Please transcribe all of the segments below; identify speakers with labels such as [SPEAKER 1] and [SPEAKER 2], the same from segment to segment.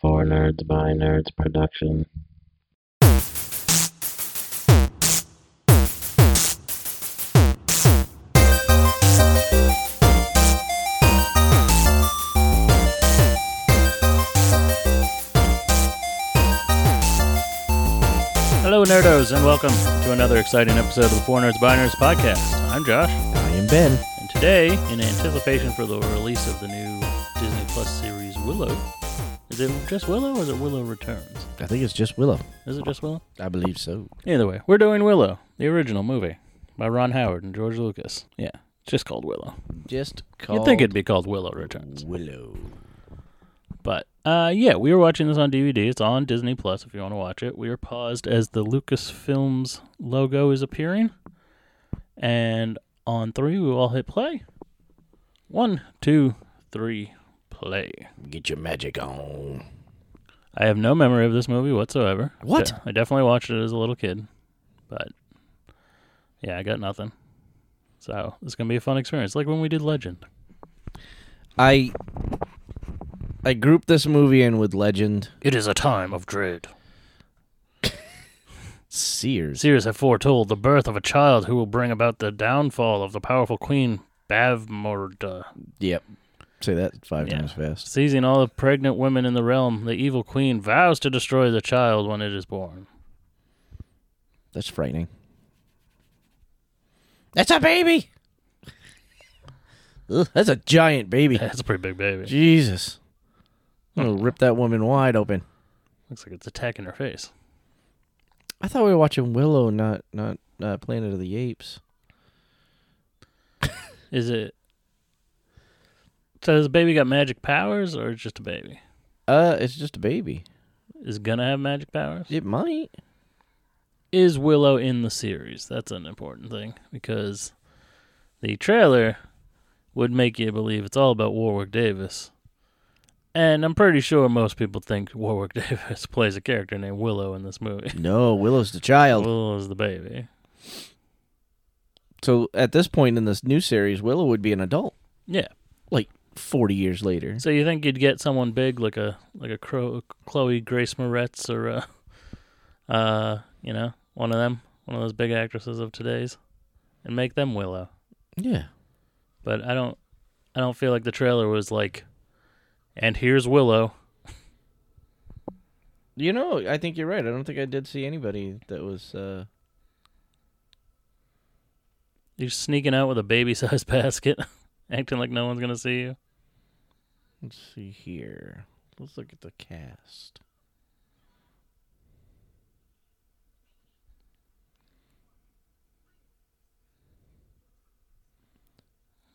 [SPEAKER 1] For Nerds by Nerds production.
[SPEAKER 2] Hello, nerdos, and welcome to another exciting episode of the Four Nerds by Nerds podcast. I'm Josh,
[SPEAKER 3] I am Ben.
[SPEAKER 2] and today, in anticipation for the release of the new Disney Plus series Willow, is it just Willow or is it Willow Returns?
[SPEAKER 3] I think it's just Willow.
[SPEAKER 2] Is it just Willow?
[SPEAKER 3] I believe so.
[SPEAKER 2] Either way, we're doing Willow, the original movie by Ron Howard and George Lucas. Yeah, it's just called Willow.
[SPEAKER 3] Just called
[SPEAKER 2] You'd think it'd be called Willow Returns,
[SPEAKER 3] Willow.
[SPEAKER 2] but uh, yeah, we were watching this on DVD. It's on Disney Plus if you want to watch it. We are paused as the Lucasfilms logo is appearing, and on three we all hit play. One, two, three, play.
[SPEAKER 3] Get your magic on.
[SPEAKER 2] I have no memory of this movie whatsoever.
[SPEAKER 3] What?
[SPEAKER 2] De- I definitely watched it as a little kid, but yeah, I got nothing. So it's gonna be a fun experience, like when we did Legend.
[SPEAKER 3] I I grouped this movie in with Legend,
[SPEAKER 2] It is a time of dread.
[SPEAKER 3] Sears,
[SPEAKER 2] Seers have foretold the birth of a child who will bring about the downfall of the powerful queen Bavmorda.
[SPEAKER 3] Yep. Say that five
[SPEAKER 2] Yeah.
[SPEAKER 3] times fast.
[SPEAKER 2] Seizing all the pregnant women in the realm, the evil queen vows to destroy the child when it is born.
[SPEAKER 3] That's frightening. That's a baby. Ugh, that's a giant baby.
[SPEAKER 2] That's a pretty big baby.
[SPEAKER 3] Jesus. I'm gonna rip that woman wide open.
[SPEAKER 2] Looks like it's attacking her face.
[SPEAKER 3] I thought we were watching Willow, not not uh, Planet of the Apes.
[SPEAKER 2] Is it? So has the baby got magic powers, or it's just a baby?
[SPEAKER 3] Uh, it's just a baby.
[SPEAKER 2] Is it gonna have magic powers?
[SPEAKER 3] It might.
[SPEAKER 2] Is Willow in the series? That's an important thing because the trailer would make you believe it's all about Warwick Davis. And I'm pretty sure most people think Warwick Davis plays a character named Willow in this movie.
[SPEAKER 3] No, Willow's the child.
[SPEAKER 2] Willow's the baby.
[SPEAKER 3] So at this point in this new series, Willow would be an adult
[SPEAKER 2] Yeah.
[SPEAKER 3] 40 years later.
[SPEAKER 2] So you think you'd get someone big like a like a Cro- Chloe Grace Moretz or a, uh, you know, one of them, one of those big actresses of today's, and make them Willow.
[SPEAKER 3] Yeah.
[SPEAKER 2] but I don't I don't feel like the trailer was like and here's Willow.
[SPEAKER 3] You know, I think you're right. I don't think I did see anybody that was uh
[SPEAKER 2] You're sneaking out with a baby sized basket, acting like no one's gonna see you.
[SPEAKER 3] let's see here. Let's look at the cast.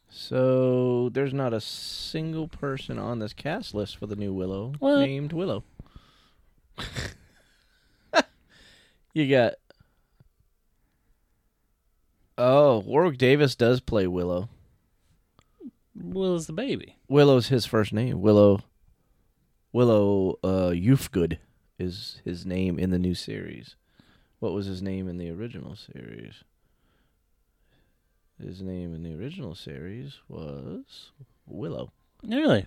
[SPEAKER 3] So there's not a single person on this cast list for the new Willow
[SPEAKER 2] What?
[SPEAKER 3] named Willow. you got Oh, Warwick Davis does play Willow.
[SPEAKER 2] Willow's the baby.
[SPEAKER 3] Willow's his first name. Willow Willow uh Youthgood is his name in the new series. What was his name in the original series? His name in the original series was Willow.
[SPEAKER 2] Really?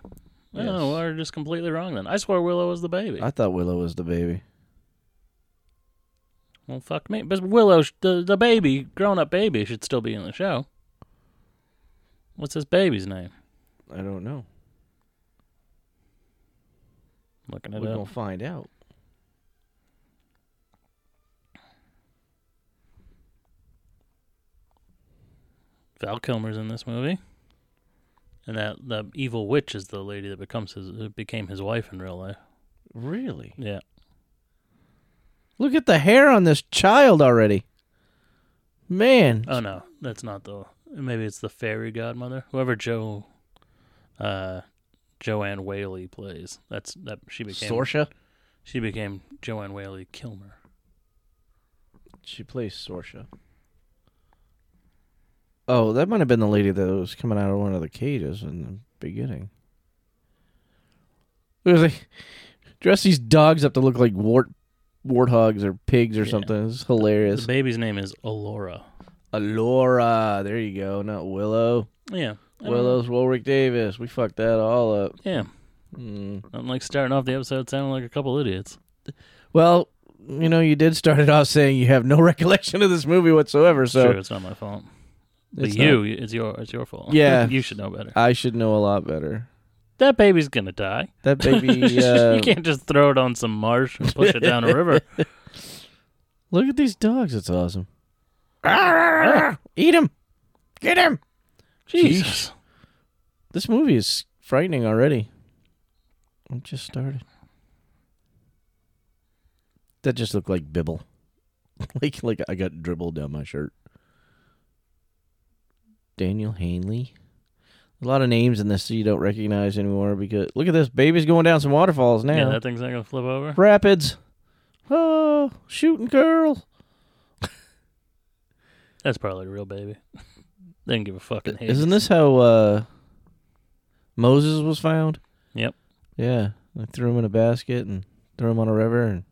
[SPEAKER 2] I don't know,
[SPEAKER 3] Yes.
[SPEAKER 2] we're just completely wrong then. I swear Willow was the baby.
[SPEAKER 3] I thought Willow was the baby.
[SPEAKER 2] well, fuck me. But Willow, sh- the, the baby, grown up baby, should still be in the show. What's this baby's name?
[SPEAKER 3] I don't know.
[SPEAKER 2] Looking
[SPEAKER 3] We're
[SPEAKER 2] it
[SPEAKER 3] gonna
[SPEAKER 2] up.
[SPEAKER 3] find out.
[SPEAKER 2] Val Kilmer's in this movie, and that the evil witch is the lady that becomes his uh, became his wife in real life.
[SPEAKER 3] Really?
[SPEAKER 2] Yeah.
[SPEAKER 3] Look at the hair on this child already. Man.
[SPEAKER 2] Oh no, that's not the. Maybe it's the fairy godmother. Whoever Joe, uh, Joanne Whaley plays. That's that she became.
[SPEAKER 3] Sorsha?
[SPEAKER 2] She became Joanne Whaley Kilmer.
[SPEAKER 3] She plays Sorsha. Oh, that might have been the lady that was coming out of one of the cages in the beginning. It was like dress these dogs up to look like wart warthogs or pigs or
[SPEAKER 2] Yeah.
[SPEAKER 3] something. It's
[SPEAKER 2] The
[SPEAKER 3] hilarious.
[SPEAKER 2] baby's name is Alora.
[SPEAKER 3] Alora, there you go, not Willow.
[SPEAKER 2] Yeah. I don't know.
[SPEAKER 3] Willow's Warwick Davis. We fucked that all up.
[SPEAKER 2] Yeah.
[SPEAKER 3] Mm.
[SPEAKER 2] Nothing like starting off the episode sounding like a couple idiots.
[SPEAKER 3] Well, you know, you did start it off saying you have no recollection of this movie whatsoever, so
[SPEAKER 2] sure, it's not my fault. But
[SPEAKER 3] it's
[SPEAKER 2] you,
[SPEAKER 3] not-
[SPEAKER 2] it's your, it's your fault.
[SPEAKER 3] Yeah.
[SPEAKER 2] you should know better.
[SPEAKER 3] I should know a lot better.
[SPEAKER 2] That baby's gonna die.
[SPEAKER 3] That baby. Uh,
[SPEAKER 2] you can't just throw it on some marsh and push it down a river.
[SPEAKER 3] Look at these dogs. It's awesome. Ah, Eat him. Get him.
[SPEAKER 2] Jesus.
[SPEAKER 3] This movie is frightening already. It just started. That just looked like bibble. like like I got dribbled down my shirt. Daniel Hanley. A lot of names in this that you don't recognize anymore because look at this. Baby's going down some waterfalls now.
[SPEAKER 2] Yeah. that thing's not gonna flip over.
[SPEAKER 3] Rapids. Oh, shooting girl.
[SPEAKER 2] That's probably the real baby. they didn't give a fucking hate.
[SPEAKER 3] Isn't this how uh Moses was found?
[SPEAKER 2] Yep.
[SPEAKER 3] Yeah. They threw him in a basket and threw him on a river and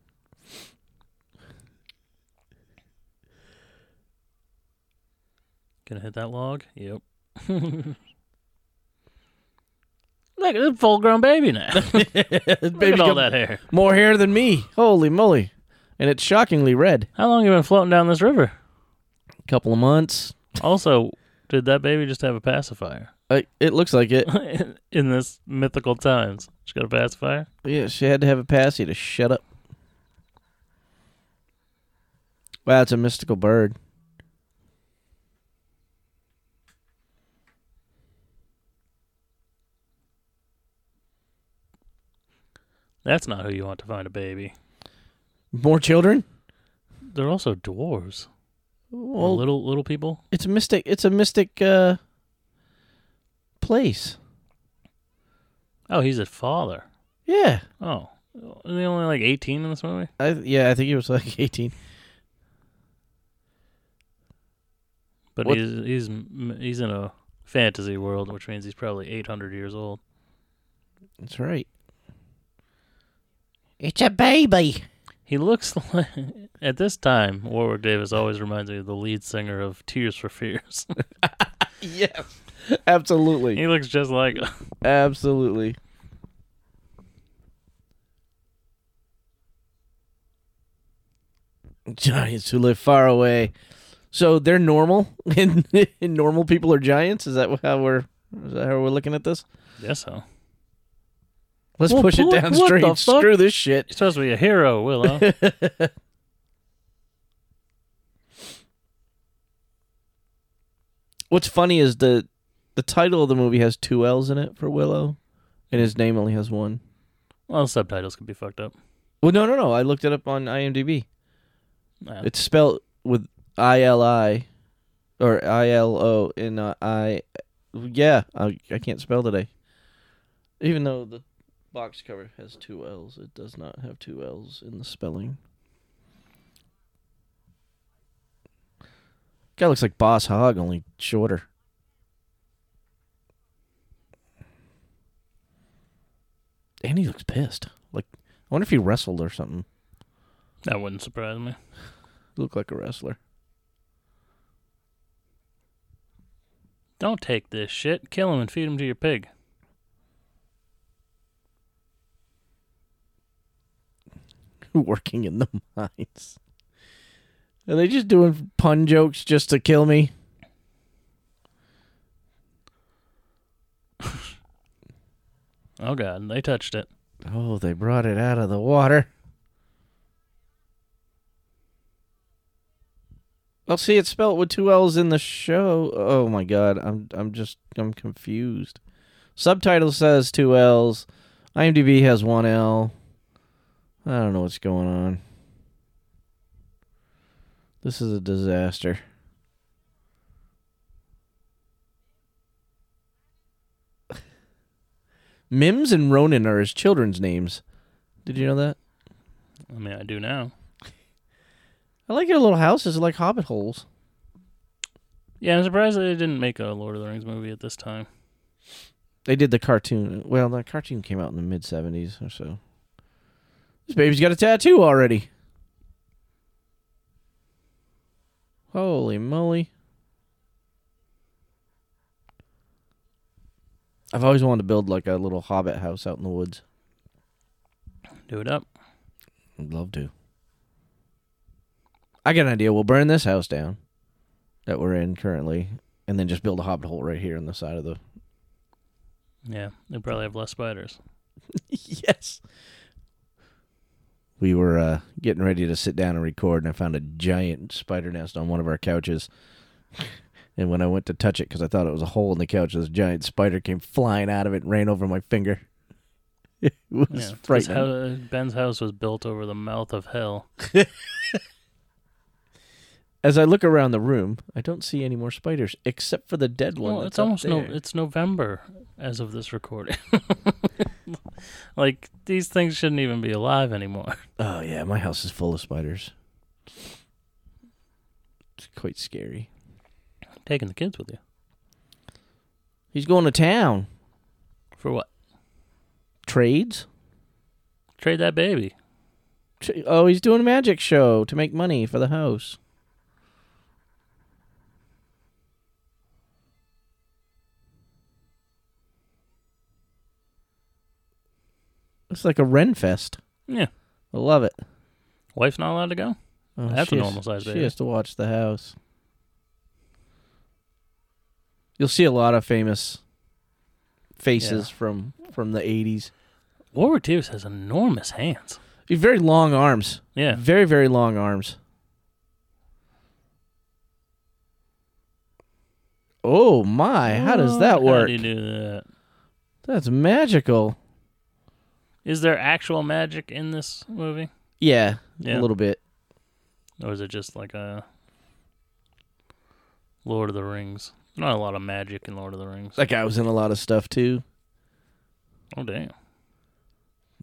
[SPEAKER 2] Gonna hit that log? Yep. Look at this full grown baby now. Look at
[SPEAKER 3] Baby
[SPEAKER 2] all
[SPEAKER 3] got
[SPEAKER 2] that hair.
[SPEAKER 3] More hair than me. Holy moly. And it's shockingly red.
[SPEAKER 2] How long you been floating down this river?
[SPEAKER 3] Couple of months.
[SPEAKER 2] Also, did that baby just have a pacifier?
[SPEAKER 3] I, it looks like it.
[SPEAKER 2] In this mythical times. She got a pacifier?
[SPEAKER 3] Yeah, she had to have a passy to shut up. Wow, it's a mystical bird.
[SPEAKER 2] That's not who you want to find a baby.
[SPEAKER 3] More children?
[SPEAKER 2] They're also dwarves. Or
[SPEAKER 3] Well,
[SPEAKER 2] little little people.
[SPEAKER 3] it's a mystic. It's a mystic uh, place.
[SPEAKER 2] Oh, he's a father.
[SPEAKER 3] Yeah,
[SPEAKER 2] Oh. Are they only like eighteen in this movie?
[SPEAKER 3] I yeah. I think he was like eighteen.
[SPEAKER 2] But
[SPEAKER 3] What-
[SPEAKER 2] he's he's m- he's in a fantasy world, which means he's probably eight hundred years old.
[SPEAKER 3] That's right. It's a baby.
[SPEAKER 2] He looks like, at this time, Warwick Davis always reminds me of the lead singer of Tears for Fears.
[SPEAKER 3] Yes, absolutely.
[SPEAKER 2] he looks just like
[SPEAKER 3] Absolutely. Giants who live far away. So they're normal, and, and normal people are giants. Is that how we're is that how we're looking at this?
[SPEAKER 2] guess so.
[SPEAKER 3] Let's
[SPEAKER 2] Well,
[SPEAKER 3] push it
[SPEAKER 2] what- what
[SPEAKER 3] downstream.
[SPEAKER 2] the fuck?
[SPEAKER 3] Screw this shit.
[SPEAKER 2] You're supposed to be a hero, Willow.
[SPEAKER 3] What's funny is the the title of the movie has two L's in it for Willow, and his name only has one.
[SPEAKER 2] well, subtitles could be fucked up.
[SPEAKER 3] Well, no, no, no. I looked it up on IMDb.
[SPEAKER 2] Nah.
[SPEAKER 3] It's spelled with I L I or I L O and uh, I. Yeah, I, I can't spell today. Even though the box cover has two L's, it does not have two L's in the spelling. Guy looks like Boss Hog, only shorter. And he looks pissed. Like, I wonder if he wrestled or something.
[SPEAKER 2] that wouldn't surprise me.
[SPEAKER 3] Looked like a wrestler.
[SPEAKER 2] Don't take this shit. Kill him and feed him to your pig.
[SPEAKER 3] working in the mines. Are they just doing pun jokes just to kill me?
[SPEAKER 2] Oh god, they touched it.
[SPEAKER 3] Oh, they brought it out of the water. Well, see, it's spelled with two L's in the show. Oh my God, I'm I'm just I'm confused. Subtitle says two L's. IMDb has one L. I don't know what's going on. This is a disaster. Mims and Ronan are his children's names. Did you know that?
[SPEAKER 2] I mean, I do now.
[SPEAKER 3] I like your little houses, like hobbit holes.
[SPEAKER 2] Yeah, I'm surprised they didn't make a Lord of the Rings movie at this time.
[SPEAKER 3] They did the cartoon. Well, the cartoon came out in the mid 70s or so. This baby's got a tattoo already. Holy moly. I've always wanted to build like a little hobbit house out in the woods.
[SPEAKER 2] Do it up.
[SPEAKER 3] I'd love to. I got an idea. We'll burn this house down that we're in currently, and then just build a hobbit hole right here on the side of the.
[SPEAKER 2] Yeah, they probably have less spiders.
[SPEAKER 3] yes. We were uh, getting ready to sit down and record, and I found a giant spider nest on one of our couches. And when I went to touch it, because I thought it was a hole in the couch, this giant spider came flying out of it and ran over my finger. It was
[SPEAKER 2] Yeah, this
[SPEAKER 3] frightening.
[SPEAKER 2] hou- Ben's house was built over the mouth of hell.
[SPEAKER 3] As I look around the room, I don't see any more spiders except for the dead one.
[SPEAKER 2] Well,
[SPEAKER 3] that's
[SPEAKER 2] it's
[SPEAKER 3] up
[SPEAKER 2] almost no.
[SPEAKER 3] there.
[SPEAKER 2] It's November as of this recording. like these things shouldn't even be alive anymore.
[SPEAKER 3] Oh yeah, my house is full of spiders. It's quite scary.
[SPEAKER 2] Taking the kids with you
[SPEAKER 3] He's going to town.
[SPEAKER 2] for what?
[SPEAKER 3] Trades.
[SPEAKER 2] Trade that baby.
[SPEAKER 3] Tr- Oh, he's doing a magic show to make money for the house. It's like a Ren Fest.
[SPEAKER 2] Yeah.
[SPEAKER 3] I love it.
[SPEAKER 2] Wife's not allowed to go.
[SPEAKER 3] Oh,
[SPEAKER 2] That's
[SPEAKER 3] she
[SPEAKER 2] a
[SPEAKER 3] has-
[SPEAKER 2] normal size
[SPEAKER 3] She
[SPEAKER 2] baby.
[SPEAKER 3] has to watch the house. You'll see a lot of famous faces from from the eighties.
[SPEAKER 2] Warwick Davis has enormous hands.
[SPEAKER 3] Very long arms.
[SPEAKER 2] Yeah,
[SPEAKER 3] Very very long arms. Oh my! How does that
[SPEAKER 2] How
[SPEAKER 3] work?
[SPEAKER 2] do you do that?
[SPEAKER 3] That's magical.
[SPEAKER 2] Is there actual magic in this movie,
[SPEAKER 3] Yeah,
[SPEAKER 2] Yeah.
[SPEAKER 3] a little bit.
[SPEAKER 2] or is it just like a Lord of the Rings? Not a lot of magic in Lord of the Rings.
[SPEAKER 3] That guy was in a lot of stuff too.
[SPEAKER 2] oh damn!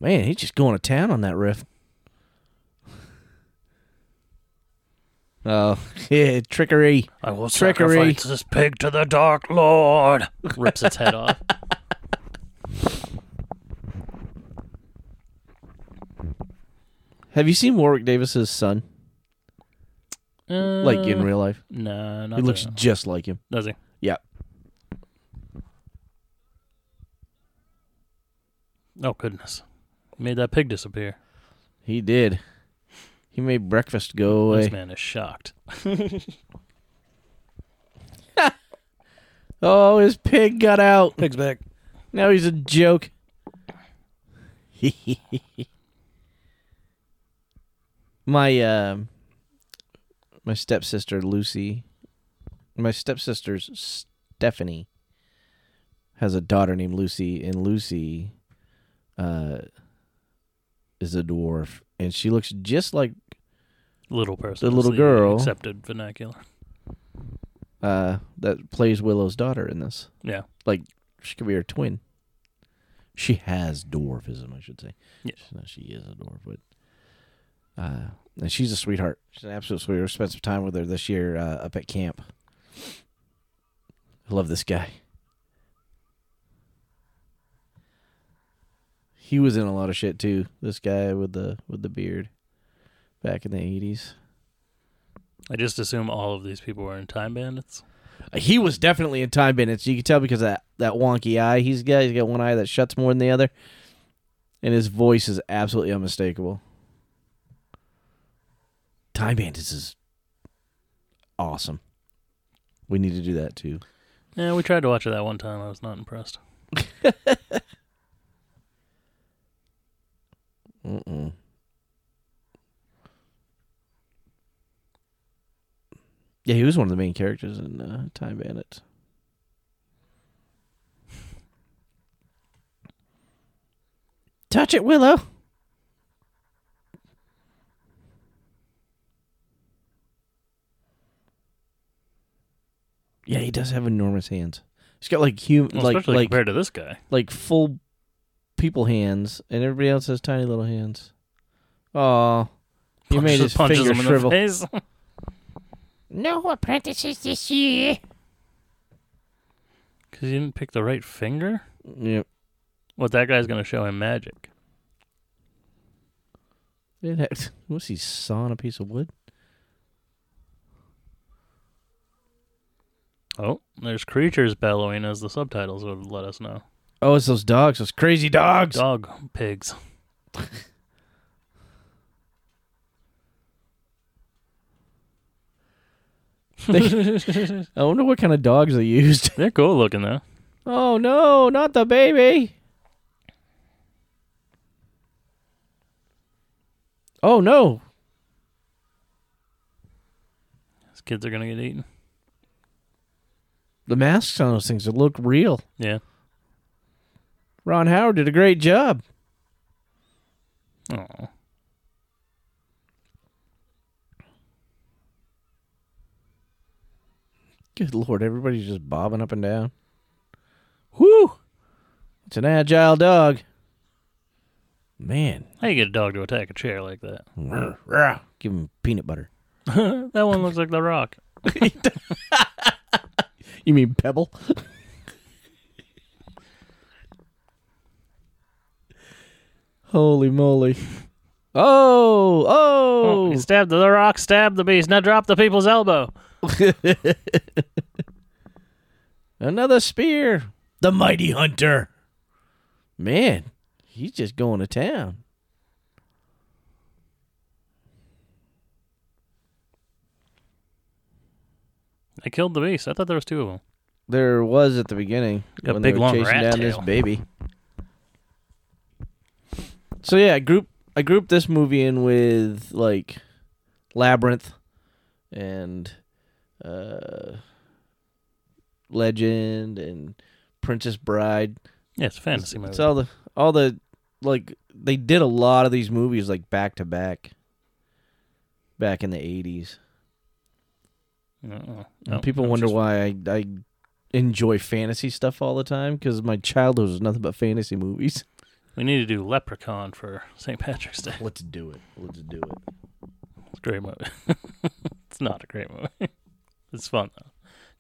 [SPEAKER 3] Man, he's just going to town on that riff. Oh, yeah, trickery.
[SPEAKER 2] I will
[SPEAKER 3] Trickery.
[SPEAKER 2] sacrifice this pig to the Dark Lord. Rips its head off.
[SPEAKER 3] Have you seen Warwick Davis's son? Like in
[SPEAKER 2] Uh,
[SPEAKER 3] real life?
[SPEAKER 2] No, not
[SPEAKER 3] He looks
[SPEAKER 2] that.
[SPEAKER 3] just like him.
[SPEAKER 2] Does he?
[SPEAKER 3] Yeah.
[SPEAKER 2] Oh goodness! Made that pig disappear.
[SPEAKER 3] He did. He made breakfast go
[SPEAKER 2] This
[SPEAKER 3] away.
[SPEAKER 2] man is shocked.
[SPEAKER 3] Oh, his pig got out.
[SPEAKER 2] Pig's back.
[SPEAKER 3] Now he's a joke. my um my stepsister Lucy, my stepsister's Stephanie has a daughter named Lucy, and Lucy uh is a dwarf, and she looks just like
[SPEAKER 2] Little person.
[SPEAKER 3] The
[SPEAKER 2] is
[SPEAKER 3] little girl.
[SPEAKER 2] Accepted vernacular.
[SPEAKER 3] uh that plays Willow's daughter in this.
[SPEAKER 2] Yeah.
[SPEAKER 3] She could be her twin. She has dwarfism, I should say.
[SPEAKER 2] Yes.
[SPEAKER 3] She's not- she is a dwarf, but uh, and she's a sweetheart. She's an absolute sweetheart. Spent some time with her this year uh, up at camp. I love this guy. He was in a lot of shit too. This guy with the with the beard, back in the eighties.
[SPEAKER 2] I just assume all of these people were in Time Bandits.
[SPEAKER 3] He was definitely in time bandits. You can tell because of that that wonky eye he's got. He's got one eye that shuts more than the other, and his voice is absolutely unmistakable. Time bandits is awesome. We need to do that too.
[SPEAKER 2] Yeah, we tried to watch it that one time. I was not impressed.
[SPEAKER 3] Mm-mm. Yeah, he was one of the main characters in uh, Time Bandits. Touch it, Willow. Yeah, he does have enormous hands. He's got like human,
[SPEAKER 2] Well,
[SPEAKER 3] like
[SPEAKER 2] especially
[SPEAKER 3] like
[SPEAKER 2] compared to this guy.
[SPEAKER 3] like full people hands, and everybody else has tiny little hands. Oh, he made his
[SPEAKER 2] punches
[SPEAKER 3] finger
[SPEAKER 2] him in
[SPEAKER 3] shrivel.
[SPEAKER 2] the face.
[SPEAKER 3] No apprentices this year.
[SPEAKER 2] Because he didn't pick the right finger?
[SPEAKER 3] Yep,
[SPEAKER 2] What, that guy's going to show him magic.
[SPEAKER 3] it had, was he sawing a piece of wood?
[SPEAKER 2] Oh, there's creatures bellowing, as the subtitles would let us know.
[SPEAKER 3] Oh, it's those dogs, those crazy dogs.
[SPEAKER 2] Dog pigs.
[SPEAKER 3] I wonder what kind of dogs they used.
[SPEAKER 2] They're cool looking though.
[SPEAKER 3] Oh no, not the baby. Oh no.
[SPEAKER 2] These kids are gonna get eaten.
[SPEAKER 3] The masks on those things they look real.
[SPEAKER 2] Yeah.
[SPEAKER 3] Ron Howard did a great job.
[SPEAKER 2] Oh.
[SPEAKER 3] Good lord, everybody's just bobbing up and down. Whew. It's an agile dog. Man.
[SPEAKER 2] How you get a dog to attack a chair like that?
[SPEAKER 3] Rah, rah. Give him peanut butter.
[SPEAKER 2] that one looks like the rock.
[SPEAKER 3] You mean pebble? Holy moly. Oh,
[SPEAKER 2] Oh,
[SPEAKER 3] oh.
[SPEAKER 2] he stabbed the rock, stabbed the beast. Now drop the people's elbow.
[SPEAKER 3] Another spear. The mighty hunter. Man, he's just going to town.
[SPEAKER 2] I killed the beast. I thought there was two of them.
[SPEAKER 3] There was at the beginning
[SPEAKER 2] Got a
[SPEAKER 3] when
[SPEAKER 2] big,
[SPEAKER 3] they were
[SPEAKER 2] long
[SPEAKER 3] chasing
[SPEAKER 2] rat
[SPEAKER 3] down this
[SPEAKER 2] tail.
[SPEAKER 3] baby. So yeah, I group I grouped this movie in with like Labyrinth and uh Legend and Princess Bride.
[SPEAKER 2] Yeah, it's a fantasy
[SPEAKER 3] it's,
[SPEAKER 2] movie.
[SPEAKER 3] it's all the all the like they did a lot of these movies like back to back back in the 80s.
[SPEAKER 2] Uh-uh.
[SPEAKER 3] And
[SPEAKER 2] No,
[SPEAKER 3] people
[SPEAKER 2] I'm
[SPEAKER 3] wonder
[SPEAKER 2] just-
[SPEAKER 3] why I, I enjoy fantasy stuff all the time because my childhood was nothing but fantasy movies.
[SPEAKER 2] We need to do Leprechaun for St. Patrick's Day.
[SPEAKER 3] Let's do it. Let's do it.
[SPEAKER 2] It's a great movie. it's not a great movie. It's fun though.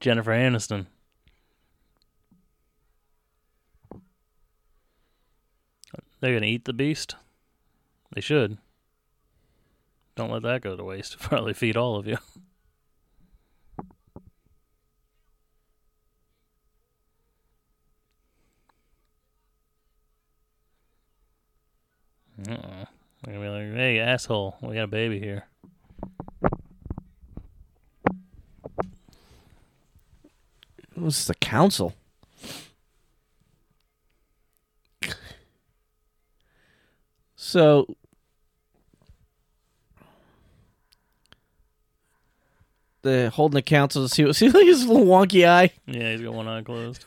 [SPEAKER 2] Jennifer Aniston. They're gonna eat the beast. They should. Don't let that go to waste. Probably feed all of you. Uh-uh. They're gonna be like, "Hey, asshole, we got a baby here."
[SPEAKER 3] This is the council. So. The holding the council to see what see like his little wonky eye.
[SPEAKER 2] Yeah, he's got one eye closed.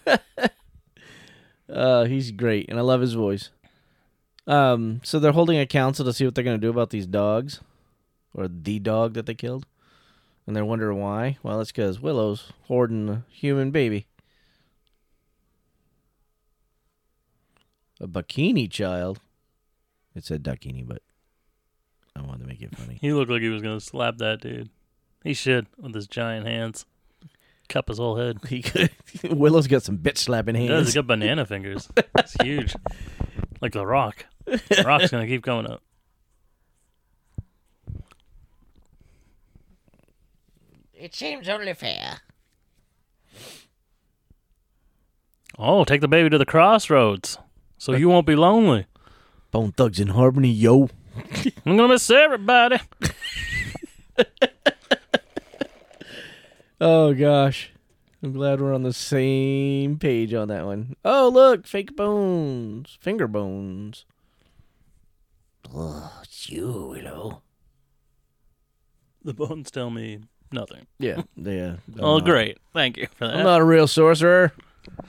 [SPEAKER 3] Uh, he's great, and I love his voice. Um, so they're holding a council to see what they're gonna do about these dogs, or the dog that they killed, and they're wondering why. Well, it's because Willow's hoarding a human baby, a bikini child. It said duckini, but I wanted to make it funny.
[SPEAKER 2] He looked like he was gonna slap that dude. He should with his giant hands. Cup his whole head.
[SPEAKER 3] He could, Willow's got some bitch slapping
[SPEAKER 2] He
[SPEAKER 3] hands.
[SPEAKER 2] does. He's got banana fingers. It's huge. Like the rock. The rock's gonna keep going up.
[SPEAKER 4] It seems only fair.
[SPEAKER 2] Oh, take the baby to the crossroads. So you won't be lonely.
[SPEAKER 3] Bone thugs in harmony, yo.
[SPEAKER 2] I'm gonna miss everybody.
[SPEAKER 3] Oh gosh. I'm glad we're on the same page on that one. Oh look, fake bones. Finger bones. Oh, it's you, Willow.
[SPEAKER 2] The bones tell me nothing.
[SPEAKER 3] Yeah. Yeah.
[SPEAKER 2] oh,
[SPEAKER 3] I'm not-
[SPEAKER 2] great. Thank you for that.
[SPEAKER 3] I'm not a real sorcerer.
[SPEAKER 2] Do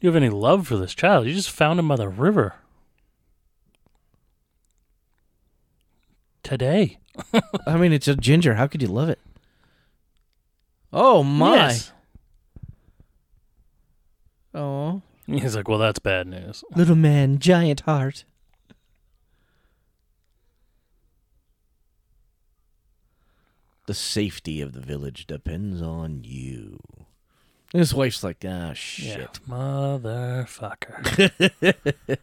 [SPEAKER 2] you have any love for this child? You just found him by the river. Today.
[SPEAKER 3] I mean it's a ginger. How could you love it? Oh my.
[SPEAKER 2] Yes.
[SPEAKER 3] Oh.
[SPEAKER 2] He's like, well, that's bad news.
[SPEAKER 3] Little man, giant heart. The safety of the village depends on you. And his wife's like, ah, shit.
[SPEAKER 2] Yeah. Motherfucker.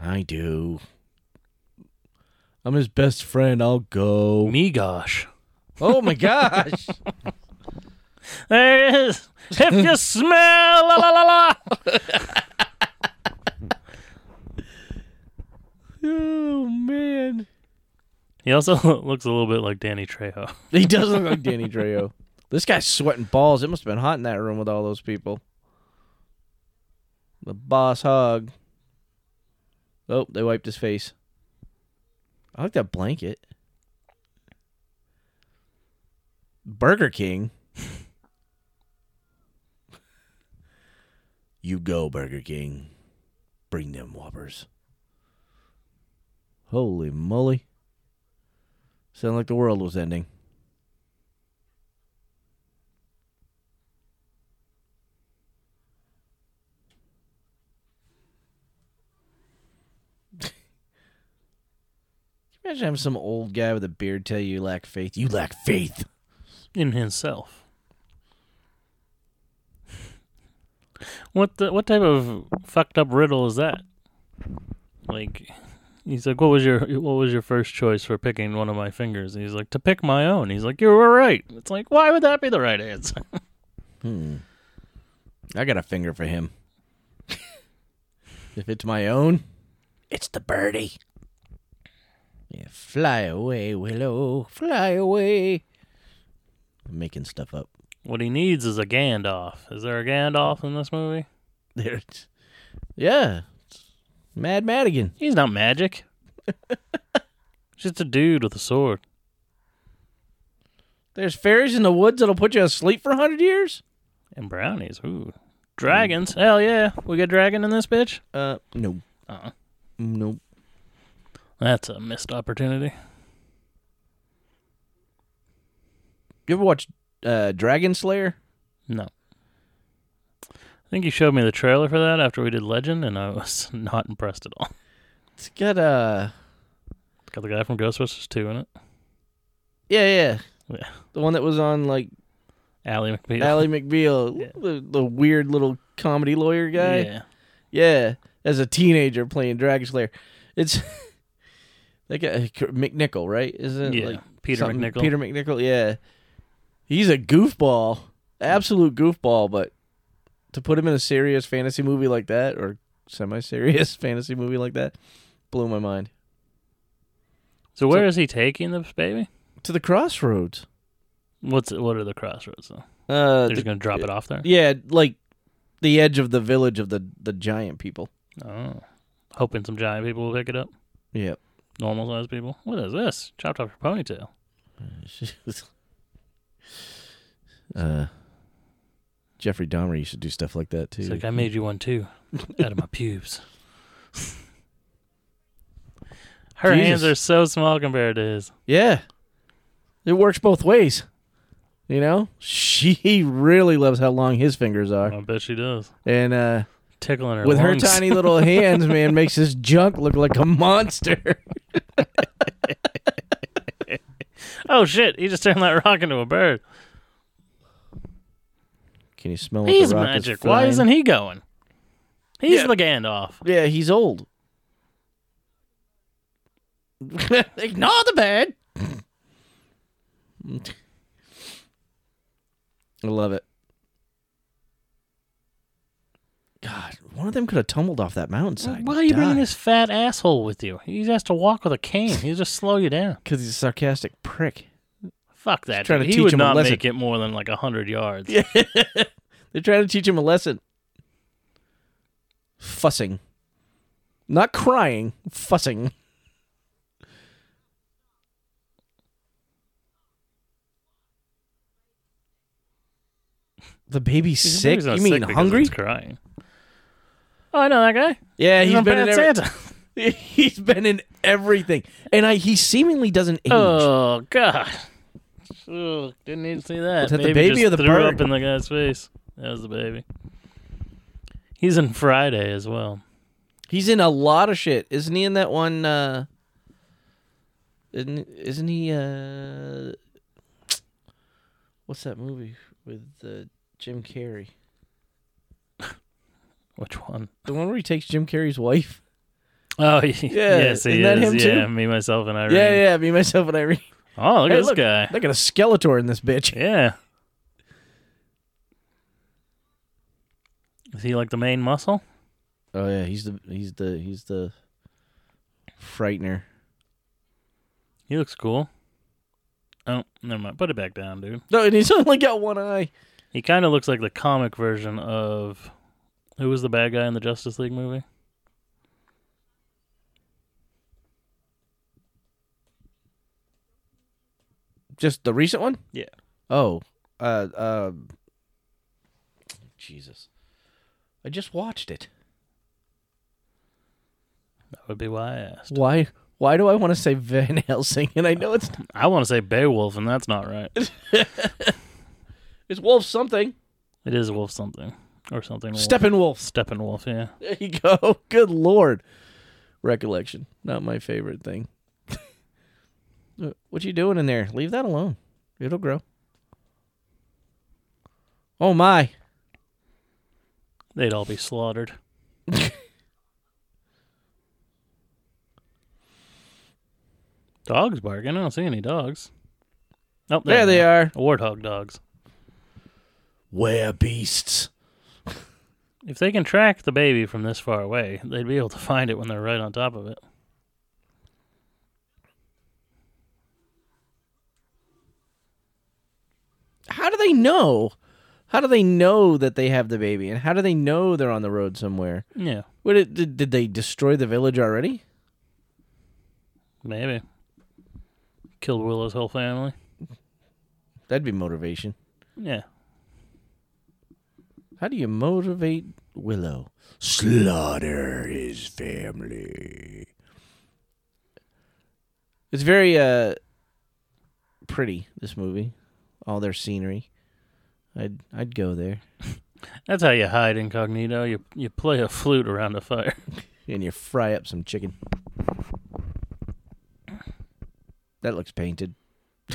[SPEAKER 3] I do. I'm his best Oh friend. I'll go.
[SPEAKER 2] Me gosh.
[SPEAKER 3] Oh my gosh.
[SPEAKER 2] There it is. If you smell, la la la la.
[SPEAKER 3] Oh man,
[SPEAKER 2] He also looks a little bit like Danny Trejo.
[SPEAKER 3] he does look like Danny Trejo. This guy's sweating balls. It must have been hot in that room with all those people. The boss hog. Oh, they wiped his face. I like that blanket. Burger King. you go, Burger King. Bring them whoppers. Holy moly. Sound like the world was ending. Can you Imagine having some old guy with a beard tell you you lack faith. You lack faith.
[SPEAKER 2] in himself. What the, what type of fucked up riddle is that? Like he's like, What was your what was your first choice for picking one of my fingers? And he's like, To pick my own. He's like, You were right. It's like, why would that be the right answer?
[SPEAKER 3] Hmm. I got a finger for him. if it's my own, it's the birdie. Yeah, fly away, Willow, fly away. I'm making stuff up.
[SPEAKER 2] What he needs is a Gandalf. Is there a Gandalf in this movie?
[SPEAKER 3] There it's Yeah. it's Mad Madigan.
[SPEAKER 2] He's not magic. Just a dude with a sword.
[SPEAKER 3] There's fairies in the woods that'll put you asleep for a hundred years?
[SPEAKER 2] And brownies. Ooh. Dragons.
[SPEAKER 3] Mm.
[SPEAKER 2] Hell yeah. We got dragon in this bitch?
[SPEAKER 3] Uh no.
[SPEAKER 2] Uh-uh.
[SPEAKER 3] Nope.
[SPEAKER 2] That's a missed opportunity.
[SPEAKER 3] You ever watch uh Dragon Slayer?
[SPEAKER 2] No. I think you showed me the trailer for that after we did Legend, and I was not impressed at all.
[SPEAKER 3] It's got uh
[SPEAKER 2] It's got the guy from Ghostbusters 2 in it.
[SPEAKER 3] yeah, yeah.
[SPEAKER 2] Yeah.
[SPEAKER 3] The one that was on like
[SPEAKER 2] Ally McBeal.
[SPEAKER 3] Ally McBeal,
[SPEAKER 2] Yeah.
[SPEAKER 3] the, the weird little comedy lawyer guy.
[SPEAKER 2] Yeah.
[SPEAKER 3] Yeah, as a teenager playing Dragon Slayer. It's like a McNichol, right? Isn't it
[SPEAKER 2] yeah.
[SPEAKER 3] Uh, like
[SPEAKER 2] Peter
[SPEAKER 3] something-
[SPEAKER 2] McNichol.
[SPEAKER 3] Peter McNichol, yeah. He's a goofball, absolute goofball. But to put him in a serious fantasy movie like that, or semi-serious fantasy movie like that, blew my mind.
[SPEAKER 2] so where is he taking this baby?
[SPEAKER 3] To the crossroads.
[SPEAKER 2] What's What are the crossroads, though?
[SPEAKER 3] Uh,
[SPEAKER 2] They're
[SPEAKER 3] the-
[SPEAKER 2] just going to drop it off there?
[SPEAKER 3] yeah, like the edge of the village of the the giant people.
[SPEAKER 2] Oh. Hoping some giant people will pick it up.
[SPEAKER 3] Yeah.
[SPEAKER 2] Normal sized people. What is this? Chopped off your ponytail.
[SPEAKER 3] uh, Jeffrey Dahmer used to do stuff like that too.
[SPEAKER 2] It's like, I made you one too, out of my pubes. Her hands
[SPEAKER 3] Jesus.
[SPEAKER 2] are so small compared to his.
[SPEAKER 3] yeah, it works both ways. You know, she he really loves how long his fingers are,
[SPEAKER 2] I bet she does.
[SPEAKER 3] and uh,
[SPEAKER 2] Tickling her
[SPEAKER 3] with
[SPEAKER 2] lungs.
[SPEAKER 3] her tiny little hands, man, makes his junk look like a monster.
[SPEAKER 2] Oh shit! He just turned that rock into a bird.
[SPEAKER 3] Can you smell? what
[SPEAKER 2] He's
[SPEAKER 3] the rock
[SPEAKER 2] magic.
[SPEAKER 3] Is
[SPEAKER 2] Why isn't he going? He's the Gandalf.
[SPEAKER 3] Yeah, he's old. Ignore the bird. I love it. God, one of them could have tumbled off that mountainside.
[SPEAKER 2] Why are you bringing this fat asshole with you? He has to walk with a cane. He'll just slow you down.
[SPEAKER 3] Because he's a sarcastic prick.
[SPEAKER 2] Fuck that.
[SPEAKER 3] trying to
[SPEAKER 2] dude. he
[SPEAKER 3] teach
[SPEAKER 2] would
[SPEAKER 3] him a
[SPEAKER 2] not
[SPEAKER 3] lesson.
[SPEAKER 2] make it more than like hundred yards.
[SPEAKER 3] Yeah. They're trying to teach him a lesson. Fussing. Not crying, fussing. The baby's
[SPEAKER 2] He's
[SPEAKER 3] sick.
[SPEAKER 2] he's not
[SPEAKER 3] You mean
[SPEAKER 2] because
[SPEAKER 3] hungry?
[SPEAKER 2] he's crying. Oh, I know that guy.
[SPEAKER 3] Yeah, he's
[SPEAKER 2] on
[SPEAKER 3] been in
[SPEAKER 2] Bad
[SPEAKER 3] every-
[SPEAKER 2] Santa.
[SPEAKER 3] he's been in everything, and I he seemingly doesn't age.
[SPEAKER 2] Oh god. Ugh, didn't even see that.
[SPEAKER 3] Was that the baby
[SPEAKER 2] just
[SPEAKER 3] or the
[SPEAKER 2] threw
[SPEAKER 3] bird?
[SPEAKER 2] up in the guy's face. That was the baby. He's in Friday as well.
[SPEAKER 3] He's in a lot of shit, isn't he? In that one, uh, isn't isn't he? Uh, what's that movie with uh, Jim Carrey?
[SPEAKER 2] Which one?
[SPEAKER 3] The one where he takes Jim Carrey's wife.
[SPEAKER 2] Oh yeah, yes, he
[SPEAKER 3] isn't that
[SPEAKER 2] is.
[SPEAKER 3] him
[SPEAKER 2] yeah,
[SPEAKER 3] too?
[SPEAKER 2] me, myself, and Irene.
[SPEAKER 3] Yeah, yeah, me, myself, and Irene.
[SPEAKER 2] Oh, look
[SPEAKER 3] Hey,
[SPEAKER 2] at this
[SPEAKER 3] look.
[SPEAKER 2] guy.
[SPEAKER 3] They got a Skeletor in this bitch.
[SPEAKER 2] Yeah, Is he like the main muscle?
[SPEAKER 3] Oh yeah, he's the he's the he's the frightener.
[SPEAKER 2] He looks cool. Oh, never mind. Put it back down, dude.
[SPEAKER 3] No, and he's only got one eye.
[SPEAKER 2] He kind of looks like the comic version of who was the bad guy in the Justice League movie?
[SPEAKER 3] Just the recent one?
[SPEAKER 2] Yeah.
[SPEAKER 3] Oh. Uh um Jesus. I just watched it.
[SPEAKER 2] That would be why I asked.
[SPEAKER 3] Why why do I want to say Van Helsing? And I know it's
[SPEAKER 2] I want to say Beowulf, and that's not right.
[SPEAKER 3] it's Wolf something.
[SPEAKER 2] It is Wolf something or something. Wolf.
[SPEAKER 3] Steppenwolf.
[SPEAKER 2] Steppenwolf, yeah.
[SPEAKER 3] There you go. Good lord. Recollection. Not my favorite thing. Uh, what you doing in there? Leave that alone. It'll grow. Oh my.
[SPEAKER 2] They'd all be slaughtered. dogs barking. I don't see any dogs. Oh,
[SPEAKER 3] There they are.
[SPEAKER 2] Warthog dogs.
[SPEAKER 3] Were beasts.
[SPEAKER 2] If they can track the baby from this far away, they'd be able to find it when they're right on top of it.
[SPEAKER 3] How do they know? How do they know that they have the baby? And how do they know they're on the road somewhere?
[SPEAKER 2] Yeah,
[SPEAKER 3] What did, did, did they destroy the village already?
[SPEAKER 2] maybe. Killed Willow's whole family.
[SPEAKER 3] That'd be motivation.
[SPEAKER 2] Yeah.
[SPEAKER 3] How do you motivate Willow? Slaughter his family. It's very uh pretty this movie. All their scenery. I'd I'd go there.
[SPEAKER 2] That's how you hide incognito. You you play a flute around a fire.
[SPEAKER 3] And you fry up some chicken. That looks painted.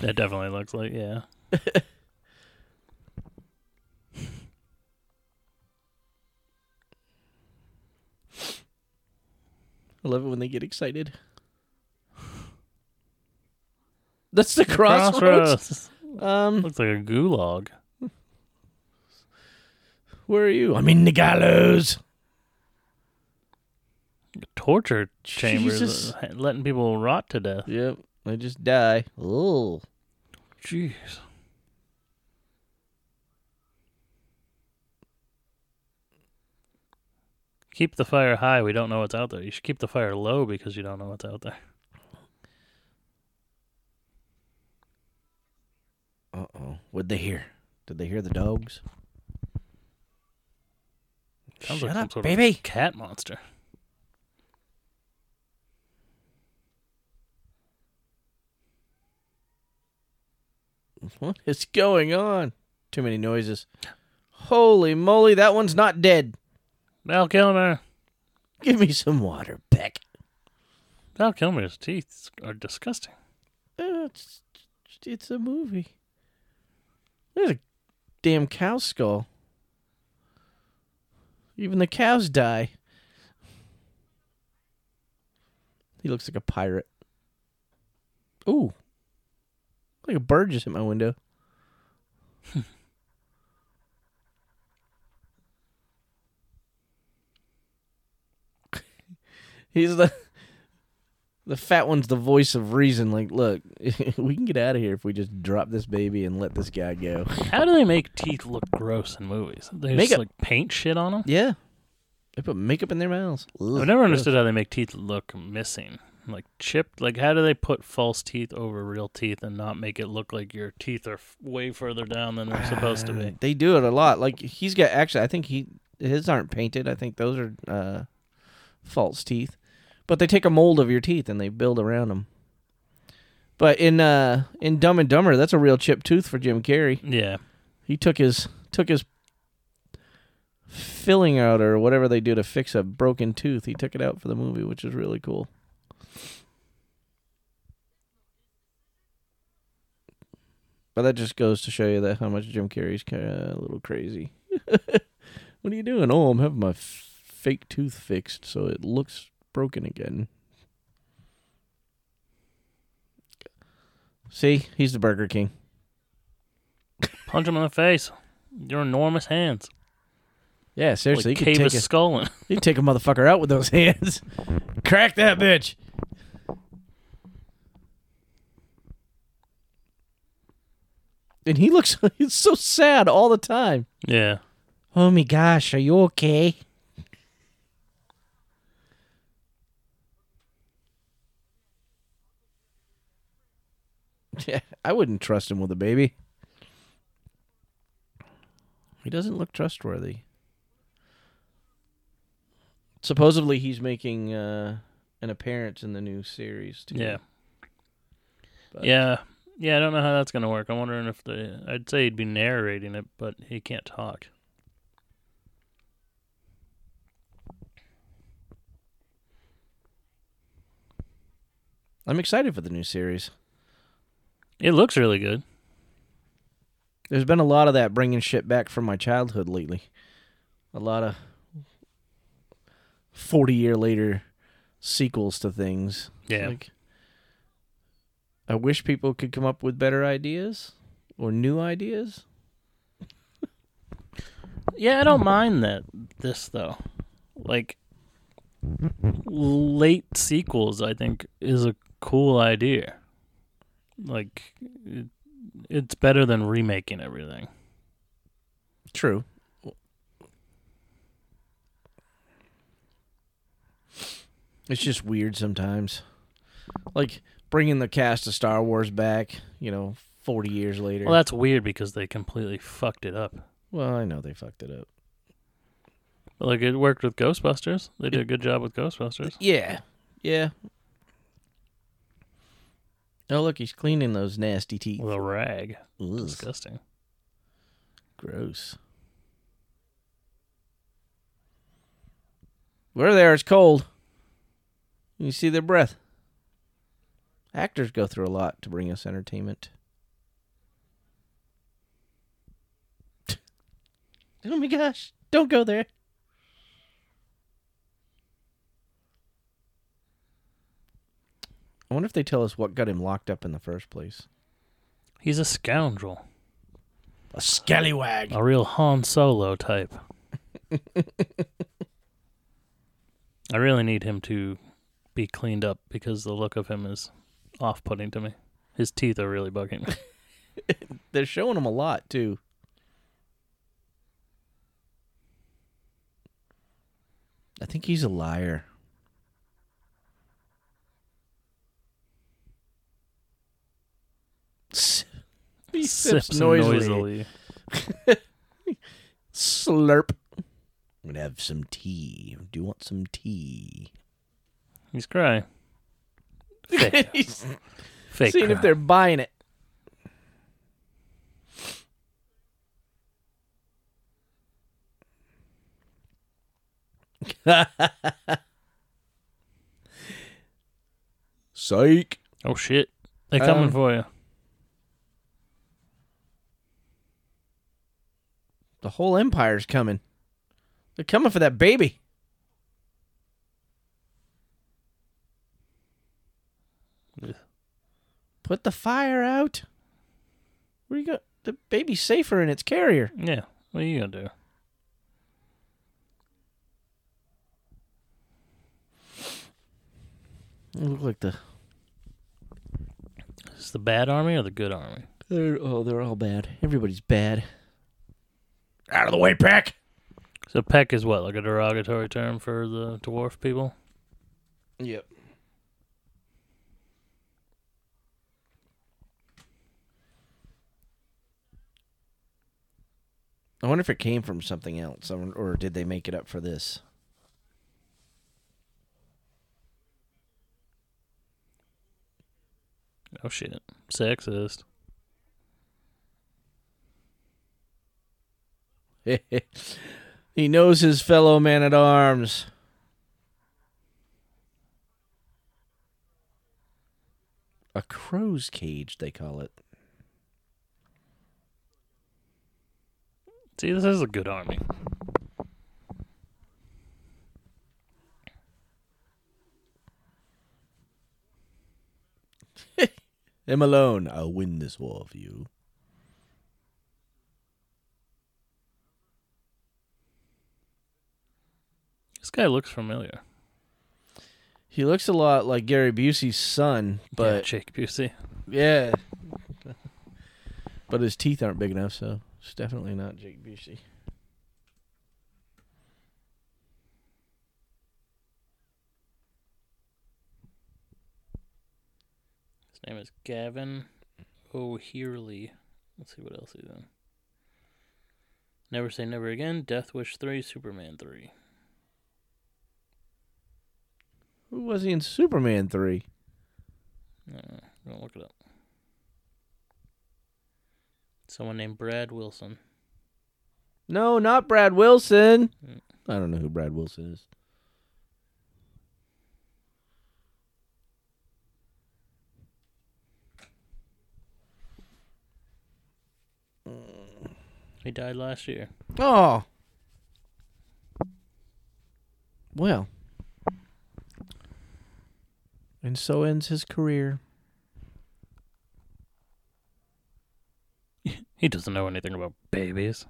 [SPEAKER 2] that definitely looks like yeah.
[SPEAKER 3] I love it when they get excited. That's the crossroads. Um
[SPEAKER 2] Looks like a gulag.
[SPEAKER 3] where are you? I'm in the gallows.
[SPEAKER 2] torture chambers,
[SPEAKER 3] Jesus.
[SPEAKER 2] uh, letting people rot to death.
[SPEAKER 3] Yep. I just die. Oh.
[SPEAKER 2] Jeez. Keep the fire high. We don't know what's out there. You should keep the fire low because you don't know what's out there.
[SPEAKER 3] Uh oh. What'd they hear? Did they hear the dogs?
[SPEAKER 2] Sounds
[SPEAKER 3] Shut
[SPEAKER 2] like some
[SPEAKER 3] up,
[SPEAKER 2] sort
[SPEAKER 3] baby.
[SPEAKER 2] Of cat monster.
[SPEAKER 3] What is going on? Too many noises. Holy moly, that one's not dead.
[SPEAKER 2] Val Kilmer.
[SPEAKER 3] Give me some water, Peck.
[SPEAKER 2] Val Kilmer's teeth are disgusting.
[SPEAKER 3] Uh, It's, it's a movie. There's a damn cow skull. Even the cows die. He looks like a pirate. Ooh. Like a bird just hit my window. He's the the fat one's the voice of reason. Like, look, we can get out of here if we just drop this baby and let this guy go.
[SPEAKER 2] How do they make teeth look gross in movies? They
[SPEAKER 3] Makeup.
[SPEAKER 2] just like paint shit on them.
[SPEAKER 3] Yeah. They put makeup in their mouths.
[SPEAKER 2] I've never understood how they make teeth look missing, like chipped. Like how do they put false teeth over real teeth and not make it look like your teeth are f- way further down than they're supposed to be?
[SPEAKER 3] They do it a lot. Like he's got actually I think he his aren't painted. I think those are uh false teeth. But they take a mold of your teeth and they build around them. But in uh in Dumb and Dumber, that's a real chipped tooth for Jim Carrey.
[SPEAKER 2] Yeah,
[SPEAKER 3] He took his took his filling out or whatever they do to fix a broken tooth. He took it out for the movie, which is really cool. But that just goes to show you that how much Jim Carrey's kind of a little crazy. what are you doing? Oh, I'm having my f- fake tooth fixed so it looks broken again. See, he's the Burger King.
[SPEAKER 2] punch them in the face. Your enormous hands.
[SPEAKER 3] Yeah, seriously,
[SPEAKER 2] like
[SPEAKER 3] you could
[SPEAKER 2] cave
[SPEAKER 3] take
[SPEAKER 2] a
[SPEAKER 3] a,
[SPEAKER 2] skull in.
[SPEAKER 3] you could take a motherfucker out with those hands. Crack that bitch. And he looks he's so sad all the time.
[SPEAKER 2] Yeah.
[SPEAKER 3] Oh my gosh, are you okay? Yeah, I wouldn't trust him with a baby. He doesn't look trustworthy. Supposedly, he's making uh, an appearance in the new series too.
[SPEAKER 2] Yeah.
[SPEAKER 3] But-
[SPEAKER 2] Yeah. Yeah, I don't know how that's going to work. I'm wondering if the I'd say he'd be narrating it, but he can't talk.
[SPEAKER 3] I'm excited for the new series.
[SPEAKER 2] It looks really good.
[SPEAKER 3] There's been a lot of that bringing shit back from my childhood lately. A lot of 40 year later sequels to things. It's
[SPEAKER 2] Yeah.
[SPEAKER 3] like, I wish people could come up with better ideas or new ideas.
[SPEAKER 2] Yeah, I don't mind that this though. Like late sequels I think is a cool idea. Like it, it's better than remaking everything.
[SPEAKER 3] True. It's just weird sometimes. Like bringing the cast of Star Wars back, you know, 40 years later.
[SPEAKER 2] Well, that's weird because they completely fucked it up.
[SPEAKER 3] well I know they fucked it up.
[SPEAKER 2] But, like it worked with Ghostbusters. They did a good job with Ghostbusters.
[SPEAKER 3] Yeah. Yeah. Oh, look, he's cleaning those nasty teeth.
[SPEAKER 2] With a rag.
[SPEAKER 3] Ugh,
[SPEAKER 2] Disgusting.
[SPEAKER 3] gross. We're there. It's cold. You see their breath. Actors go through a lot to bring us entertainment. oh my gosh. Don't go there. I wonder if they tell us what got him locked up in the first place.
[SPEAKER 2] He's a scoundrel.
[SPEAKER 3] A scallywag.
[SPEAKER 2] A real Han Solo type. I really need him to be cleaned up because the look of him is off putting to me. His teeth are really bugging me.
[SPEAKER 3] They're showing him a lot too. I think he's a liar. S- He sips, noisily. Slurp. I'm gonna have some tea. Do you want some tea?
[SPEAKER 2] He's crying. Fake.
[SPEAKER 3] He's
[SPEAKER 2] Fake.
[SPEAKER 3] seeing if
[SPEAKER 2] cry.
[SPEAKER 3] they're buying it. Psych.
[SPEAKER 2] Oh shit. They're coming
[SPEAKER 3] Um,
[SPEAKER 2] for you.
[SPEAKER 3] The whole empire's coming. They're coming for that baby.
[SPEAKER 2] Ugh.
[SPEAKER 3] Put the fire out. Where you go? The baby's safer in its carrier.
[SPEAKER 2] Yeah. What are you gonna do?
[SPEAKER 3] It look like the
[SPEAKER 2] Is this the bad army or the good army?
[SPEAKER 3] They're oh, they're all bad. Everybody's bad. Out of the way, Peck.
[SPEAKER 2] So peck is what, like a derogatory term for the dwarf people?
[SPEAKER 3] Yep. I wonder if it came from something else, or or did they make it up for this?
[SPEAKER 2] Oh shit. Sexist.
[SPEAKER 3] he knows his fellow man at arms. A crow's cage, they call it.
[SPEAKER 2] See, this is a good army.
[SPEAKER 3] Him alone, I'll win this war for you.
[SPEAKER 2] guy looks familiar.
[SPEAKER 3] He looks a lot like Gary Busey's son,
[SPEAKER 2] yeah,
[SPEAKER 3] but
[SPEAKER 2] Jake Busey.
[SPEAKER 3] yeah. but his teeth aren't big enough, so it's definitely not Jake Busey.
[SPEAKER 2] His name is Gavin O'Hearly. Let's see what else he's in. Never Say Never Again, Death Wish 3, Superman 3.
[SPEAKER 3] Who was he in Superman 3?
[SPEAKER 2] No, Uh, I'm gonna look it up. Someone named Brad Wilson.
[SPEAKER 3] No, not Brad Wilson.
[SPEAKER 2] Mm.
[SPEAKER 3] I don't know who Brad Wilson is.
[SPEAKER 2] He died last year.
[SPEAKER 3] Oh. Well. And so ends his career.
[SPEAKER 2] He doesn't know anything about babies.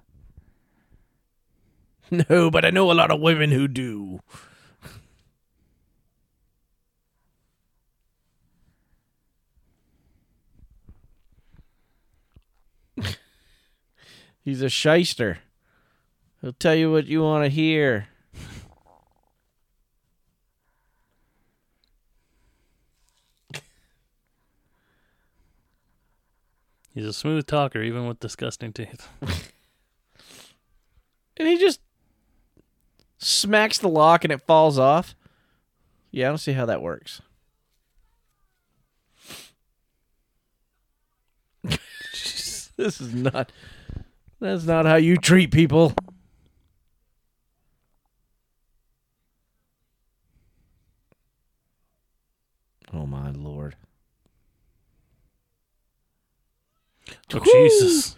[SPEAKER 3] No, but I know a lot of women who do. He's a shyster. He'll tell you what you want to hear.
[SPEAKER 2] He's a smooth talker, even with disgusting teeth.
[SPEAKER 3] And he just smacks the lock and it falls off. Yeah, I don't see how that works. this is not that's not how you treat people. Oh my lord.
[SPEAKER 2] Oh,
[SPEAKER 3] Whew.
[SPEAKER 2] Jesus.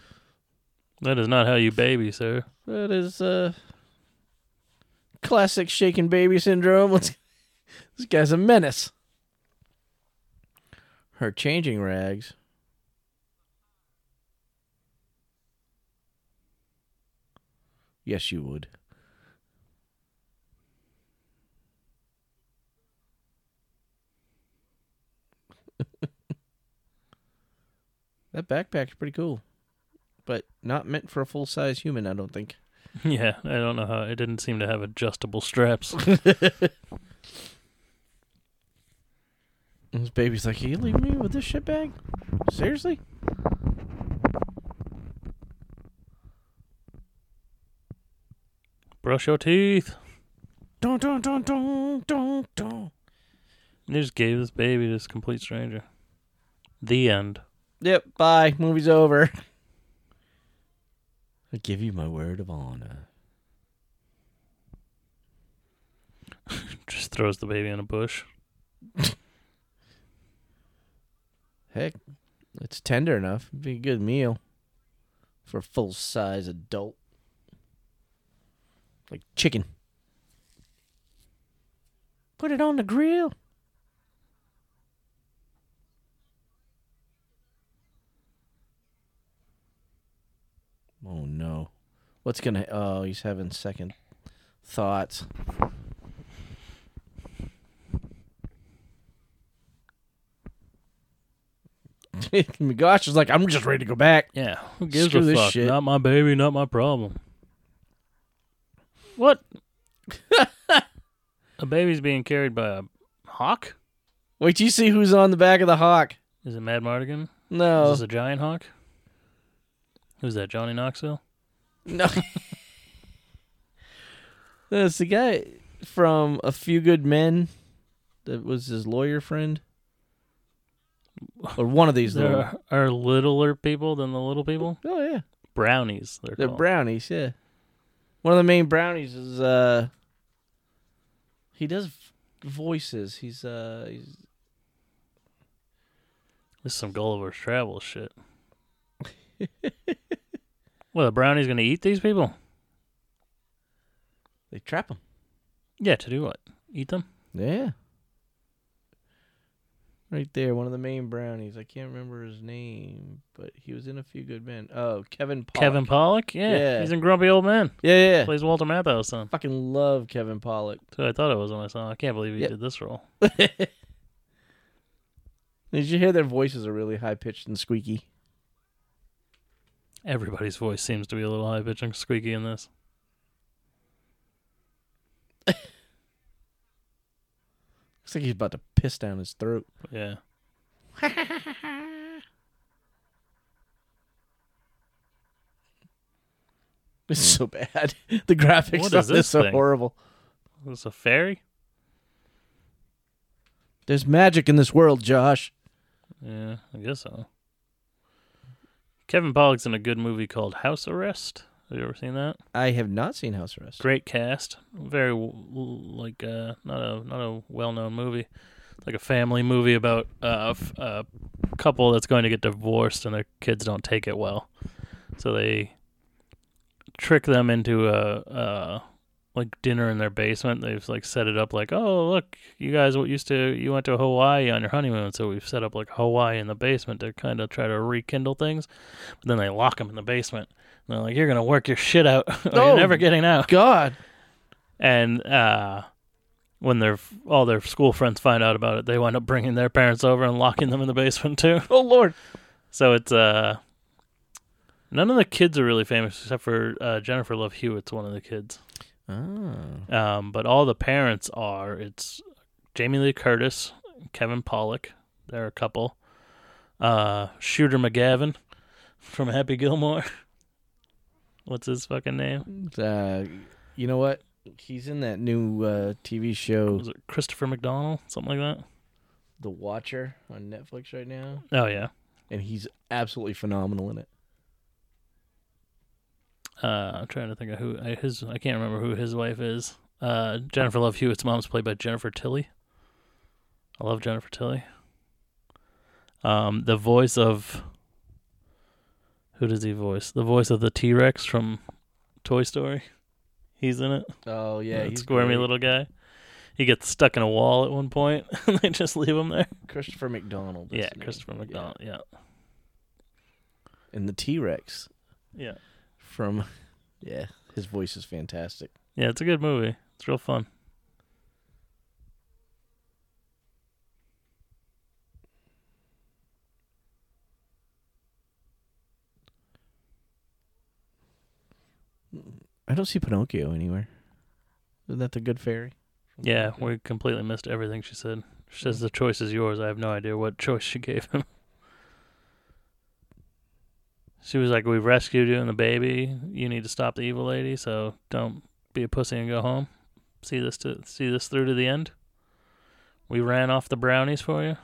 [SPEAKER 2] That is not how you baby, sir.
[SPEAKER 3] That is uh classic shaken baby syndrome. Let's, this guy's a menace. Her changing rags. Yes, you would. that backpack's pretty cool, but not meant for a full size human, I don't think.
[SPEAKER 2] yeah, I don't know how. It didn't seem to have adjustable straps.
[SPEAKER 3] And his baby's like, you leave me with this shit bag? Seriously?
[SPEAKER 2] Brush your teeth.
[SPEAKER 3] Dun, dun, dun, dun, dun, dun.
[SPEAKER 2] They just gave this baby to this complete stranger. The end.
[SPEAKER 3] Yep, bye. Movie's over. I give you my word of honor.
[SPEAKER 2] Just throws the baby in a bush.
[SPEAKER 3] Heck, it's tender enough. It'd be a good meal for a full size adult. Like chicken. Put it on the grill. Oh no. What's gonna oh he's having second thoughts. Gosh is like, I'm just ready to go back.
[SPEAKER 2] Yeah, who gives
[SPEAKER 3] Screw
[SPEAKER 2] a
[SPEAKER 3] this
[SPEAKER 2] fuck?
[SPEAKER 3] shit.
[SPEAKER 2] Not my baby, not my problem. What? a baby's being carried by a hawk?
[SPEAKER 3] Wait, do you see who's on the back of the hawk?
[SPEAKER 2] Is it Mad Mardigan?
[SPEAKER 3] No.
[SPEAKER 2] Is this a giant hawk? Who's that, Johnny Knoxville?
[SPEAKER 3] No. That's the guy from A Few Good Men that was his lawyer friend. Or one of these
[SPEAKER 2] there
[SPEAKER 3] little.
[SPEAKER 2] are, are littler people than the little people?
[SPEAKER 3] Oh, yeah.
[SPEAKER 2] Brownies, they're,
[SPEAKER 3] They're
[SPEAKER 2] called.
[SPEAKER 3] brownies, yeah. One of the main brownies is, uh. He does v- voices. He's, uh. He's,
[SPEAKER 2] this is some Gulliver's Travel shit. well, the brownie's going to eat these people?
[SPEAKER 3] they trap him.
[SPEAKER 2] Yeah, to do what? Eat them?
[SPEAKER 3] Yeah. Right there, one of the main brownies. I can't remember his name, but he was in a few good men. Oh, Kevin. Pollak.
[SPEAKER 2] Kevin Pollock? Yeah,
[SPEAKER 3] Yeah.
[SPEAKER 2] He's in Grumpy Old Man.
[SPEAKER 3] Yeah, yeah. yeah.
[SPEAKER 2] Plays Walter Matthau's son.
[SPEAKER 3] Fucking love Kevin Pollock.
[SPEAKER 2] That's who I thought it was when I saw him. I can't believe he
[SPEAKER 3] Yep.
[SPEAKER 2] did this role.
[SPEAKER 3] Did you hear their voices are really high pitched and squeaky?
[SPEAKER 2] Everybody's voice seems to be a little high pitched and squeaky in this.
[SPEAKER 3] Looks like he's about to piss down his throat.
[SPEAKER 2] Yeah.
[SPEAKER 3] It's so bad. The graphics
[SPEAKER 2] What
[SPEAKER 3] on
[SPEAKER 2] is
[SPEAKER 3] Hmm. this
[SPEAKER 2] this
[SPEAKER 3] are
[SPEAKER 2] thing?
[SPEAKER 3] horrible.
[SPEAKER 2] Is this a fairy?
[SPEAKER 3] There's magic in this world, Josh.
[SPEAKER 2] Yeah, I guess so. Kevin Pollock's in a good movie called House Arrest. Have you ever seen that?
[SPEAKER 3] I have not seen House Arrest.
[SPEAKER 2] Great cast. Very w- w- like uh, not a not a well known movie. It's like a family movie about uh, a f- a couple that's going to get divorced and their kids don't take it well, so they trick them into a. a like dinner in their basement, they've like set it up like, oh look, you guys used to you went to Hawaii on your honeymoon, so we've set up like Hawaii in the basement to kind of try to rekindle things. But then they lock them in the basement, and they're like, you're gonna work your shit out, or
[SPEAKER 3] Oh,
[SPEAKER 2] you're never getting out
[SPEAKER 3] God.
[SPEAKER 2] and uh, when their all their school friends find out about it, they wind up bringing their parents over and locking them in the basement too.
[SPEAKER 3] Oh, Lord.
[SPEAKER 2] So it's uh, none of the kids are really famous except for uh, Jennifer Love Hewitt's one of the kids.
[SPEAKER 3] Oh.
[SPEAKER 2] Um, but all the parents are. It's Jamie Lee Curtis, Kevin Pollock. They're a couple. Uh, Shooter McGavin from Happy Gilmore. What's his fucking name?
[SPEAKER 3] Uh, you know what? He's in that new uh, TV show,
[SPEAKER 2] Was it Christopher McDonald? Something like
[SPEAKER 3] The Watcher, on Netflix right now,
[SPEAKER 2] that. Oh yeah.
[SPEAKER 3] and he's absolutely phenomenal in it.
[SPEAKER 2] uh, I'm trying to think of who I, his. I can't remember who his wife is. Uh, Jennifer Love Hewitt's mom's played by Jennifer Tilly. I love Jennifer Tilly. Um, the voice of who does he voice? The voice of the T Rex from Toy Story. He's in it.
[SPEAKER 3] Oh yeah,
[SPEAKER 2] that
[SPEAKER 3] he's
[SPEAKER 2] squirmy
[SPEAKER 3] great.
[SPEAKER 2] little guy. He gets stuck in a wall at one point, and they just leave him there.
[SPEAKER 3] Christopher McDonald. is
[SPEAKER 2] yeah,
[SPEAKER 3] the name.
[SPEAKER 2] Christopher
[SPEAKER 3] Yeah.
[SPEAKER 2] McDonald. Yeah.
[SPEAKER 3] and the T Rex
[SPEAKER 2] yeah,
[SPEAKER 3] from, yeah, his voice is fantastic.
[SPEAKER 2] yeah. It's a good movie. It's real fun.
[SPEAKER 3] I don't see Pinocchio anywhere. Isn't that the Good Fairy?
[SPEAKER 2] Yeah, we completely missed everything she said. She says the choice is yours. I have no idea what choice she gave him. She was like, "We rescued you and the baby. You need to stop the evil lady. So don't be a pussy and go home. See this to see this through to the end. We ran off the brownies for you.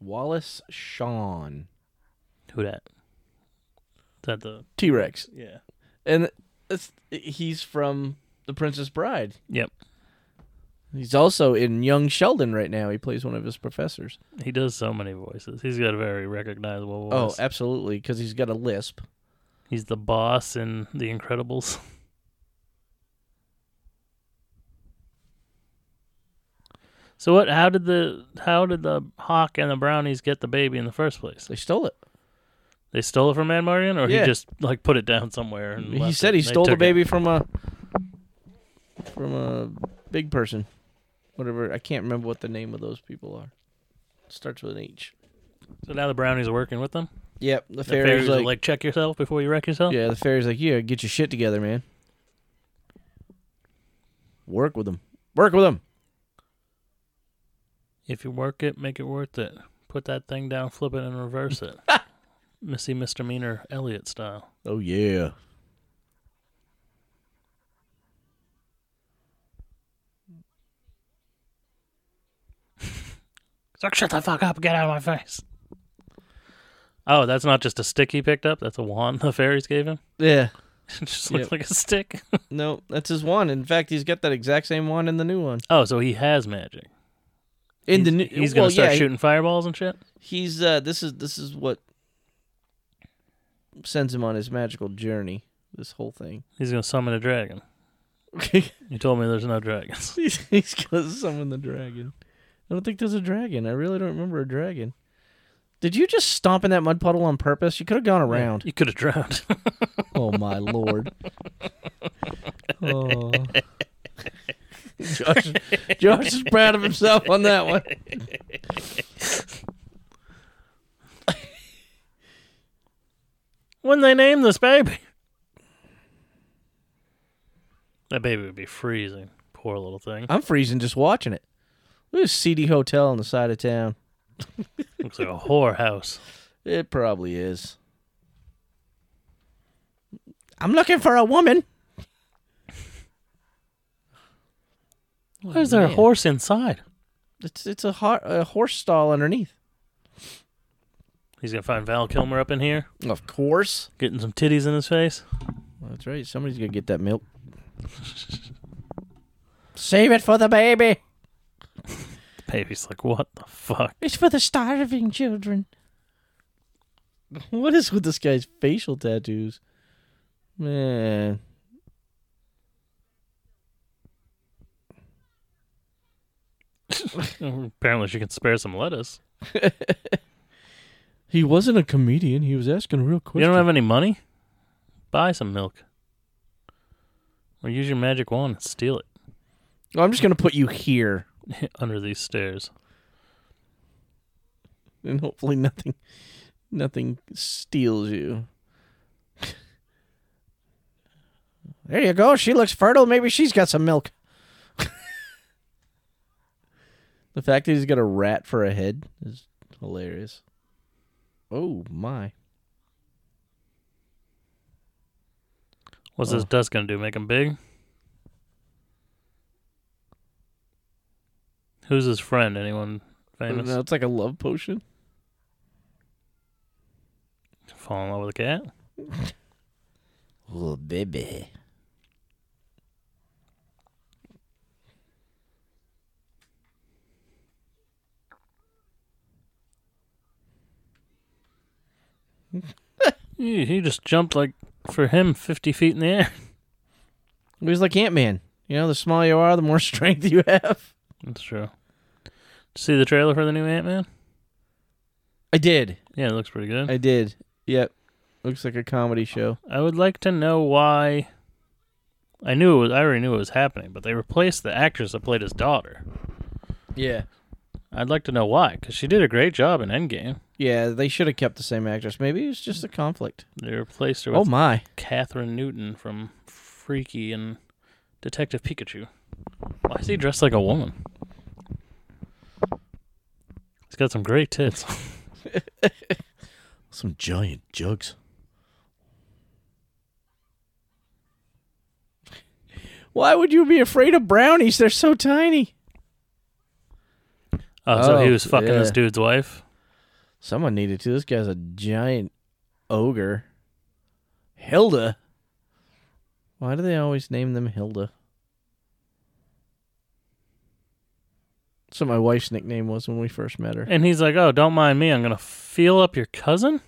[SPEAKER 3] Wallace Shawn.
[SPEAKER 2] Who that? Is that the
[SPEAKER 3] T Rex.
[SPEAKER 2] yeah
[SPEAKER 3] And it's, he's from The Princess Bride.
[SPEAKER 2] Yep.
[SPEAKER 3] He's also in Young Sheldon right now. He plays one of his professors.
[SPEAKER 2] he does so many voices. He's got a very recognizable
[SPEAKER 3] Oh,
[SPEAKER 2] voice.
[SPEAKER 3] absolutely, because he's got a lisp.
[SPEAKER 2] He's the boss in The Incredibles. So what? How did the how did the hawk and the brownies get the baby in the first place?
[SPEAKER 3] They stole it.
[SPEAKER 2] They stole it from Man Marion, or
[SPEAKER 3] Yeah.
[SPEAKER 2] he just like put it down somewhere? And
[SPEAKER 3] He
[SPEAKER 2] left
[SPEAKER 3] said
[SPEAKER 2] it?
[SPEAKER 3] he
[SPEAKER 2] They
[SPEAKER 3] stole the
[SPEAKER 2] took it.
[SPEAKER 3] baby from a from a big person. Whatever. I can't remember what the name of those people are. starts with an H.
[SPEAKER 2] So now the brownies are working with them.
[SPEAKER 3] Yep. The
[SPEAKER 2] The
[SPEAKER 3] fairy's,
[SPEAKER 2] fairies are
[SPEAKER 3] like,
[SPEAKER 2] like, check yourself before you wreck yourself.
[SPEAKER 3] yeah. The fairy's like, yeah, get your shit together, man. Work with them. Work with them.
[SPEAKER 2] If you work it, make it worth it. Put that thing down, flip it, and reverse it. Missy misdemeanor Elliot style.
[SPEAKER 3] Oh yeah.
[SPEAKER 2] He's like, shut the fuck up, get out of my face. Oh, that's not just a stick he picked up. That's a wand the fairies gave him.
[SPEAKER 3] Yeah.
[SPEAKER 2] it just looks
[SPEAKER 3] Yep.
[SPEAKER 2] like a stick.
[SPEAKER 3] No, that's his wand. In fact, he's got that exact same wand in the new one.
[SPEAKER 2] Oh, so he has magic.
[SPEAKER 3] In
[SPEAKER 2] he's,
[SPEAKER 3] the new,
[SPEAKER 2] he's
[SPEAKER 3] well,
[SPEAKER 2] gonna start
[SPEAKER 3] yeah, he-
[SPEAKER 2] shooting fireballs and shit.
[SPEAKER 3] He's uh, this is this is what sends him on his magical journey. This whole thing.
[SPEAKER 2] He's gonna summon a dragon. You told me there's no dragons.
[SPEAKER 3] he's, he's gonna summon the dragon. I don't think there's a dragon. I really don't remember a dragon. Did you just stomp in that mud puddle on purpose? You could have gone around.
[SPEAKER 2] You could have drowned.
[SPEAKER 3] Oh my lord. Oh. Josh, Josh is proud of himself on that one.
[SPEAKER 2] when they name this baby, that baby would be freezing. Poor little thing.
[SPEAKER 3] I'm freezing just watching it. Look at this seedy hotel on the side of town.
[SPEAKER 2] Looks like a whorehouse.
[SPEAKER 3] It probably is. I'm looking for a woman.
[SPEAKER 2] Why is there a
[SPEAKER 3] man.
[SPEAKER 2] horse inside?
[SPEAKER 3] It's it's a, ho- a horse stall underneath.
[SPEAKER 2] He's gonna find Val Kilmer up in here,
[SPEAKER 3] Of course.
[SPEAKER 2] getting some titties in his face.
[SPEAKER 3] That's right. Somebody's gonna get that milk. Save it for the baby.
[SPEAKER 2] The baby's like, what the fuck?
[SPEAKER 3] It's for the starving children. What is with this guy's facial tattoos? Man.
[SPEAKER 2] Mm-hmm. Apparently, she can spare some lettuce.
[SPEAKER 3] He wasn't a comedian. He was asking a real
[SPEAKER 2] You
[SPEAKER 3] question.
[SPEAKER 2] don't have any money? Buy some milk. Or use your magic wand and steal
[SPEAKER 3] I'm just gonna put you here,
[SPEAKER 2] it under these stairs.
[SPEAKER 3] and hopefully nothing, nothing steals you. there you go. She looks fertile. Maybe she's got some milk. the fact that he's got a rat for a head is hilarious. Oh my!
[SPEAKER 2] What's this
[SPEAKER 3] Oh.
[SPEAKER 2] dust gonna do? Make him big? Who's his friend? Anyone famous?
[SPEAKER 3] No, it's like a love potion.
[SPEAKER 2] Fall in love with a cat?
[SPEAKER 3] Oh baby.
[SPEAKER 2] He he just jumped like for him fifty feet in the air.
[SPEAKER 3] He was like Ant Man. You know, the smaller you are, the more strength you have.
[SPEAKER 2] That's true. Did you see the trailer for the new Ant Man?
[SPEAKER 3] I did.
[SPEAKER 2] Yeah, it looks pretty good.
[SPEAKER 3] I did. Yep. Looks like a comedy show.
[SPEAKER 2] I would like to know why. I knew it was. I already knew it was happening, but they replaced the actress that played his daughter.
[SPEAKER 3] Yeah.
[SPEAKER 2] I'd like to know why, because she did a great job in Endgame.
[SPEAKER 3] Yeah, they should have kept the same actress. Maybe it was just a conflict.
[SPEAKER 2] They replaced her
[SPEAKER 3] Oh
[SPEAKER 2] with
[SPEAKER 3] my.
[SPEAKER 2] Catherine Newton from Freaky and Detective Pikachu. Why is he dressed like a woman? He's got some great tits.
[SPEAKER 3] Some giant jugs. Why would you be afraid of brownies? They're so tiny.
[SPEAKER 2] Oh, so he
[SPEAKER 3] Oh,
[SPEAKER 2] was fucking this
[SPEAKER 3] yeah.
[SPEAKER 2] dude's wife.
[SPEAKER 3] Someone needed to. This guy's a giant ogre. Hilda. Why do they always name them Hilda? That's what my wife's nickname was when we first met her.
[SPEAKER 2] And he's like, "Oh, don't mind me. I'm gonna feel up your cousin."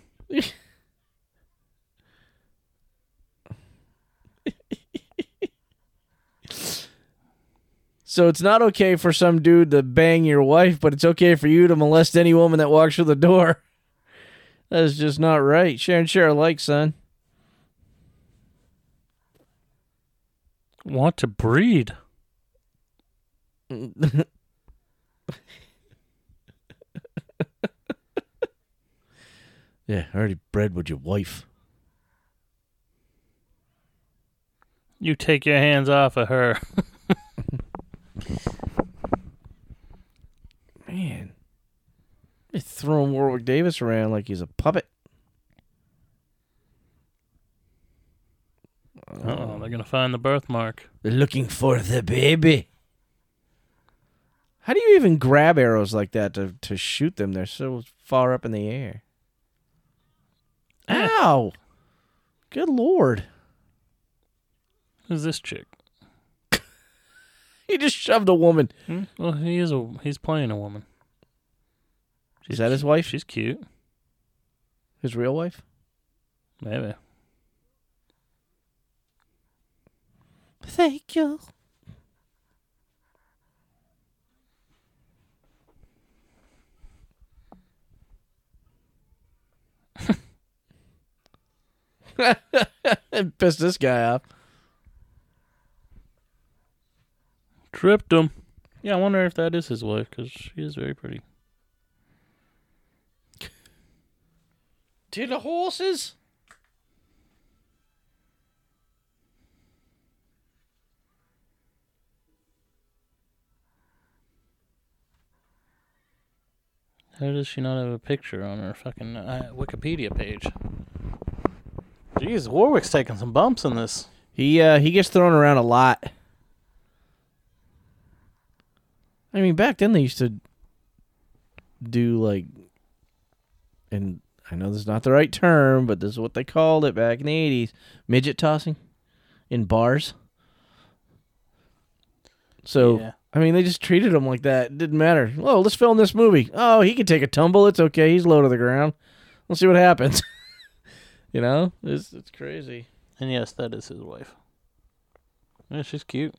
[SPEAKER 3] So it's not okay for some dude to bang your wife, but it's okay for you to molest any woman that walks through the door. That is just not right. Share and share alike, son.
[SPEAKER 2] Want to breed?
[SPEAKER 3] Yeah, I already bred with your wife.
[SPEAKER 2] You take your hands off of her.
[SPEAKER 3] Man. They're throwing Warwick Davis around like he's a puppet.
[SPEAKER 2] Oh, they're gonna find the birthmark.
[SPEAKER 3] They're looking for the baby. How do you even grab arrows like that to, to shoot them? They're so far up in the air. Ow! Good lord.
[SPEAKER 2] Who's this chick?
[SPEAKER 3] He just shoved a woman.
[SPEAKER 2] Hmm? Well, he is a he's playing a woman.
[SPEAKER 3] Is that his wife?
[SPEAKER 2] She's cute.
[SPEAKER 3] His real wife?
[SPEAKER 2] Maybe.
[SPEAKER 3] Thank you. Piss this guy off.
[SPEAKER 2] Tripped him. Yeah, I wonder if that is his wife because she is very pretty.
[SPEAKER 3] To the horses.
[SPEAKER 2] How does she not have a picture on her fucking uh, Wikipedia page? Jeez, Warwick's taking some bumps in this.
[SPEAKER 3] He uh, he gets thrown around a lot. I mean, back then they used to do like, and I know this is not the right term, but this is what they called it back in the eighties: midget tossing in bars. So
[SPEAKER 2] Yeah.
[SPEAKER 3] I mean, they just treated him like that. It didn't matter. Oh, let's film this movie. Oh, he can take a tumble. It's okay. He's low to the ground. We'll see what happens. you know, it's it's crazy.
[SPEAKER 2] And yes, that is his wife. Yeah, she's cute.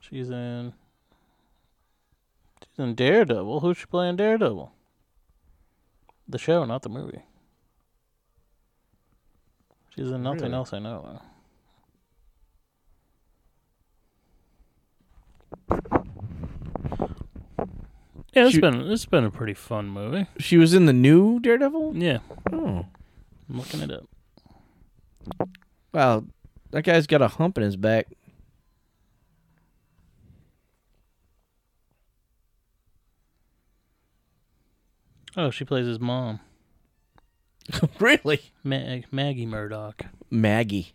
[SPEAKER 2] She's in. She's in Daredevil. Who's she playing Daredevil? The show, not the movie. She's in nothing
[SPEAKER 3] Really?
[SPEAKER 2] else I know. of. Yeah, it's
[SPEAKER 3] Shoot.
[SPEAKER 2] been it's been a pretty fun movie.
[SPEAKER 3] She was in the new Daredevil.
[SPEAKER 2] Yeah,
[SPEAKER 3] Oh.
[SPEAKER 2] I'm looking it up.
[SPEAKER 3] Wow. That guy's got a hump in his back.
[SPEAKER 2] Oh, she plays his mom.
[SPEAKER 3] really?
[SPEAKER 2] Mag- Maggie Murdoch.
[SPEAKER 3] Maggie.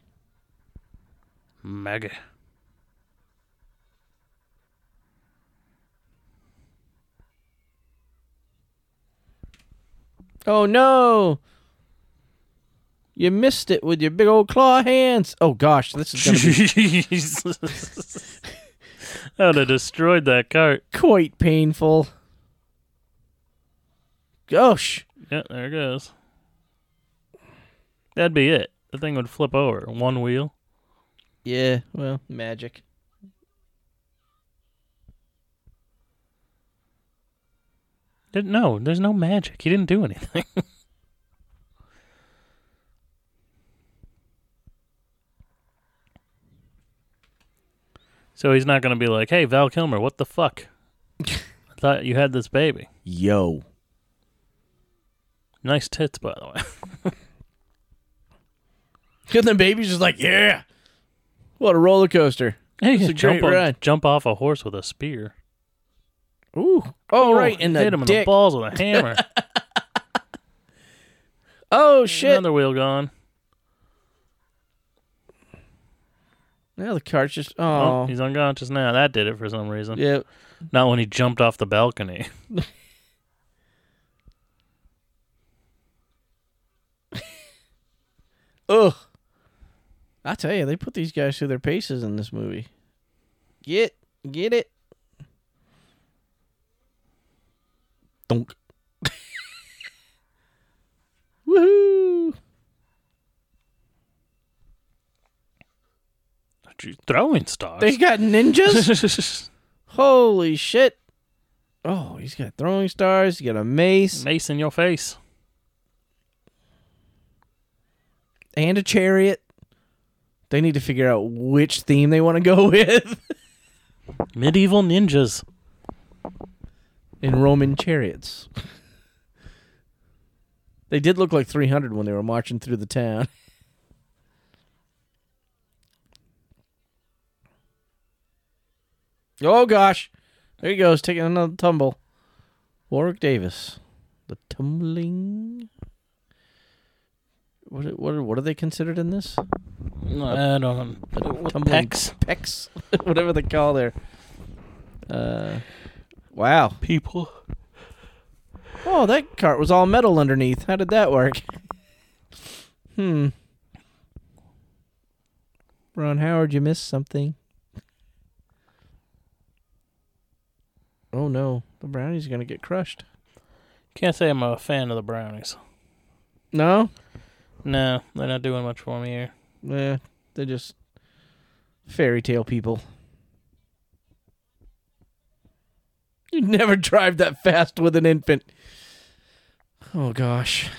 [SPEAKER 2] Maggie.
[SPEAKER 3] Oh no. You missed it with your big old claw hands. Oh gosh, this is gonna be
[SPEAKER 2] Jesus. I would have destroyed that cart.
[SPEAKER 3] quite painful. Gosh.
[SPEAKER 2] Yep, there it goes. That'd be it. The thing would flip over. One wheel.
[SPEAKER 3] Yeah, well, magic.
[SPEAKER 2] Didn't, no, there's no magic. He didn't do anything. so he's not going to be like, hey, Val Kilmer, what the fuck? I thought you had this baby.
[SPEAKER 3] Yo.
[SPEAKER 2] Nice tits, by the way.
[SPEAKER 3] And the baby's just like, yeah. What a roller coaster.
[SPEAKER 2] Hey,
[SPEAKER 3] It's a
[SPEAKER 2] jump,
[SPEAKER 3] great
[SPEAKER 2] on-
[SPEAKER 3] ride.
[SPEAKER 2] jump off a horse with a spear.
[SPEAKER 3] Ooh. Oh, right, in the
[SPEAKER 2] hit him in the
[SPEAKER 3] dick.
[SPEAKER 2] balls with a hammer.
[SPEAKER 3] oh shit.
[SPEAKER 2] Another wheel gone.
[SPEAKER 3] Now the cart's just
[SPEAKER 2] Oh.
[SPEAKER 3] oh.
[SPEAKER 2] he's unconscious now. That did it for some reason.
[SPEAKER 3] yeah.
[SPEAKER 2] Not when he jumped off the balcony.
[SPEAKER 3] Ugh. I tell you, they put these guys through their paces in this movie. Get get it. Donk. Woohoo.
[SPEAKER 2] She's throwing stars.
[SPEAKER 3] They got ninjas? Holy shit. Oh, he's got throwing stars, he got a mace
[SPEAKER 2] Mace in your face.
[SPEAKER 3] and a chariot. They need to figure out which theme they want to go with.
[SPEAKER 2] Medieval ninjas.
[SPEAKER 3] in Roman chariots. they did look like 300 when they were marching through the town. Oh gosh. There he goes, taking another tumble. Warwick Davis. The tumbling. What are- what are- what are they considered in this?
[SPEAKER 2] I don't know.
[SPEAKER 3] Tumbling
[SPEAKER 2] Uh, Pecs.
[SPEAKER 3] pecs, whatever they call their. Uh, wow.
[SPEAKER 2] People.
[SPEAKER 3] Oh, that cart was all metal underneath. How did that work? Hmm. Ron Howard, you missed something. Oh no, the brownie's gonna get crushed.
[SPEAKER 2] Can't say I'm a fan of the brownies.
[SPEAKER 3] No?
[SPEAKER 2] No, they're not doing much for me here.
[SPEAKER 3] Yeah. They're just fairy tale people. You never drive that fast with an infant. Oh gosh.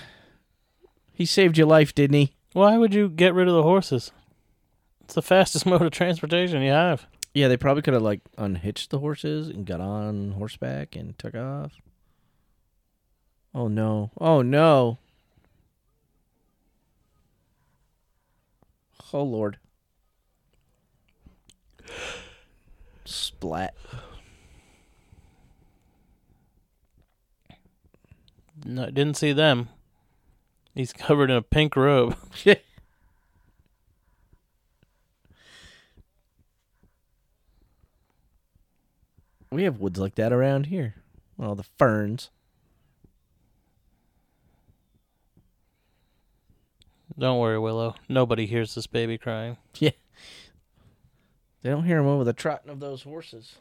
[SPEAKER 3] He saved your life, didn't he?
[SPEAKER 2] Why would you get rid of the horses? It's the fastest mode of transportation you have.
[SPEAKER 3] Yeah, they probably could have like unhitched the horses and got on horseback and took off. Oh no. Oh no. Oh lord. Splat.
[SPEAKER 2] No, didn't see them. He's covered in a pink robe.
[SPEAKER 3] We have woods like that around here. All the ferns.
[SPEAKER 2] Don't worry, Willow. Nobody hears this baby crying.
[SPEAKER 3] They don't hear him over the trotting of those horses.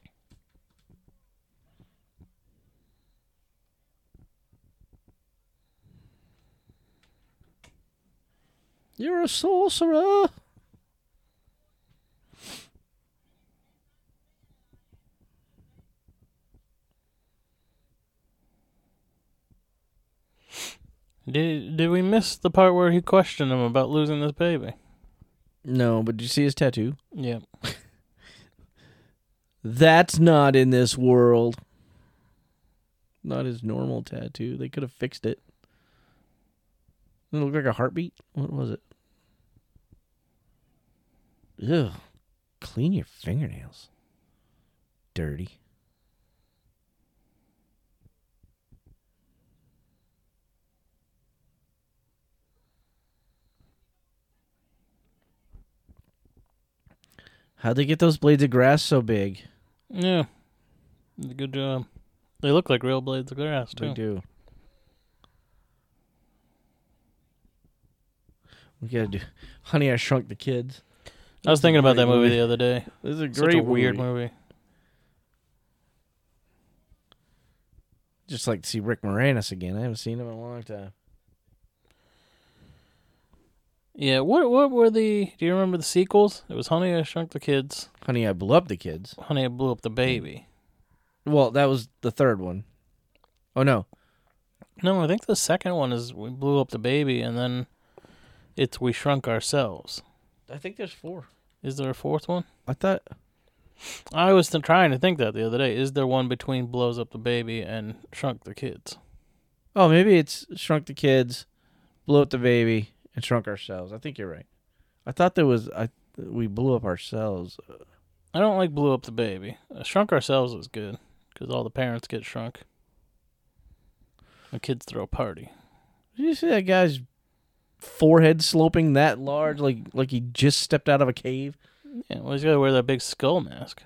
[SPEAKER 3] You're a sorcerer.
[SPEAKER 2] Did did we miss the part where he questioned him about losing this baby?
[SPEAKER 3] No, but did you see his tattoo?
[SPEAKER 2] Yeah.
[SPEAKER 3] That's not in this world. Not his normal tattoo. They could have fixed it. It looked like a heartbeat. What was it? Ugh. Clean your fingernails. Dirty. How'd they get those blades of grass so big?
[SPEAKER 2] Yeah. Good job. They look like real blades of grass
[SPEAKER 3] We
[SPEAKER 2] too.
[SPEAKER 3] do. We gotta do. Honey, I Shrunk the Kids.
[SPEAKER 2] I was thinking about
[SPEAKER 3] Great
[SPEAKER 2] that movie
[SPEAKER 3] movie.
[SPEAKER 2] the other day.
[SPEAKER 3] This is a great,
[SPEAKER 2] Such a weird movie.
[SPEAKER 3] Just like to see Rick Moranis again. I haven't seen him in a long time.
[SPEAKER 2] Yeah, what what were the do you remember the sequels? It was Honey I Shrunk the Kids,
[SPEAKER 3] Honey, I blew up the kids.
[SPEAKER 2] Honey I Blew Up the Baby.
[SPEAKER 3] Well, that was the third one. Oh no,
[SPEAKER 2] No, I think the second one is We Blew Up the Baby and then it's We Shrunk Ourselves.
[SPEAKER 3] I think there's four.
[SPEAKER 2] Is there a fourth one?
[SPEAKER 3] I thought
[SPEAKER 2] I was th- trying to think that the other day. Is there one between Blows Up the Baby and Shrunk the Kids?
[SPEAKER 3] Oh, maybe it's shrunk the kids, blew up the baby, and shrunk ourselves. I think you're right. I thought there was I we blew up ourselves.
[SPEAKER 2] I don't like Blew Up the Baby. Uh, shrunk Ourselves is good because all the parents get shrunk. The kids throw a party.
[SPEAKER 3] Did you see that guy's forehead sloping that large, like like he just stepped out of a cave?
[SPEAKER 2] Yeah, well, he's got to wear that big skull mask.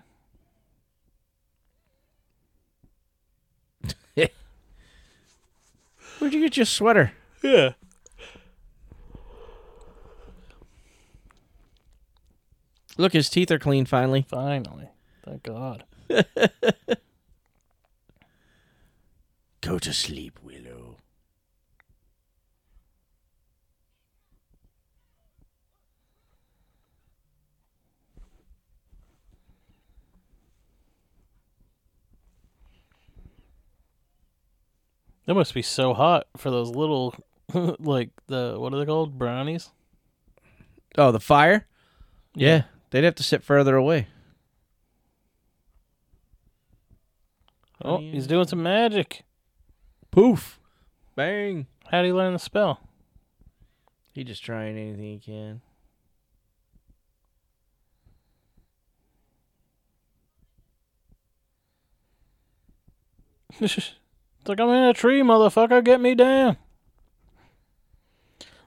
[SPEAKER 3] Where'd you get your sweater?
[SPEAKER 2] Yeah.
[SPEAKER 3] Look, his teeth are clean finally.
[SPEAKER 2] Finally. Thank God.
[SPEAKER 3] Go to sleep, Willow.
[SPEAKER 2] That must be so hot for those little, like the what are they called? Brownies.
[SPEAKER 3] Oh, the fire? Yeah, they'd have to sit further away.
[SPEAKER 2] Oh, he's doing some magic.
[SPEAKER 3] Poof. Bang.
[SPEAKER 2] How do you learn the spell?
[SPEAKER 3] He just trying anything he can.
[SPEAKER 2] it's like I'm in a tree, motherfucker. Get me down.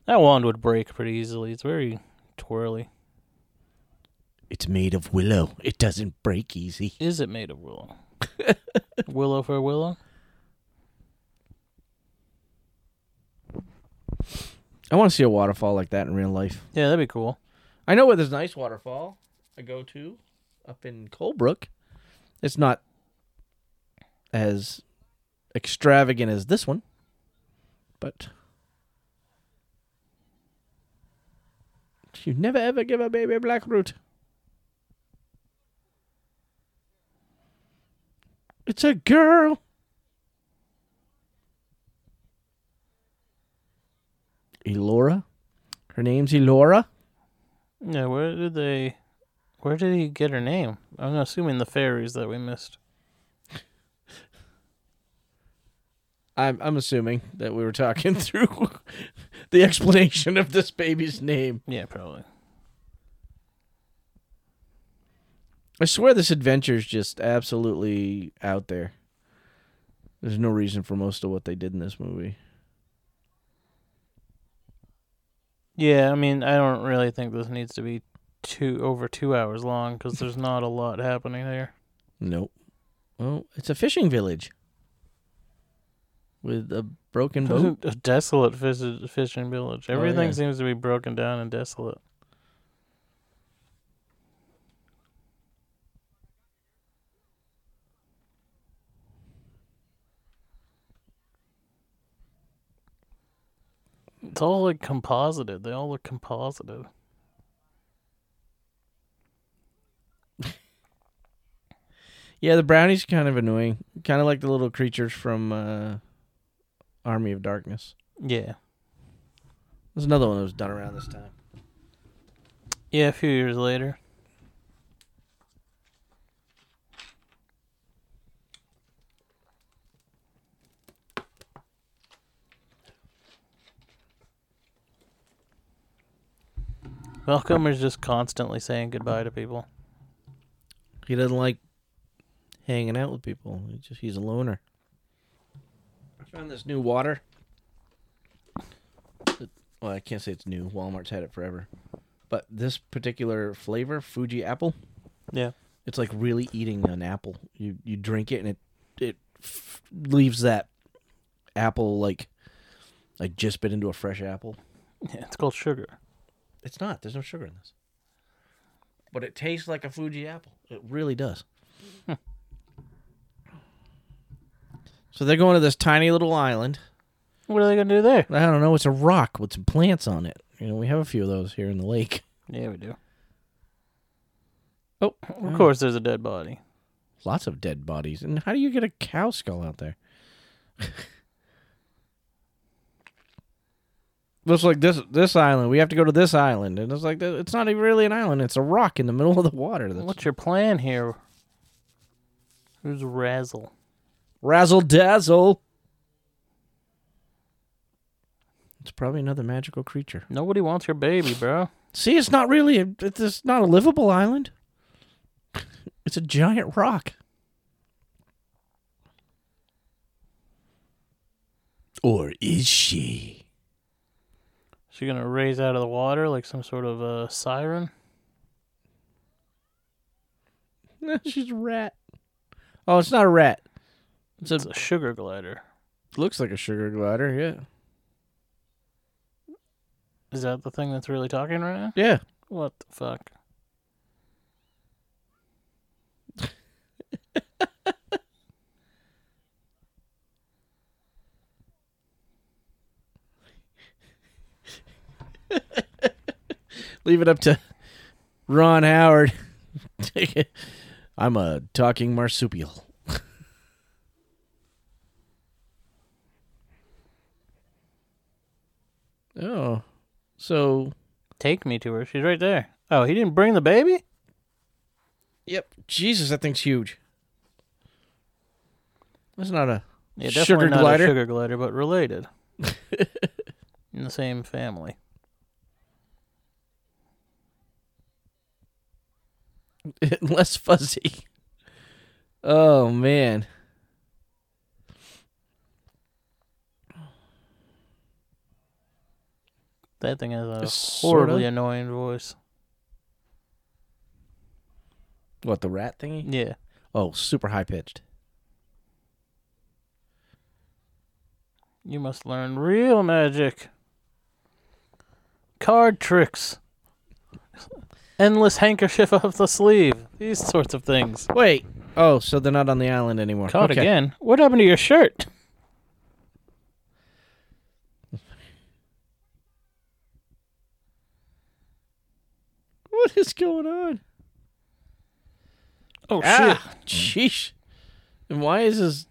[SPEAKER 2] That wand would break pretty easily. It's very twirly.
[SPEAKER 3] It's made of willow. It doesn't break easy.
[SPEAKER 2] Is it made of willow? willow for willow.
[SPEAKER 3] I want to see a waterfall like that in real life.
[SPEAKER 2] Yeah, that'd be cool.
[SPEAKER 3] I know where there's a nice waterfall I go to up in Colebrook. It's not as extravagant as this one, but You never ever give a baby black root. It's a girl. Elora? Her name's Elora?
[SPEAKER 2] Yeah, where did they? Where did he get her name? I'm assuming the fairies that we missed.
[SPEAKER 3] I'm I'm assuming that we were talking through the explanation of this baby's name.
[SPEAKER 2] Yeah, probably.
[SPEAKER 3] I swear this adventure is just absolutely out there. There's no reason for most of what they did in this movie.
[SPEAKER 2] Yeah, I mean, I don't really think this needs to be two over two hours long because there's not a lot happening there.
[SPEAKER 3] Nope. Well, it's a fishing village with a broken boat.
[SPEAKER 2] a desolate fish- fishing village.
[SPEAKER 3] Oh,
[SPEAKER 2] Everything
[SPEAKER 3] yeah.
[SPEAKER 2] seems to be broken down and desolate. It's all like composited. They all look composited.
[SPEAKER 3] yeah, the brownies are kind of annoying. Kind of like the little creatures from uh, Army of Darkness.
[SPEAKER 2] Yeah.
[SPEAKER 3] There's another one that was done around this time.
[SPEAKER 2] Yeah, a few years later. Malcolm is just constantly saying goodbye to people.
[SPEAKER 3] He doesn't like hanging out with people. He just he's a loner. I found this new water. It- Well, I can't say it's new. Walmart's had it forever. But this particular flavor, Fuji apple,
[SPEAKER 2] Yeah.
[SPEAKER 3] it's like really eating an apple. You you drink it and it it f- leaves that apple like like just bit into a fresh apple.
[SPEAKER 2] Yeah, it's called sugar.
[SPEAKER 3] It's not. There's no sugar in this. But it tastes like a Fuji apple. It really does. so they're going to this tiny little island.
[SPEAKER 2] What are they gonna do there?
[SPEAKER 3] I don't know. It's a rock with some plants on it. You know, we have a few of those here in the lake.
[SPEAKER 2] Yeah, we do.
[SPEAKER 3] Oh,
[SPEAKER 2] Of course, there's a dead body.
[SPEAKER 3] Lots of dead bodies. And how do you get a cow skull out there? Looks like this this island. We have to go to this island, and it's like th- it's not even really an island. It's a rock in the middle of the water. That's
[SPEAKER 2] What's your plan here? Who's Razzle?
[SPEAKER 3] razzle dazzle. It's probably another magical creature.
[SPEAKER 2] Nobody wants your baby, bro.
[SPEAKER 3] See, it's not really. A, it's it's not a livable island. It's a giant rock. Or is she?
[SPEAKER 2] She gonna raise out of the water like some sort of a siren?
[SPEAKER 3] She's a rat. Oh, it's not a rat.
[SPEAKER 2] It's a, sugar glider.
[SPEAKER 3] Looks like a sugar glider. Yeah.
[SPEAKER 2] Is that the thing that's really talking right now?
[SPEAKER 3] Yeah.
[SPEAKER 2] What the fuck?
[SPEAKER 3] Leave it up to Ron Howard. Take it. I'm a talking marsupial. oh, so
[SPEAKER 2] Take me to her. She's right there. Oh, he didn't bring the baby?
[SPEAKER 3] yep. Jesus, that thing's huge. That's not a
[SPEAKER 2] Yeah, definitely
[SPEAKER 3] Sugar
[SPEAKER 2] not
[SPEAKER 3] glider?
[SPEAKER 2] a sugar glider, but related. In the same family.
[SPEAKER 3] less fuzzy. Oh man.
[SPEAKER 2] That thing has a
[SPEAKER 3] Sorta.
[SPEAKER 2] horribly annoying voice.
[SPEAKER 3] What the rat thingy?
[SPEAKER 2] Yeah.
[SPEAKER 3] Oh, super high pitched.
[SPEAKER 2] You must learn real magic. Card tricks. Endless handkerchief up the sleeve. These sorts of things.
[SPEAKER 3] Wait. Oh, so they're not on the island anymore.
[SPEAKER 2] Caught
[SPEAKER 3] Okay.
[SPEAKER 2] again. What happened to your shirt?
[SPEAKER 3] What is going on?
[SPEAKER 2] Oh
[SPEAKER 3] ah, sheesh. And why is this?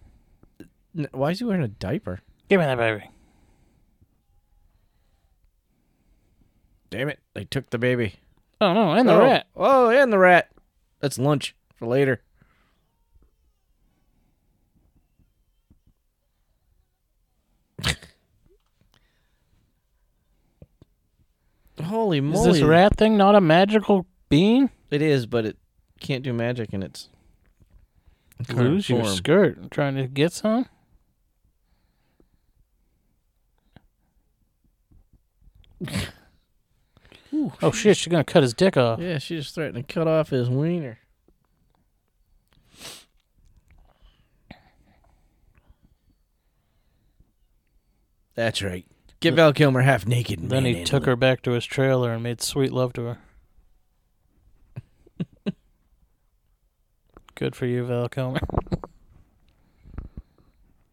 [SPEAKER 3] n- Why is he wearing a diaper?
[SPEAKER 2] Give me that baby.
[SPEAKER 3] Damn it! They took the baby.
[SPEAKER 2] Oh no, and the
[SPEAKER 3] oh.
[SPEAKER 2] rat.
[SPEAKER 3] Oh, and the rat. That's lunch for later. Holy
[SPEAKER 2] Is
[SPEAKER 3] moly!
[SPEAKER 2] this rat thing not a magical bean?
[SPEAKER 3] It is, but it can't do magic, and it's current
[SPEAKER 2] Lose your
[SPEAKER 3] form.
[SPEAKER 2] skirt. I'm trying to get some. Oh shit, she's gonna cut his dick off.
[SPEAKER 3] Yeah, she just threatened to cut off his wiener. That's right. Get Val Kilmer half naked. And
[SPEAKER 2] Then he took her back to his trailer and made sweet love to her. Good for you, Val Kilmer.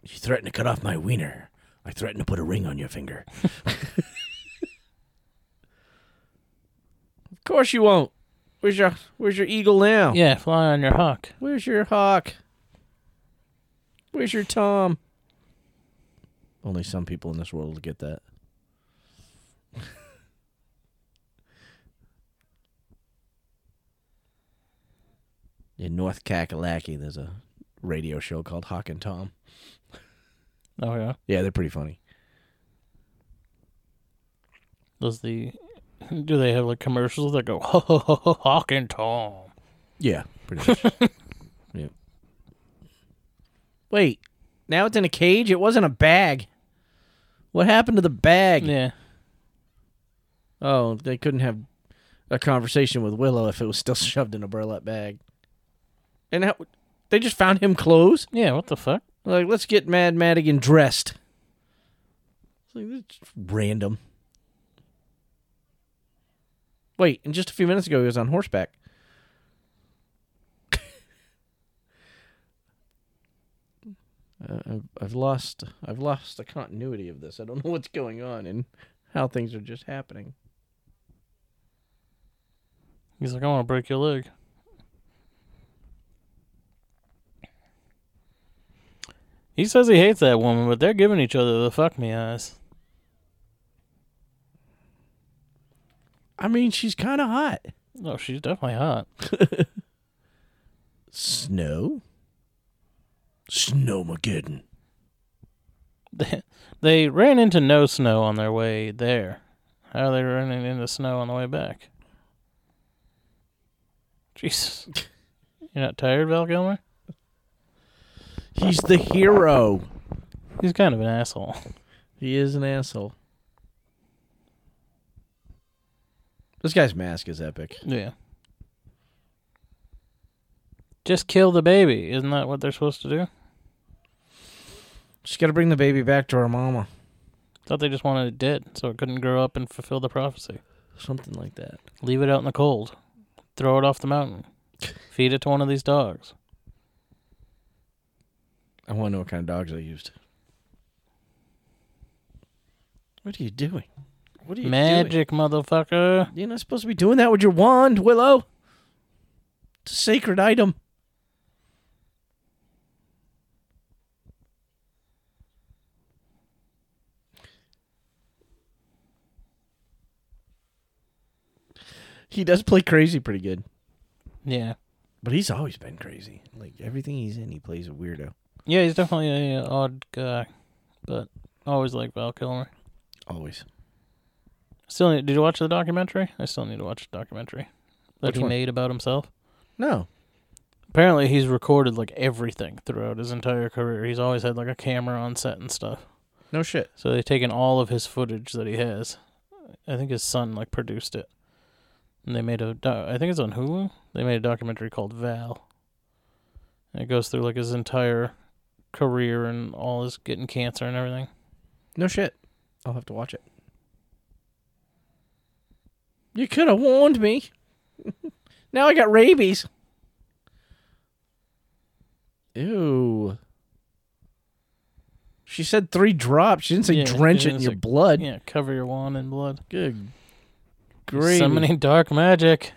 [SPEAKER 3] She threatened to cut off my wiener. I threatened to put a ring on your finger. of course you won't. Where's your Where's your eagle now?
[SPEAKER 2] Yeah, fly on your hawk.
[SPEAKER 3] Where's your hawk? Where's your Tom? Only some people in this world will get that. in North Kakalaki, there's a radio show called Hawk and Tom.
[SPEAKER 2] Oh yeah.
[SPEAKER 3] Yeah, they're pretty funny.
[SPEAKER 2] Does the do they have like commercials that go ho ho ho ho hawk and Tom?
[SPEAKER 3] Yeah, pretty much. yeah. Wait, now it's in a cage? It wasn't a bag. What happened to the bag?
[SPEAKER 2] Yeah.
[SPEAKER 3] Oh, they couldn't have a conversation with Willow if it was still shoved in a burlap bag. And how, they just found him clothes.
[SPEAKER 2] Yeah, what the fuck?
[SPEAKER 3] Like, let's get Mad Madigan dressed. It's like that's just random. Wait, and just a few minutes ago he was on horseback. Uh, I've- I've lost. I've lost the continuity of this. I don't know what's going on and how things are just happening.
[SPEAKER 2] He's like, I wanna break your leg. He says he hates that woman, but they're giving each other the fuck me eyes.
[SPEAKER 3] I mean, she's kind of hot.
[SPEAKER 2] Oh, she's definitely hot.
[SPEAKER 3] Snow? Snowmageddon.
[SPEAKER 2] They, they ran into no snow on their way there. How are they running into snow on the way back? Jesus. You're not tired, Val Kilmer?
[SPEAKER 3] He's the hero.
[SPEAKER 2] He's kind of an asshole.
[SPEAKER 3] He is an asshole. This guy's mask is epic.
[SPEAKER 2] Yeah. Just kill the baby. Isn't that what they're supposed to do?
[SPEAKER 3] She's got to bring the baby back to her mama.
[SPEAKER 2] Thought they just wanted it dead so it couldn't grow up and fulfill the prophecy.
[SPEAKER 3] Something like that.
[SPEAKER 2] Leave it out in the cold. Throw it off the mountain. Feed it to one of these dogs.
[SPEAKER 3] I want to know what kind of dogs they used. What are you doing? What are you doing?
[SPEAKER 2] Magic, motherfucker.
[SPEAKER 3] You're not supposed to be doing that with your wand, Willow. It's a sacred item. He does play crazy pretty good,
[SPEAKER 2] Yeah.
[SPEAKER 3] but he's always been crazy. Like everything he's in, he plays a weirdo.
[SPEAKER 2] Yeah, he's definitely a, uh, odd guy, but I always like Val Kilmer.
[SPEAKER 3] Always.
[SPEAKER 2] Still, need, did you watch the documentary? I still need to watch the documentary that
[SPEAKER 3] Which
[SPEAKER 2] he
[SPEAKER 3] one?
[SPEAKER 2] made about himself.
[SPEAKER 3] No.
[SPEAKER 2] Apparently, he's recorded like everything throughout his entire career. He's always had like a camera on set and stuff.
[SPEAKER 3] No shit.
[SPEAKER 2] So they've taken all of his footage that he has. I think his son like produced it, and they made a. Do- I think it's on Hulu. They made a documentary called Val. And it goes through like his entire career and all his getting cancer and everything.
[SPEAKER 3] No shit. I'll have to watch it. You could have warned me. now I got rabies. Ew. She said three drops. She didn't say
[SPEAKER 2] Yeah, she
[SPEAKER 3] drench it in
[SPEAKER 2] didn't
[SPEAKER 3] your
[SPEAKER 2] say-
[SPEAKER 3] blood.
[SPEAKER 2] Yeah, cover your wand in blood.
[SPEAKER 3] Good. Great.
[SPEAKER 2] Summoning dark magic.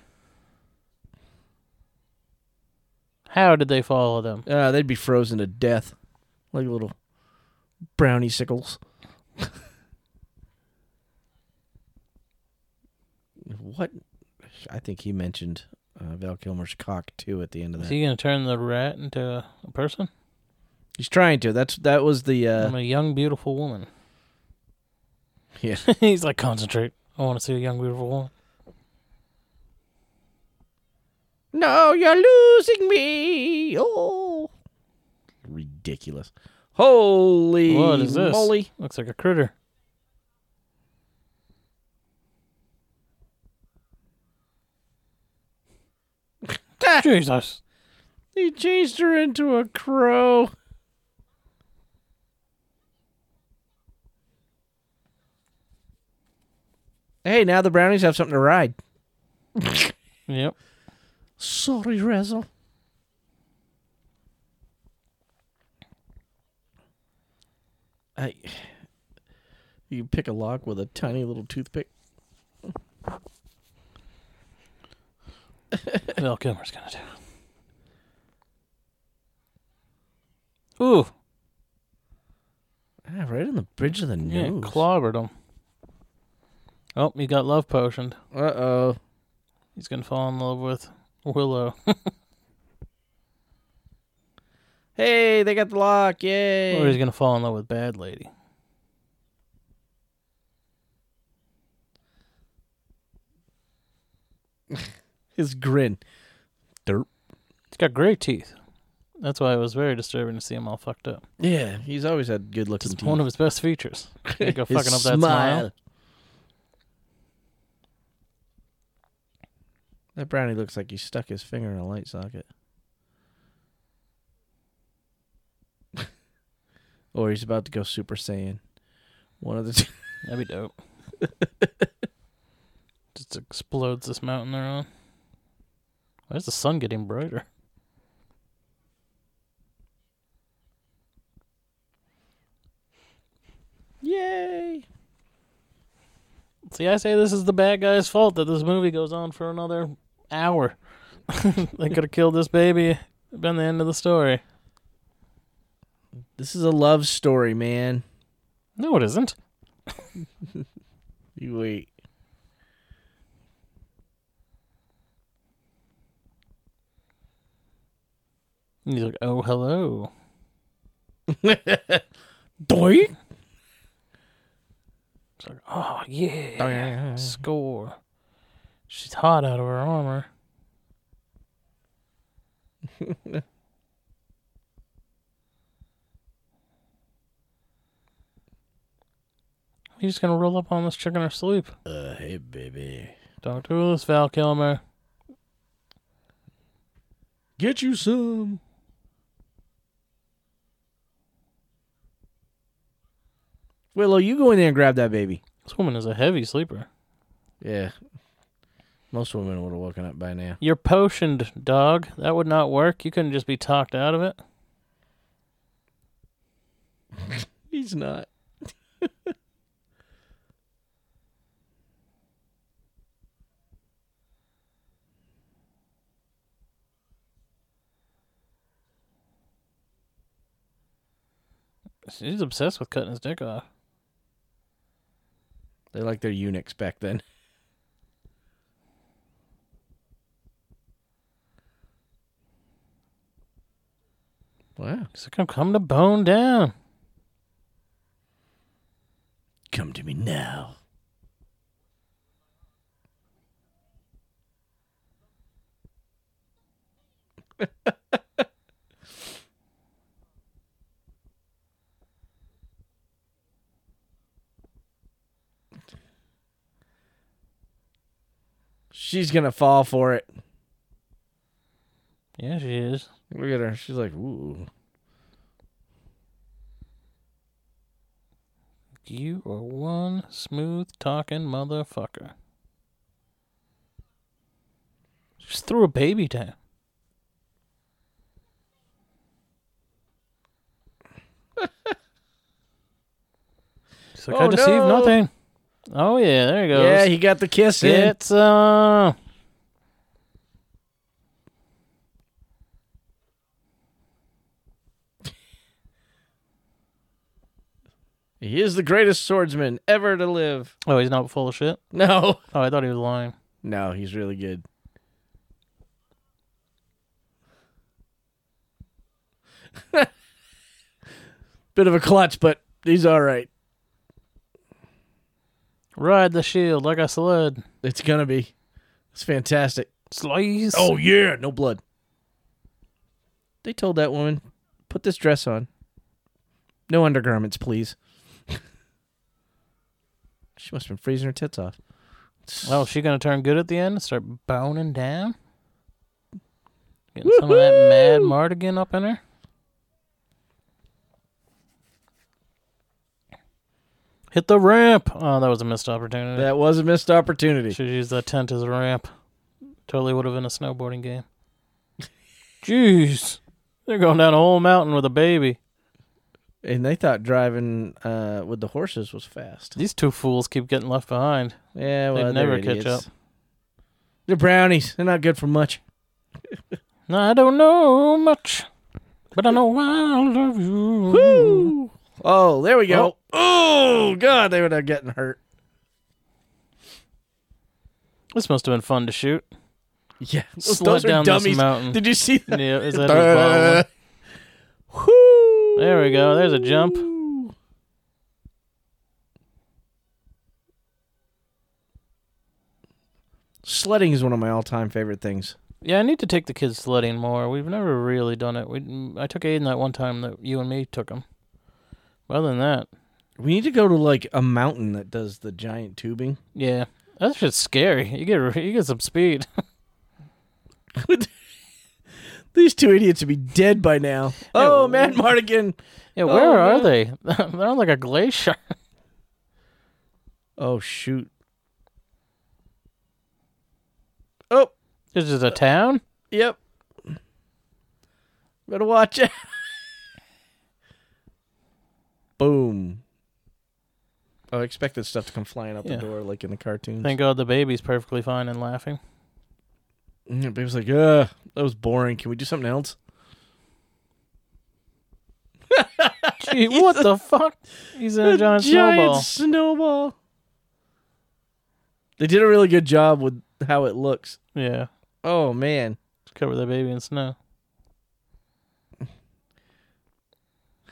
[SPEAKER 2] How did they follow them?
[SPEAKER 3] Uh, they'd be frozen to death, like little brownie sickles. what? I think he mentioned uh, Val Kilmer's cock too at the end of
[SPEAKER 2] Is
[SPEAKER 3] that.
[SPEAKER 2] he gonna turn the rat into a a person?
[SPEAKER 3] He's trying to. That's that was the. Uh,
[SPEAKER 2] I'm a young, beautiful woman.
[SPEAKER 3] Yeah.
[SPEAKER 2] He's like, concentrate. I want to see a young, beautiful woman.
[SPEAKER 3] no, you're losing me. Oh, ridiculous! Holy
[SPEAKER 2] What is this?
[SPEAKER 3] moly!
[SPEAKER 2] Looks like a critter. Jesus.
[SPEAKER 3] He changed her into a crow. Hey, now the brownies have something to ride.
[SPEAKER 2] Yep.
[SPEAKER 3] Sorry, Razzle. I. You pick a lock with a tiny little toothpick.
[SPEAKER 2] Val Kilmer's gonna do. it. Ooh,
[SPEAKER 3] Ah, right on the bridge of the
[SPEAKER 2] yeah,
[SPEAKER 3] nose.
[SPEAKER 2] clobbered him. Oh, he got love potioned.
[SPEAKER 3] uh oh.
[SPEAKER 2] He's gonna fall in love with Willow.
[SPEAKER 3] Hey, they got the lock. Yay.
[SPEAKER 2] Or he's gonna fall in love with Bad Lady.
[SPEAKER 3] His grin.
[SPEAKER 2] He's got great teeth. That's why it was very disturbing to see him all fucked up.
[SPEAKER 3] Yeah, he's always had good looking
[SPEAKER 2] It's
[SPEAKER 3] teeth.
[SPEAKER 2] one of his best features. You go
[SPEAKER 3] His
[SPEAKER 2] fucking up that smile.
[SPEAKER 3] That brownie looks like he stuck his finger in a light socket. or he's about to go Super Saiyan. One of the two.
[SPEAKER 2] That'd be dope. Just explodes this mountain they're on. Why is the sun getting brighter?
[SPEAKER 3] Yay!
[SPEAKER 2] See, I say this is the bad guy's fault that this movie goes on for another hour. they could have killed this baby. Been the end of the story.
[SPEAKER 3] This is a love story, man.
[SPEAKER 2] No, it isn't.
[SPEAKER 3] You wait.
[SPEAKER 2] And he's like, oh, hello.
[SPEAKER 3] Doink!
[SPEAKER 2] It's like, oh, yeah.
[SPEAKER 3] Uh,
[SPEAKER 2] Score. She's hot out of her armor. He's gonna roll up on this chick in her sleep.
[SPEAKER 3] Uh, hey, baby.
[SPEAKER 2] Don't do this, Val Kilmer.
[SPEAKER 3] Get you some. Willow, you go in there and grab that baby.
[SPEAKER 2] This woman is a heavy sleeper.
[SPEAKER 3] Yeah. Most women would have woken up by now.
[SPEAKER 2] You're potioned, dog. That would not work. You couldn't just be talked out of it.
[SPEAKER 3] He's not.
[SPEAKER 2] She's obsessed with cutting his dick off.
[SPEAKER 3] They like their eunuchs back then. Wow.
[SPEAKER 2] He's like, I'm coming to bone down.
[SPEAKER 3] Come to me now. She's gonna fall for it.
[SPEAKER 2] Yeah, she is.
[SPEAKER 3] Look at her. She's like, ooh.
[SPEAKER 2] You are one smooth talking motherfucker. Just threw a baby down. He's like, I
[SPEAKER 3] Oh,
[SPEAKER 2] deceived
[SPEAKER 3] no.
[SPEAKER 2] nothing. Oh, yeah, there he goes.
[SPEAKER 3] Yeah, he got the kiss in.
[SPEAKER 2] It's uh
[SPEAKER 3] He is the greatest swordsman ever to live.
[SPEAKER 2] Oh, he's not full of shit.
[SPEAKER 3] No.
[SPEAKER 2] Oh, I thought he was lying.
[SPEAKER 3] No, he's really good. Bit of a clutch, but he's all right.
[SPEAKER 2] Ride the shield like I slid.
[SPEAKER 3] It's gonna be. It's fantastic.
[SPEAKER 2] Slice.
[SPEAKER 3] Oh, yeah, no blood. They told that woman, put this dress on. No undergarments, please. she must have been freezing her tits off.
[SPEAKER 2] Well, is she gonna turn good at the end and start boning down? Getting some of that mad Mardigan up in her. Hit the ramp. Oh, that was a missed opportunity.
[SPEAKER 3] That was a missed opportunity.
[SPEAKER 2] Should use that tent as a ramp. Totally would have been a snowboarding game. Jeez, they're going down a whole mountain with a baby.
[SPEAKER 3] And they thought driving uh, with the horses was fast.
[SPEAKER 2] These two fools keep getting left behind.
[SPEAKER 3] Yeah,
[SPEAKER 2] They'd
[SPEAKER 3] well,
[SPEAKER 2] never
[SPEAKER 3] they're
[SPEAKER 2] catch
[SPEAKER 3] idiots. They're brownies. They're not good for much.
[SPEAKER 2] I don't know much, but I know I love you.
[SPEAKER 3] Woo! Oh, there we go. Oh, God, they would have gotten hurt.
[SPEAKER 2] This must have been fun to shoot.
[SPEAKER 3] Yeah, those,
[SPEAKER 2] Slide
[SPEAKER 3] those are
[SPEAKER 2] down this
[SPEAKER 3] dummies.
[SPEAKER 2] mountain.
[SPEAKER 3] Did you see that?
[SPEAKER 2] Yeah, is that his bottom
[SPEAKER 3] Whoo!
[SPEAKER 2] There we go. There's a jump.
[SPEAKER 3] Sledding is one of my all-time favorite things.
[SPEAKER 2] Yeah, I need to take the kids sledding more. We've never really done it. We I took Aiden that one time that you and me took him. Other than that,
[SPEAKER 3] We need to go to like a mountain that does the giant tubing.
[SPEAKER 2] yeah, that's just scary. You get you get some speed.
[SPEAKER 3] These two idiots would be dead by now. Oh, man, Mardigan.
[SPEAKER 2] Yeah, where
[SPEAKER 3] Oh,
[SPEAKER 2] are
[SPEAKER 3] man.
[SPEAKER 2] they? They're on like a glacier.
[SPEAKER 3] Oh shoot. Oh,
[SPEAKER 2] This is a town.
[SPEAKER 3] yep. Better watch it. Boom. Oh, I expected stuff to come flying out
[SPEAKER 2] Yeah.
[SPEAKER 3] the door like in the cartoons.
[SPEAKER 2] Thank God the baby's perfectly fine and laughing.
[SPEAKER 3] Yeah, but he was like, "Ugh, that was boring. Can we do something else?"
[SPEAKER 2] Gee, what the fuck? He's in a giant, snowball.
[SPEAKER 3] Giant snowball. They did a really good job with how it looks.
[SPEAKER 2] Yeah,
[SPEAKER 3] Oh man,
[SPEAKER 2] just cover the baby in snow.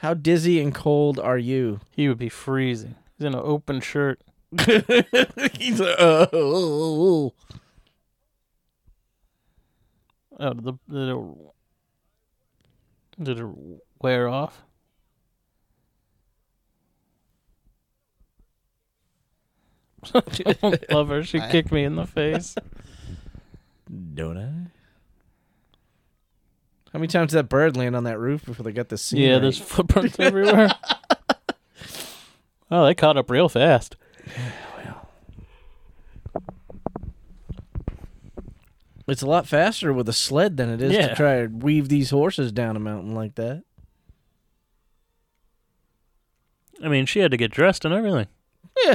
[SPEAKER 3] how dizzy and cold are you?
[SPEAKER 2] He would be freezing. He's in an open shirt.
[SPEAKER 3] He's like,
[SPEAKER 2] "Uh,
[SPEAKER 3] oh.
[SPEAKER 2] Oh, did the did it, did it wear off? Love her. She kicked me in the face.
[SPEAKER 3] Don't I? How many times did that bird land on that roof before they got the scene?
[SPEAKER 2] Yeah,
[SPEAKER 3] right?
[SPEAKER 2] there's footprints everywhere. oh, they caught up real fast.
[SPEAKER 3] it's a lot faster with a sled than it is
[SPEAKER 2] Yeah.
[SPEAKER 3] to try to weave these horses down a mountain like that.
[SPEAKER 2] I mean, she had to get dressed and everything.
[SPEAKER 3] Yeah.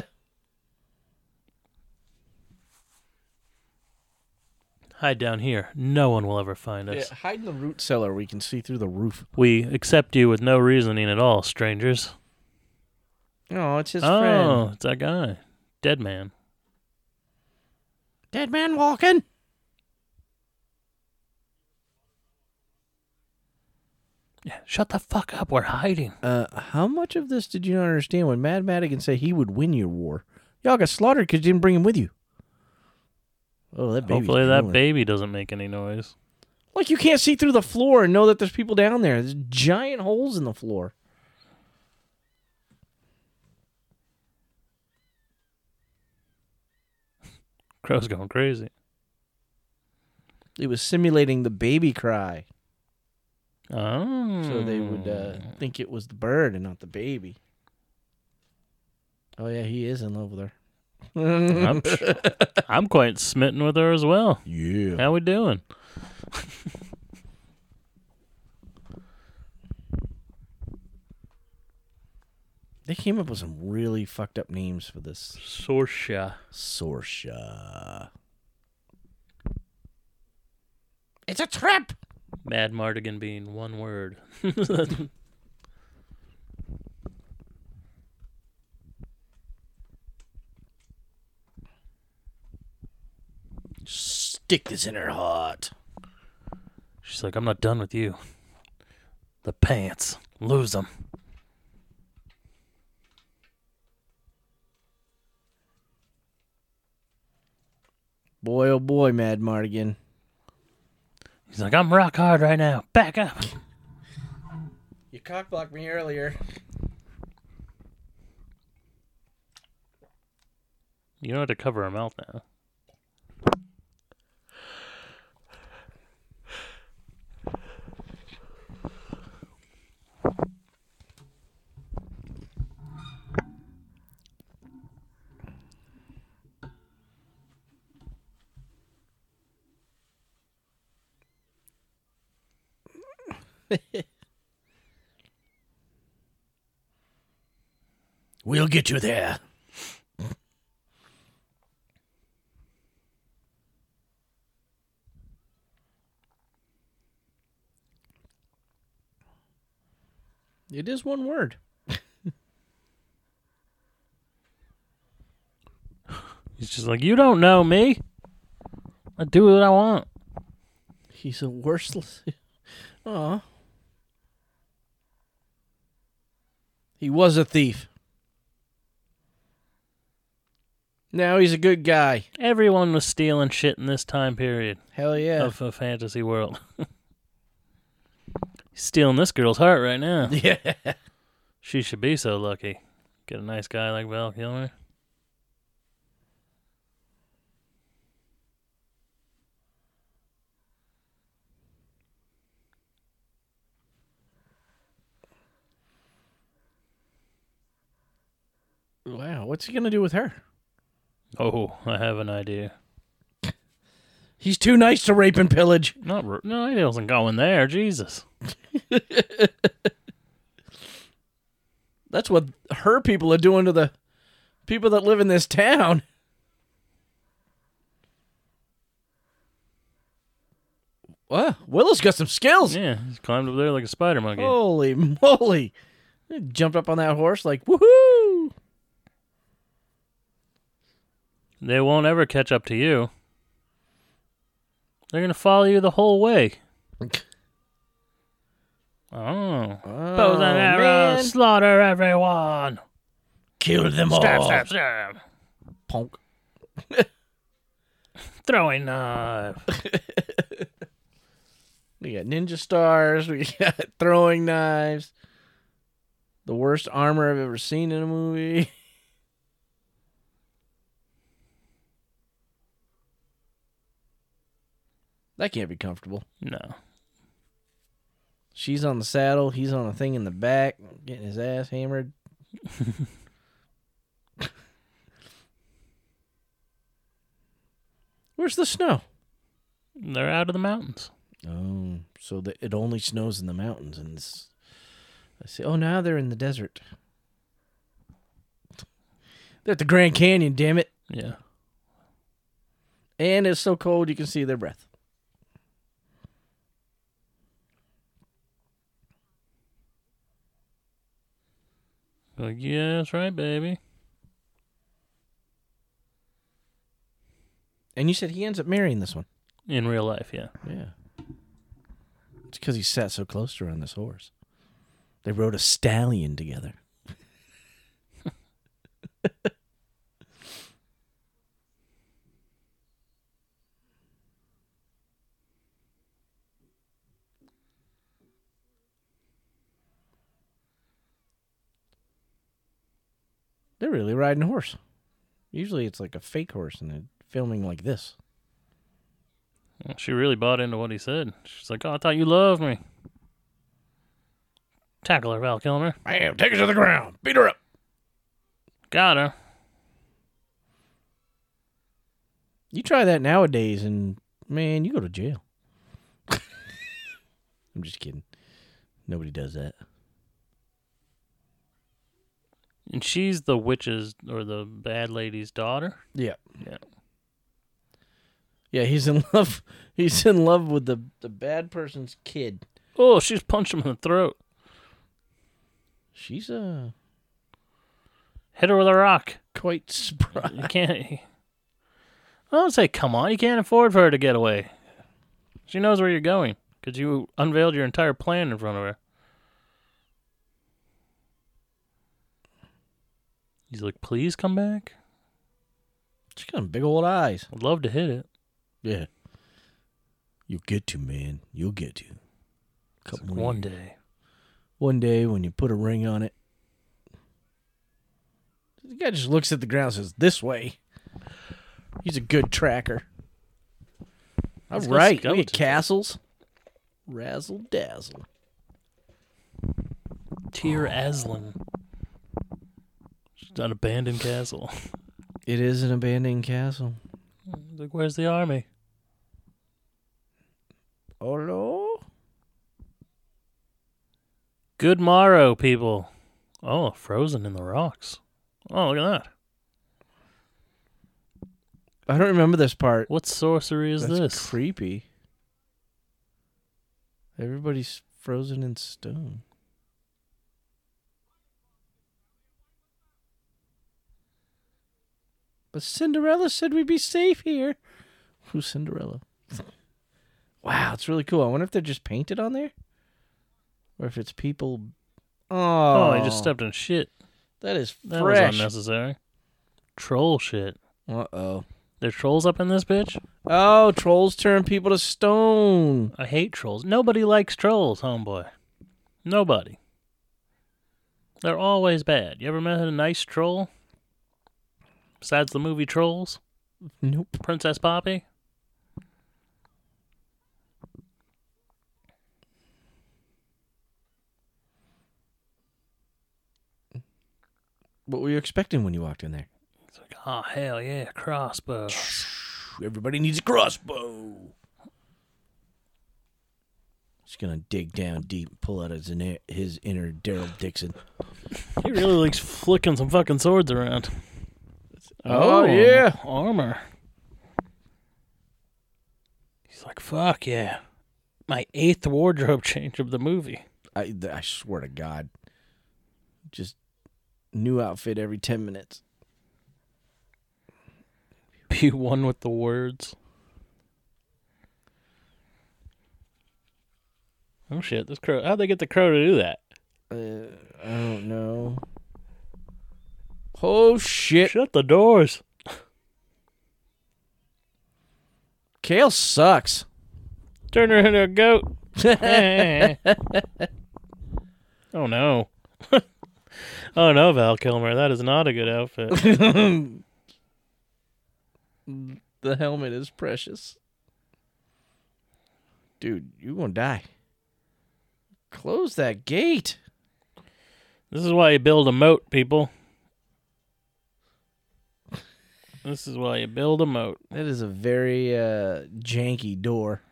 [SPEAKER 2] Hide down here. No one will ever find us.
[SPEAKER 3] hide in the root cellar. We can see through the roof.
[SPEAKER 2] We accept you with no reasoning at all, strangers.
[SPEAKER 3] Oh, it's his
[SPEAKER 2] oh,
[SPEAKER 3] friend.
[SPEAKER 2] it's that guy. Dead man.
[SPEAKER 3] Dead man walking.
[SPEAKER 2] Yeah, shut the fuck up. We're hiding.
[SPEAKER 3] Uh, how much of this did you not understand when Mad Madigan said he would win your war? Y'all got slaughtered because you didn't bring him with you. Oh, that baby's
[SPEAKER 2] Hopefully that
[SPEAKER 3] drooling.
[SPEAKER 2] baby doesn't make any noise.
[SPEAKER 3] Like you can't see through the floor and know that there's people down there. There's giant holes in the floor.
[SPEAKER 2] Crow's going crazy.
[SPEAKER 3] It was simulating the baby cry,
[SPEAKER 2] Oh.
[SPEAKER 3] so they would uh, think it was the bird and not the baby. Oh yeah, he is in love with her.
[SPEAKER 2] Oh. I'm, I'm quite smitten with her as well.
[SPEAKER 3] yeah.
[SPEAKER 2] How we doing?
[SPEAKER 3] They came up with some really fucked up names for this
[SPEAKER 2] Sorsha.
[SPEAKER 3] Sorsha.
[SPEAKER 4] It's a trap.
[SPEAKER 2] Mad Mardigan being one word.
[SPEAKER 5] stick this in her heart.
[SPEAKER 2] She's like, I'm not done with you. The pants. Lose them.
[SPEAKER 3] Boy, oh boy, Mad Mardigan.
[SPEAKER 2] He's like, I'm rock hard right now. Back up.
[SPEAKER 3] You cockblocked me earlier.
[SPEAKER 2] You don't have to cover her mouth now.
[SPEAKER 5] We'll get you there.
[SPEAKER 3] It is one word.
[SPEAKER 2] He's just like, You don't know me. I do what I want.
[SPEAKER 3] He's a worthless. Aw. He was a thief. Now he's a good guy.
[SPEAKER 2] Everyone was stealing shit in this time period
[SPEAKER 3] Hell
[SPEAKER 5] Oh,
[SPEAKER 3] yeah.
[SPEAKER 2] of a fantasy world. He's stealing this girl's heart right now.
[SPEAKER 5] Yeah.
[SPEAKER 2] She should be so lucky. Get a nice guy like Val Kilmer.
[SPEAKER 3] Wow, what's he gonna do with her?
[SPEAKER 2] Oh, I have an idea.
[SPEAKER 3] He's too nice to rape and pillage.
[SPEAKER 2] Not ru- no, he wasn't going there. Jesus.
[SPEAKER 3] That's what her people are doing to the people that live in this town. Wow, Willow's got some skills.
[SPEAKER 2] Yeah, he's climbed up there like a spider monkey.
[SPEAKER 3] Holy moly. Jumped up on that horse like, woohoo!
[SPEAKER 2] They won't ever catch up to you. They're gonna follow you the whole way. Oh. Bows
[SPEAKER 3] Oh,
[SPEAKER 2] and arrows,
[SPEAKER 3] man.
[SPEAKER 2] slaughter everyone.
[SPEAKER 5] Kill them
[SPEAKER 2] Stab,
[SPEAKER 5] all.
[SPEAKER 2] stab, stab.
[SPEAKER 3] Punk.
[SPEAKER 2] Throwing knife.
[SPEAKER 3] We got ninja stars. We got throwing knives. The worst armor I've ever seen in a movie. That can't be comfortable.
[SPEAKER 2] No.
[SPEAKER 3] She's on the saddle. He's on a thing in the back, getting his ass hammered. Where's the snow?
[SPEAKER 2] They're out of the mountains.
[SPEAKER 3] Oh, so that it only snows in the mountains, and this. I see. Oh, now they're in the desert. They're at the Grand Canyon, damn it!
[SPEAKER 2] Yeah.
[SPEAKER 3] And it's so cold you can see their breath.
[SPEAKER 2] Like, yeah, that's right, baby.
[SPEAKER 3] And you said he ends up marrying this one.
[SPEAKER 2] In real life, yeah.
[SPEAKER 3] Yeah. It's because he sat so close to her on this horse. They rode a stallion together. They're really riding a horse. Usually it's like a fake horse and they're filming like this.
[SPEAKER 2] She really bought into what he said. She's like, Oh, I thought you loved me. Tackle her, Val Kilmer.
[SPEAKER 5] Bam, take her to the ground. Beat her up.
[SPEAKER 2] Got her.
[SPEAKER 3] You try that nowadays, and man, you go to jail. I'm just kidding. Nobody does that.
[SPEAKER 2] And she's the witch's or the bad lady's daughter.
[SPEAKER 3] Yeah.
[SPEAKER 2] Yeah.
[SPEAKER 3] Yeah, he's in love. He's in love with the the bad person's kid.
[SPEAKER 2] Oh, she's punched him in the throat.
[SPEAKER 3] She's uh
[SPEAKER 2] Hit her with a rock.
[SPEAKER 3] quite spry.
[SPEAKER 2] You can't. I don't say, come on, you can't afford for her to get away. She knows where you're going because you unveiled your entire plan in front of her. He's like, please come back.
[SPEAKER 5] She got them big old eyes.
[SPEAKER 2] I'd love to hit it.
[SPEAKER 5] Yeah. You'll get to, man. You'll get to.
[SPEAKER 2] It's
[SPEAKER 5] Couple
[SPEAKER 2] like,
[SPEAKER 5] more
[SPEAKER 2] one
[SPEAKER 5] years.
[SPEAKER 2] day.
[SPEAKER 5] One day when you put a ring on it. The guy just looks at the ground and says, This way. He's a good tracker. All
[SPEAKER 2] He's got
[SPEAKER 5] right. We
[SPEAKER 2] skeletons.
[SPEAKER 5] get castles. Razzle dazzle.
[SPEAKER 2] Tyr Aslan. It's an abandoned castle.
[SPEAKER 3] It is an abandoned castle.
[SPEAKER 2] He's like, where's the army?
[SPEAKER 5] Oh, no.
[SPEAKER 2] Good morrow, people. Oh, frozen in the rocks. Oh, look at that.
[SPEAKER 3] I don't remember this part.
[SPEAKER 2] What sorcery is
[SPEAKER 3] That's
[SPEAKER 2] this?
[SPEAKER 3] creepy? Everybody's frozen in stone. But Cinderella said we'd be safe here. Who's Cinderella? wow, it's really cool. I wonder if they're just painted on there, or if it's people. Oh,
[SPEAKER 2] oh, I just stepped in shit.
[SPEAKER 3] That is
[SPEAKER 2] That was
[SPEAKER 3] fresh.
[SPEAKER 2] unnecessary. Troll shit.
[SPEAKER 3] uh oh.
[SPEAKER 2] There's trolls up in this bitch?
[SPEAKER 3] Oh, trolls turn people to stone.
[SPEAKER 2] I hate trolls. Nobody likes trolls, homeboy. Nobody. They're always bad. You ever met a nice troll? Besides the movie Trolls?
[SPEAKER 3] Nope.
[SPEAKER 2] Princess Poppy?
[SPEAKER 3] What were you expecting when you walked in there?
[SPEAKER 2] It's like, oh, hell yeah, crossbow.
[SPEAKER 5] Everybody needs a crossbow. He's gonna dig down deep and pull out his inner, his inner Daryl Dixon.
[SPEAKER 2] He really likes flicking some fucking swords around.
[SPEAKER 3] Oh, yeah.
[SPEAKER 2] armor. He's like, fuck yeah, my eighth wardrobe change of the movie.
[SPEAKER 5] I, th- I swear to God.
[SPEAKER 3] Just new outfit every 10 minutes.
[SPEAKER 2] Be one with the words. Oh shit, this crow! How'd they get the crow to do that?
[SPEAKER 3] Uh, I don't know. Oh shit.
[SPEAKER 2] Shut the doors.
[SPEAKER 3] Kale sucks.
[SPEAKER 2] Turn her into a goat. oh no. oh no, Val Kilmer, that is not a good outfit.
[SPEAKER 3] the helmet is precious. Dude, you going to die. Close that gate.
[SPEAKER 2] This is why you build a moat, people. This is why you build a moat.
[SPEAKER 3] That is a very uh, janky door.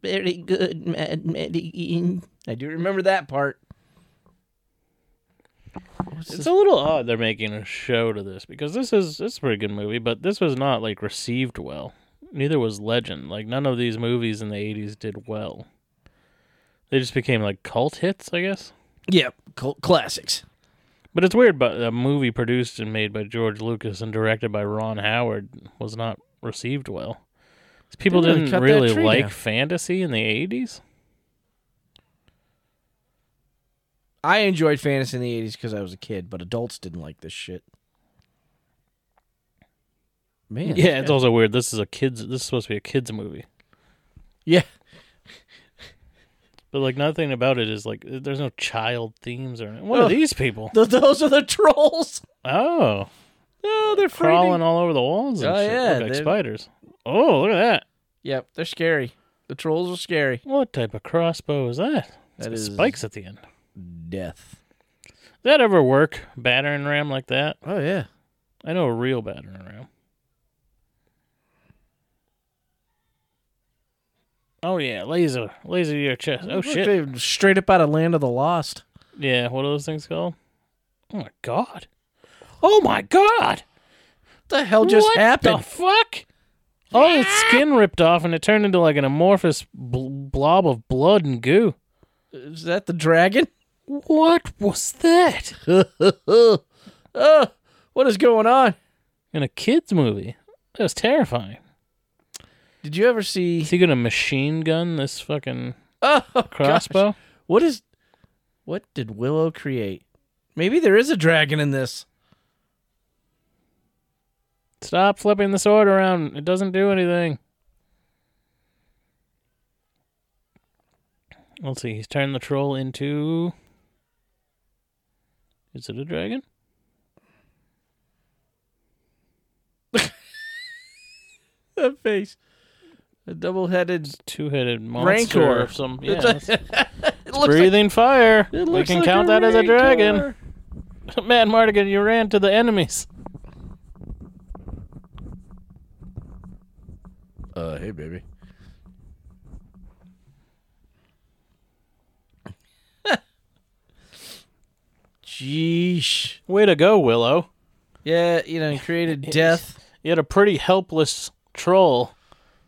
[SPEAKER 3] Very good, Mad Medellin. I do remember that part. What's
[SPEAKER 2] It's
[SPEAKER 3] this-
[SPEAKER 2] a little odd they're making a show to this because this is it's a pretty good movie, but this was not like received well. Neither was Legend. Like none of these movies in the '80s did well. They just became like cult hits, I guess.
[SPEAKER 3] Yep, cult classics.
[SPEAKER 2] But it's weird. But a movie produced and made by George Lucas and directed by Ron Howard was not received well. People
[SPEAKER 3] They really
[SPEAKER 2] didn't
[SPEAKER 3] cut that
[SPEAKER 2] really
[SPEAKER 3] tree
[SPEAKER 2] like
[SPEAKER 3] down.
[SPEAKER 2] fantasy in the '80s.
[SPEAKER 3] I enjoyed fantasy in the 80s because I was a kid, but adults didn't like this shit. Man.
[SPEAKER 2] Yeah, it's also weird. This is a kids. This is supposed to be a kids movie,
[SPEAKER 3] Yeah.
[SPEAKER 2] but like nothing about it is like there's no child themes or anything. What are
[SPEAKER 3] Oh.
[SPEAKER 2] these people?
[SPEAKER 3] Th- those are the trolls.
[SPEAKER 2] Oh,
[SPEAKER 3] Oh, they're frightening.
[SPEAKER 2] crawling all over the walls and
[SPEAKER 3] Oh,
[SPEAKER 2] shit.
[SPEAKER 3] yeah,
[SPEAKER 2] Look like
[SPEAKER 3] they're-
[SPEAKER 2] spiders. Oh, look at that!
[SPEAKER 3] Yep, they're scary. The trolls are scary.
[SPEAKER 2] What type of crossbow is that? It's
[SPEAKER 3] That
[SPEAKER 2] got
[SPEAKER 3] is-
[SPEAKER 2] spikes at the end.
[SPEAKER 3] Death.
[SPEAKER 2] Does that ever work? Battering ram like that?
[SPEAKER 3] Oh, yeah.
[SPEAKER 2] I know a real battering ram. Oh yeah, laser, laser to your chest. Oh
[SPEAKER 3] Look,
[SPEAKER 2] shit.
[SPEAKER 3] they're straight up out of Land of the Lost.
[SPEAKER 2] Yeah, what are those things called? Oh my god. Oh my god!
[SPEAKER 3] the hell just
[SPEAKER 2] what
[SPEAKER 3] happened? Ah!
[SPEAKER 2] the fuck? All its skin ripped off and it turned into like an amorphous bl- blob of blood and goo.
[SPEAKER 3] Is that the dragon?
[SPEAKER 2] What was that?
[SPEAKER 3] oh, what is going on?
[SPEAKER 2] in a kids movie. That was terrifying.
[SPEAKER 3] Did you ever see?
[SPEAKER 2] Is he gonna machine gun this fucking
[SPEAKER 3] Oh,
[SPEAKER 2] crossbow?
[SPEAKER 3] Gosh. What is? What did Willow create? Maybe there is a dragon in this.
[SPEAKER 2] Stop flipping the sword around. It doesn't do anything. Let's see. He's turned the troll into. Is it a dragon?
[SPEAKER 3] That face. A double-headed.
[SPEAKER 2] Two-headed monster
[SPEAKER 3] Rancor.
[SPEAKER 2] of some. Yeah,
[SPEAKER 3] It's
[SPEAKER 2] that's-
[SPEAKER 3] a- it looks like-
[SPEAKER 2] breathing fire.
[SPEAKER 3] it
[SPEAKER 2] We
[SPEAKER 3] looks
[SPEAKER 2] can
[SPEAKER 3] like
[SPEAKER 2] count
[SPEAKER 3] a
[SPEAKER 2] that as a dragon.
[SPEAKER 3] rancor.
[SPEAKER 2] Man, Mardigan, you ran to the enemies.
[SPEAKER 3] Uh, hey, baby. Jeesh.
[SPEAKER 2] Way to go, Willow.
[SPEAKER 3] Yeah, you know, he created death.
[SPEAKER 2] You had a pretty helpless troll.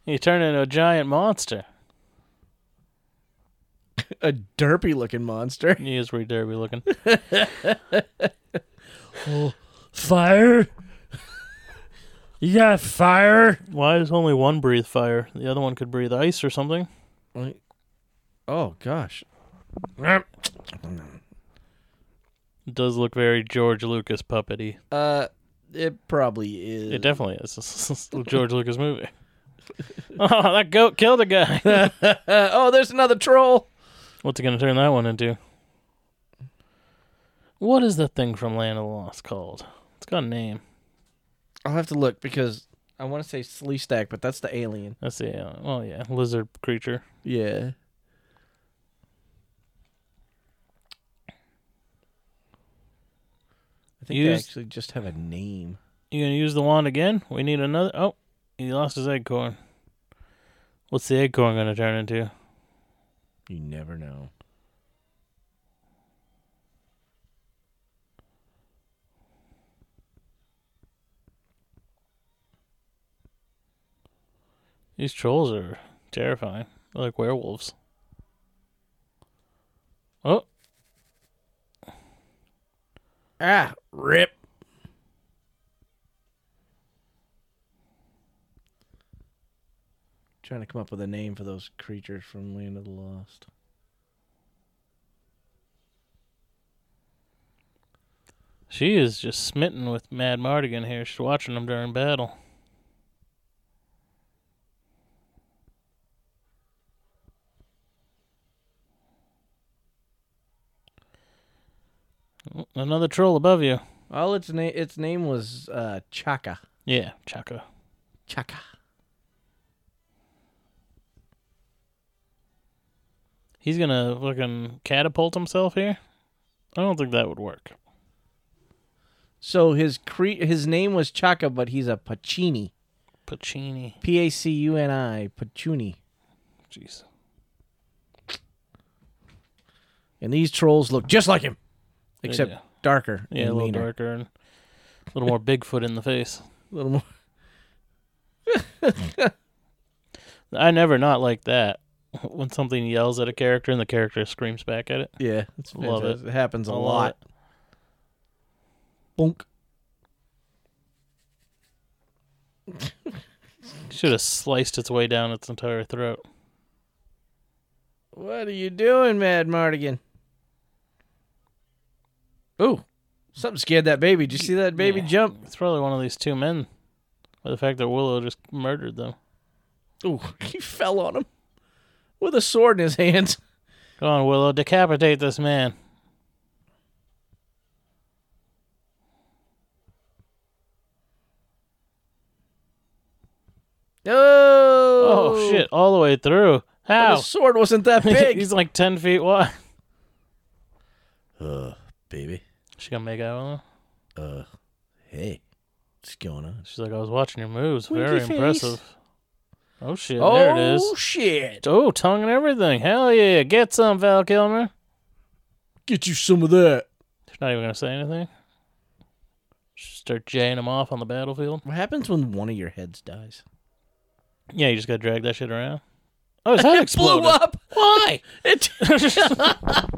[SPEAKER 2] You turned into a giant monster.
[SPEAKER 5] A derpy looking monster.
[SPEAKER 2] He is really derby looking.
[SPEAKER 5] Oh, Fire. you got fire.
[SPEAKER 2] Why does only one breathe fire? The other one could breathe ice or something.
[SPEAKER 3] Like- Oh gosh.
[SPEAKER 2] It does look very George Lucas puppety.
[SPEAKER 3] Uh, it probably is.
[SPEAKER 2] It definitely is. This is a George Lucas movie. Oh, that goat killed a guy.
[SPEAKER 3] Uh, oh, there's another troll.
[SPEAKER 2] What's he gonna turn that one into? What is the thing from Land of the Lost called? It's got a name.
[SPEAKER 3] I'll have to look because I want to say Sleestack, but that's the alien.
[SPEAKER 2] That's the uh, oh yeah, lizard creature.
[SPEAKER 3] Yeah. I think they
[SPEAKER 2] Used-
[SPEAKER 3] actually just have a name.
[SPEAKER 2] You gonna use the wand again? We need another. Oh, he lost his acorn. What's the acorn gonna turn into?
[SPEAKER 3] You never know.
[SPEAKER 2] These trolls are terrifying. They're like werewolves. Oh,
[SPEAKER 5] Ah, rip.
[SPEAKER 3] trying to come up with a name for those creatures from Land of the Lost.
[SPEAKER 2] she is just smitten with Mad Mardigan here. She's watching him during battle. Oh, Another troll above you.
[SPEAKER 3] All its name its name was uh, Chaka.
[SPEAKER 2] Yeah, Chaka.
[SPEAKER 3] Chaka.
[SPEAKER 2] He's gonna fucking catapult himself here. I don't think that would work.
[SPEAKER 3] So his cre- his name was Chaka, but he's a Pacini.
[SPEAKER 2] Pacini,
[SPEAKER 3] P A C U N I Pacuni.
[SPEAKER 2] jeez,
[SPEAKER 3] And these trolls look just like him,
[SPEAKER 2] They
[SPEAKER 3] except
[SPEAKER 2] do.
[SPEAKER 3] darker.
[SPEAKER 2] yeah,
[SPEAKER 3] and
[SPEAKER 2] a little
[SPEAKER 3] meaner.
[SPEAKER 2] darker and a little more Bigfoot in the face.
[SPEAKER 3] A little more.
[SPEAKER 2] I never not like that when something yells at a character and the character screams back at it.
[SPEAKER 3] Yeah, it's
[SPEAKER 2] Love it.
[SPEAKER 3] fantastic. It happens a
[SPEAKER 2] I love
[SPEAKER 3] lot.
[SPEAKER 2] it.
[SPEAKER 3] Bonk.
[SPEAKER 2] Should have sliced its way down its entire throat.
[SPEAKER 3] What are you doing, Mad Mardigan? Ooh, something scared that baby. Did you see that baby
[SPEAKER 2] Yeah.
[SPEAKER 3] jump?
[SPEAKER 2] It's probably one of these two men. By the fact that Willow just murdered them.
[SPEAKER 3] Ooh, he fell on him with a sword in his hands.
[SPEAKER 2] Go on, Willow, decapitate this man.
[SPEAKER 3] Oh,
[SPEAKER 2] Oh shit! All the way through. How?
[SPEAKER 3] His sword wasn't that big.
[SPEAKER 2] He's like ten feet wide.
[SPEAKER 5] Uh, baby.
[SPEAKER 2] She gonna make out with him?
[SPEAKER 5] Uh, hey. What's going on?
[SPEAKER 2] She's like, I was watching your moves.
[SPEAKER 3] Winky
[SPEAKER 2] Very
[SPEAKER 3] face.
[SPEAKER 2] impressive. Oh shit!
[SPEAKER 3] oh
[SPEAKER 2] there it is.
[SPEAKER 3] shit!
[SPEAKER 2] Oh, tongue and everything. Hell yeah! Get some, Val Kilmer.
[SPEAKER 5] Get you some of that.
[SPEAKER 2] She's not even gonna say anything. Just Start jaying him off on the battlefield.
[SPEAKER 3] What happens when one of your heads dies?
[SPEAKER 2] Yeah, you just gotta drag that shit around. Oh, his head exploded.
[SPEAKER 3] up. Why? It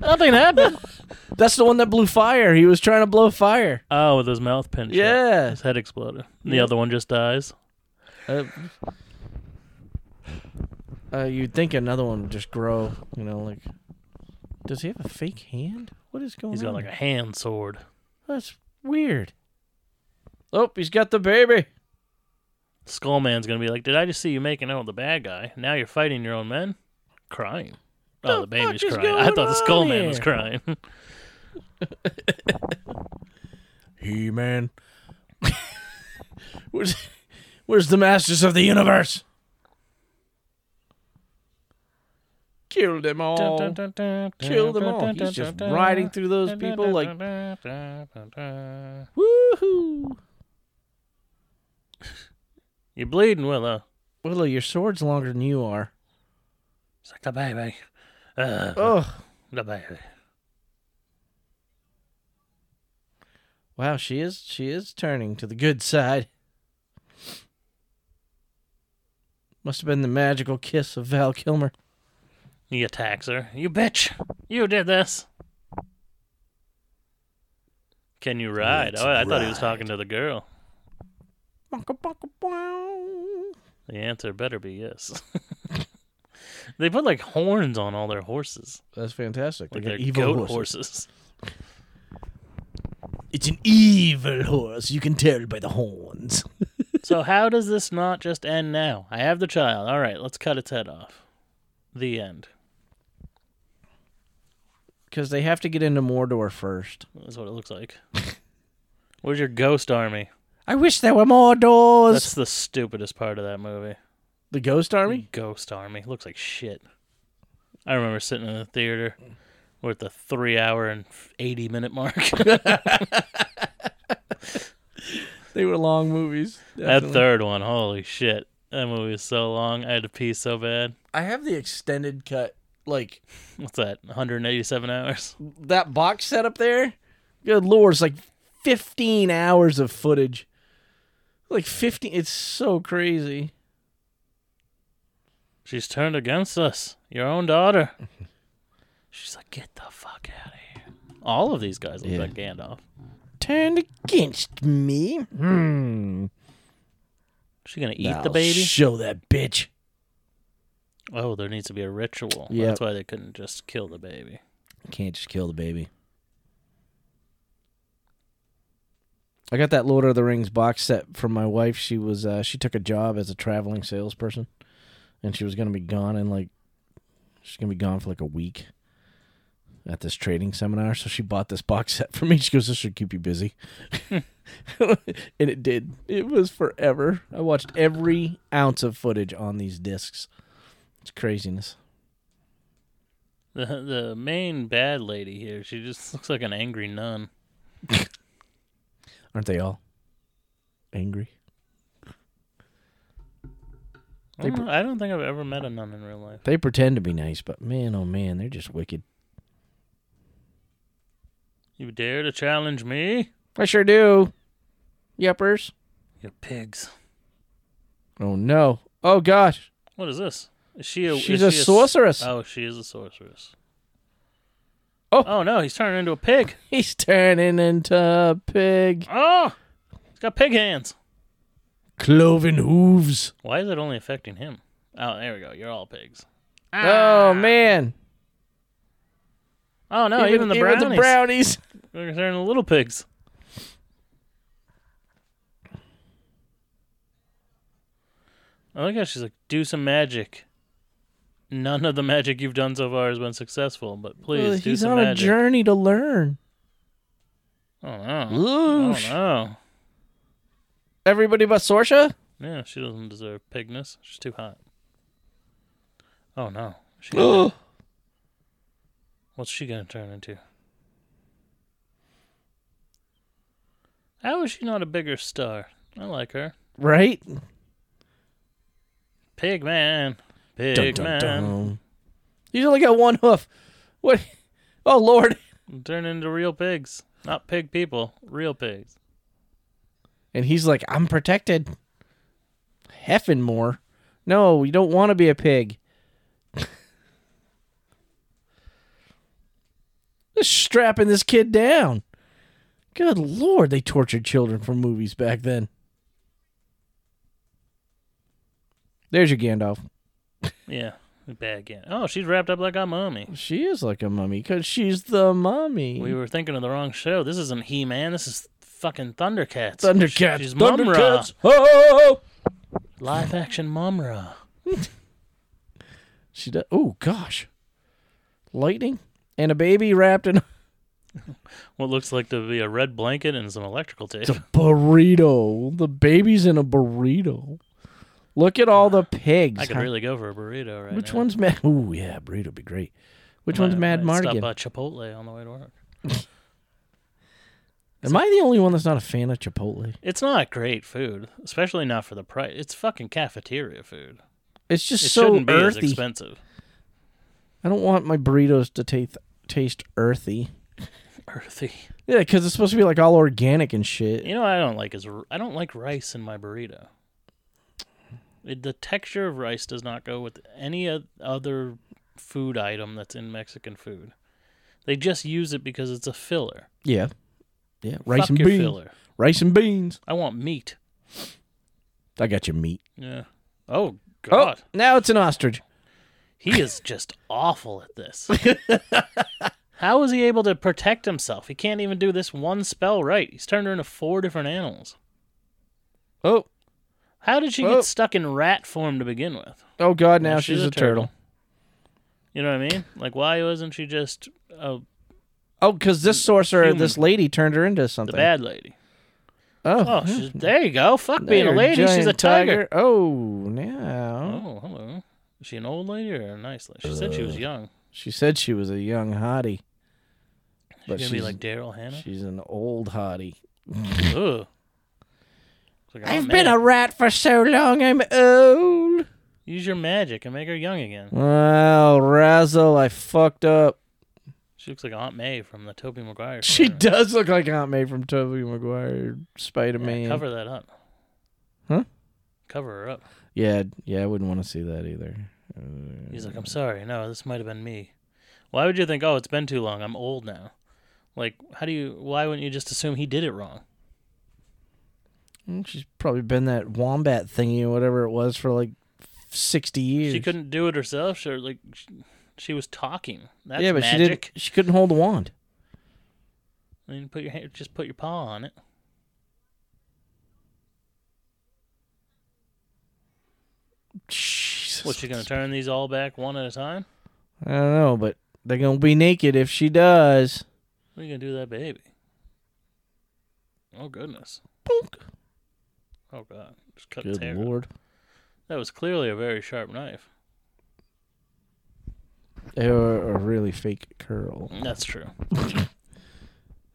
[SPEAKER 2] Nothing happened.
[SPEAKER 3] That's the one that blew fire. He was trying to blow fire.
[SPEAKER 2] Oh, with his mouth pinched. shut.
[SPEAKER 3] Yeah.
[SPEAKER 2] His head exploded. And The other one just dies.
[SPEAKER 3] Uh, uh, you'd think another one would just grow, you know, like. Does he have a fake hand? What is going
[SPEAKER 2] He's
[SPEAKER 3] on?
[SPEAKER 2] got like a hand sword.
[SPEAKER 3] That's weird. Oh, he's got the baby.
[SPEAKER 2] Skullman's gonna be like, "Did I just see you making out with the bad guy? Now you're fighting your own men, crying." Oh,
[SPEAKER 3] The
[SPEAKER 2] the, baby's
[SPEAKER 3] fuck is
[SPEAKER 2] crying. I
[SPEAKER 3] going
[SPEAKER 2] thought the
[SPEAKER 3] on
[SPEAKER 2] Skullman was
[SPEAKER 3] here?
[SPEAKER 2] crying.
[SPEAKER 5] He Man. where's, where's the Masters of the Universe?
[SPEAKER 3] Kill them all. Oh, Kill them all. He's just riding through those people like woohoo.
[SPEAKER 2] You're bleeding, Willow.
[SPEAKER 3] Willow, your sword's longer than you are.
[SPEAKER 2] It's like the baby. Uh,
[SPEAKER 3] Ugh.
[SPEAKER 2] The baby.
[SPEAKER 3] Wow, she is she is turning to the good side. Must have been the magical kiss of Val Kilmer.
[SPEAKER 2] He attacks her. You bitch! You did this. Can you ride?
[SPEAKER 5] Let's
[SPEAKER 2] Oh, I thought he was
[SPEAKER 5] ride.
[SPEAKER 2] talking to the girl.
[SPEAKER 3] Bonka, bonka, bow.
[SPEAKER 2] The answer better be yes. they put like horns on all their horses,
[SPEAKER 3] That's fantastic.
[SPEAKER 2] like
[SPEAKER 3] Like an
[SPEAKER 2] they're
[SPEAKER 3] evil
[SPEAKER 2] goat
[SPEAKER 3] horse.
[SPEAKER 2] horses.
[SPEAKER 5] It's an evil horse. You can tell by the horns.
[SPEAKER 2] so how does this not just end now? I have the child. All right, let's cut its head off. The end.
[SPEAKER 3] Because they have to get into Mordor first.
[SPEAKER 2] That's what it looks like. Where's your ghost army?
[SPEAKER 3] I wish there were more doors.
[SPEAKER 2] That's the stupidest part of that movie.
[SPEAKER 3] the ghost army?
[SPEAKER 2] Ghost army looks like shit. I remember sitting in the theater. We're at the three hour and eighty minute mark.
[SPEAKER 3] They were long movies.
[SPEAKER 2] that third one, holy shit! That movie is so long. I had to pee so bad.
[SPEAKER 3] I have the extended cut, like
[SPEAKER 2] what's that 187 hours
[SPEAKER 3] that box set up there. Good lord, it's like fifteen hours of footage. Like fifteen, it's so crazy.
[SPEAKER 2] she's turned against us your own daughter she's like get the fuck out of here all of these guys look
[SPEAKER 3] Yeah.
[SPEAKER 2] like gandalf
[SPEAKER 3] Turned against me. Hmm.
[SPEAKER 2] Is she gonna eat
[SPEAKER 3] I'll
[SPEAKER 2] the baby
[SPEAKER 5] Show that bitch.
[SPEAKER 2] oh there needs to be a ritual
[SPEAKER 3] Yep.
[SPEAKER 2] that's why they couldn't just kill the baby
[SPEAKER 5] Can't just kill the baby.
[SPEAKER 3] I got that Lord of the Rings box set from my wife. She was uh, she took a job as a traveling salesperson, and she was gonna be gone in like she's gonna be gone for like a week at this trading seminar. So she bought this box set for me. She goes, "This should keep you busy," and it did. It was forever. I watched every ounce of footage on these discs. It's craziness.
[SPEAKER 2] the, the main bad lady here she just looks like an angry nun
[SPEAKER 3] Aren't they all angry?
[SPEAKER 2] I don't, know- Mm, I don't think i've ever met a nun in real life
[SPEAKER 3] They pretend to be nice, but man, oh man, they're just wicked.
[SPEAKER 2] you dare to challenge me
[SPEAKER 3] I sure do. Yuppers.
[SPEAKER 2] you pigs
[SPEAKER 3] Oh no. Oh gosh.
[SPEAKER 2] what is this is she a, is
[SPEAKER 3] She's a
[SPEAKER 2] she s-
[SPEAKER 3] sorceress.
[SPEAKER 2] oh she is a sorceress
[SPEAKER 3] Oh.
[SPEAKER 2] oh no he's turning into a pig
[SPEAKER 3] He's turning into a pig.
[SPEAKER 2] Oh, he's got pig hands.
[SPEAKER 5] Cloven hooves.
[SPEAKER 2] Why is it only affecting him? Oh, there we go. You're all pigs.
[SPEAKER 3] Oh man.
[SPEAKER 2] Oh no, even, the brownies.
[SPEAKER 3] the brownies.
[SPEAKER 2] They're turning little pigs. I like how she's like, do some magic. None of the magic you've done so far has been successful, but please
[SPEAKER 3] Well,
[SPEAKER 2] do
[SPEAKER 3] Oh, he's
[SPEAKER 2] some
[SPEAKER 3] on
[SPEAKER 2] magic.
[SPEAKER 3] a journey to learn.
[SPEAKER 2] Oh no. Oh
[SPEAKER 3] Ooh.
[SPEAKER 2] no.
[SPEAKER 3] Everybody but Sorsha?
[SPEAKER 2] Yeah, she doesn't deserve pigness. She's too hot. Oh no. She
[SPEAKER 3] What's
[SPEAKER 2] What's she gonna turn into? How is she not a bigger star? I like her.
[SPEAKER 3] right?
[SPEAKER 2] Pigman. Pigman.
[SPEAKER 3] He's only got one hoof. What Oh Lord.
[SPEAKER 2] Turn into real pigs. Not pig people. Real pigs.
[SPEAKER 3] And he's like, I'm protected. Heffin more. No, you don't want to be a pig. They're strapping this kid down. Good lord, they tortured children for movies back then. There's your Gandalf.
[SPEAKER 2] Yeah. Bad again. Oh, she's wrapped up like a mummy.
[SPEAKER 3] She is like a mummy because she's the mummy.
[SPEAKER 2] We were thinking of the wrong show. This isn't He Man. This is fucking Thundercats.
[SPEAKER 3] Thundercats.
[SPEAKER 2] She's Mumra.
[SPEAKER 3] Thundercats. Oh!
[SPEAKER 2] Live action Mumra.
[SPEAKER 3] She does. Oh gosh, lightning and a baby wrapped in
[SPEAKER 2] What looks like to be a red blanket and some electrical tape.
[SPEAKER 3] It's a burrito. The baby's in a burrito. Look at all the pigs.
[SPEAKER 2] I could
[SPEAKER 3] huh?
[SPEAKER 2] really go for a burrito right
[SPEAKER 3] Which
[SPEAKER 2] now.
[SPEAKER 3] one's Mad? Oh yeah, burrito would be great. Which one's
[SPEAKER 2] Might-
[SPEAKER 3] Mad
[SPEAKER 2] might
[SPEAKER 3] Mardigan?
[SPEAKER 2] Stop by Chipotle on the way to work.
[SPEAKER 3] Am I the only one that's not a fan of Chipotle?
[SPEAKER 2] It's not great food, especially not for the price. It's fucking cafeteria food.
[SPEAKER 3] It's just
[SPEAKER 2] It
[SPEAKER 3] so
[SPEAKER 2] shouldn't be as
[SPEAKER 3] earthy.
[SPEAKER 2] expensive.
[SPEAKER 3] I don't want my burritos to taste taste earthy.
[SPEAKER 2] Earthy.
[SPEAKER 3] Yeah, because it's supposed to be like all organic and shit.
[SPEAKER 2] You know what I don't like is r- I don't like rice in my burrito. It, the texture of rice does not go with any o- other food item that's in Mexican food. They just use it because it's a filler.
[SPEAKER 3] Yeah, yeah. Rice
[SPEAKER 2] Fuck
[SPEAKER 3] and
[SPEAKER 2] your
[SPEAKER 3] beans.
[SPEAKER 2] filler.
[SPEAKER 3] Rice and beans.
[SPEAKER 2] I want meat.
[SPEAKER 3] I got your meat.
[SPEAKER 2] Yeah. Oh God,
[SPEAKER 3] Oh, now it's an ostrich.
[SPEAKER 2] he is just awful at this. How is he able to protect himself? He can't even do this one spell right. He's turned her into four different animals.
[SPEAKER 3] Oh,
[SPEAKER 2] How did she
[SPEAKER 3] Oh.
[SPEAKER 2] get stuck in rat form to begin with?
[SPEAKER 3] oh God! Now
[SPEAKER 2] Yeah,
[SPEAKER 3] she's, a, turtle.
[SPEAKER 2] You know what I mean? Like, why wasn't she just uh,
[SPEAKER 3] Oh, because this sorcerer,
[SPEAKER 2] human.
[SPEAKER 3] this lady, turned her into
[SPEAKER 2] the
[SPEAKER 3] something.
[SPEAKER 2] bad lady?
[SPEAKER 3] Oh, hmm.
[SPEAKER 2] Oh, she's, there you go. Fuck being a
[SPEAKER 3] There,
[SPEAKER 2] lady. She's a
[SPEAKER 3] giant
[SPEAKER 2] tiger.
[SPEAKER 3] Oh, now
[SPEAKER 2] Oh, hello. Is she an old lady or a nice lady? She said she
[SPEAKER 3] Uh,
[SPEAKER 2] was young.
[SPEAKER 3] she said she was a young hottie,
[SPEAKER 2] She's gonna
[SPEAKER 3] but she's
[SPEAKER 2] be like Daryl Hannah.
[SPEAKER 3] she's an old hottie.
[SPEAKER 2] Ugh. It's Like, oh,
[SPEAKER 3] I've
[SPEAKER 2] man,
[SPEAKER 3] been a rat for so long, I'm old.
[SPEAKER 2] Use your magic and make her young again.
[SPEAKER 3] Well, Razzle, I fucked up.
[SPEAKER 2] She looks like Aunt May from the Tobey Maguire.
[SPEAKER 3] She
[SPEAKER 2] does.
[SPEAKER 3] does look like Aunt May from Tobey Maguire, Spider Man.
[SPEAKER 2] cover that up.
[SPEAKER 3] Huh?
[SPEAKER 2] Cover her up.
[SPEAKER 3] yeah, yeah, I wouldn't want to see that either. Uh,
[SPEAKER 2] He's like, I'm sorry. No, this might have been me. Why would you think, oh, it's been too long. I'm old now. Like, how do you, why wouldn't you just assume he did it wrong?
[SPEAKER 3] mm, She's probably been that wombat thingy or whatever it was for like sixty years.
[SPEAKER 2] She couldn't do it herself. She like sh- she was talking. That's
[SPEAKER 3] yeah, but she didn't.
[SPEAKER 2] magic.
[SPEAKER 3] She couldn't hold a wand.
[SPEAKER 2] I mean, put your hand, just put your paw on it.
[SPEAKER 3] Jesus.
[SPEAKER 2] What's she gonna turn these all back one at a time?
[SPEAKER 3] I don't know, but they're gonna be naked if she does.
[SPEAKER 2] What are you gonna do to that baby? Oh goodness.
[SPEAKER 3] Bonk.
[SPEAKER 2] Oh god. Just cut its
[SPEAKER 3] Good
[SPEAKER 2] hair.
[SPEAKER 3] lord.
[SPEAKER 2] That was clearly a very sharp knife.
[SPEAKER 3] They were a really fake curl.
[SPEAKER 2] That's true.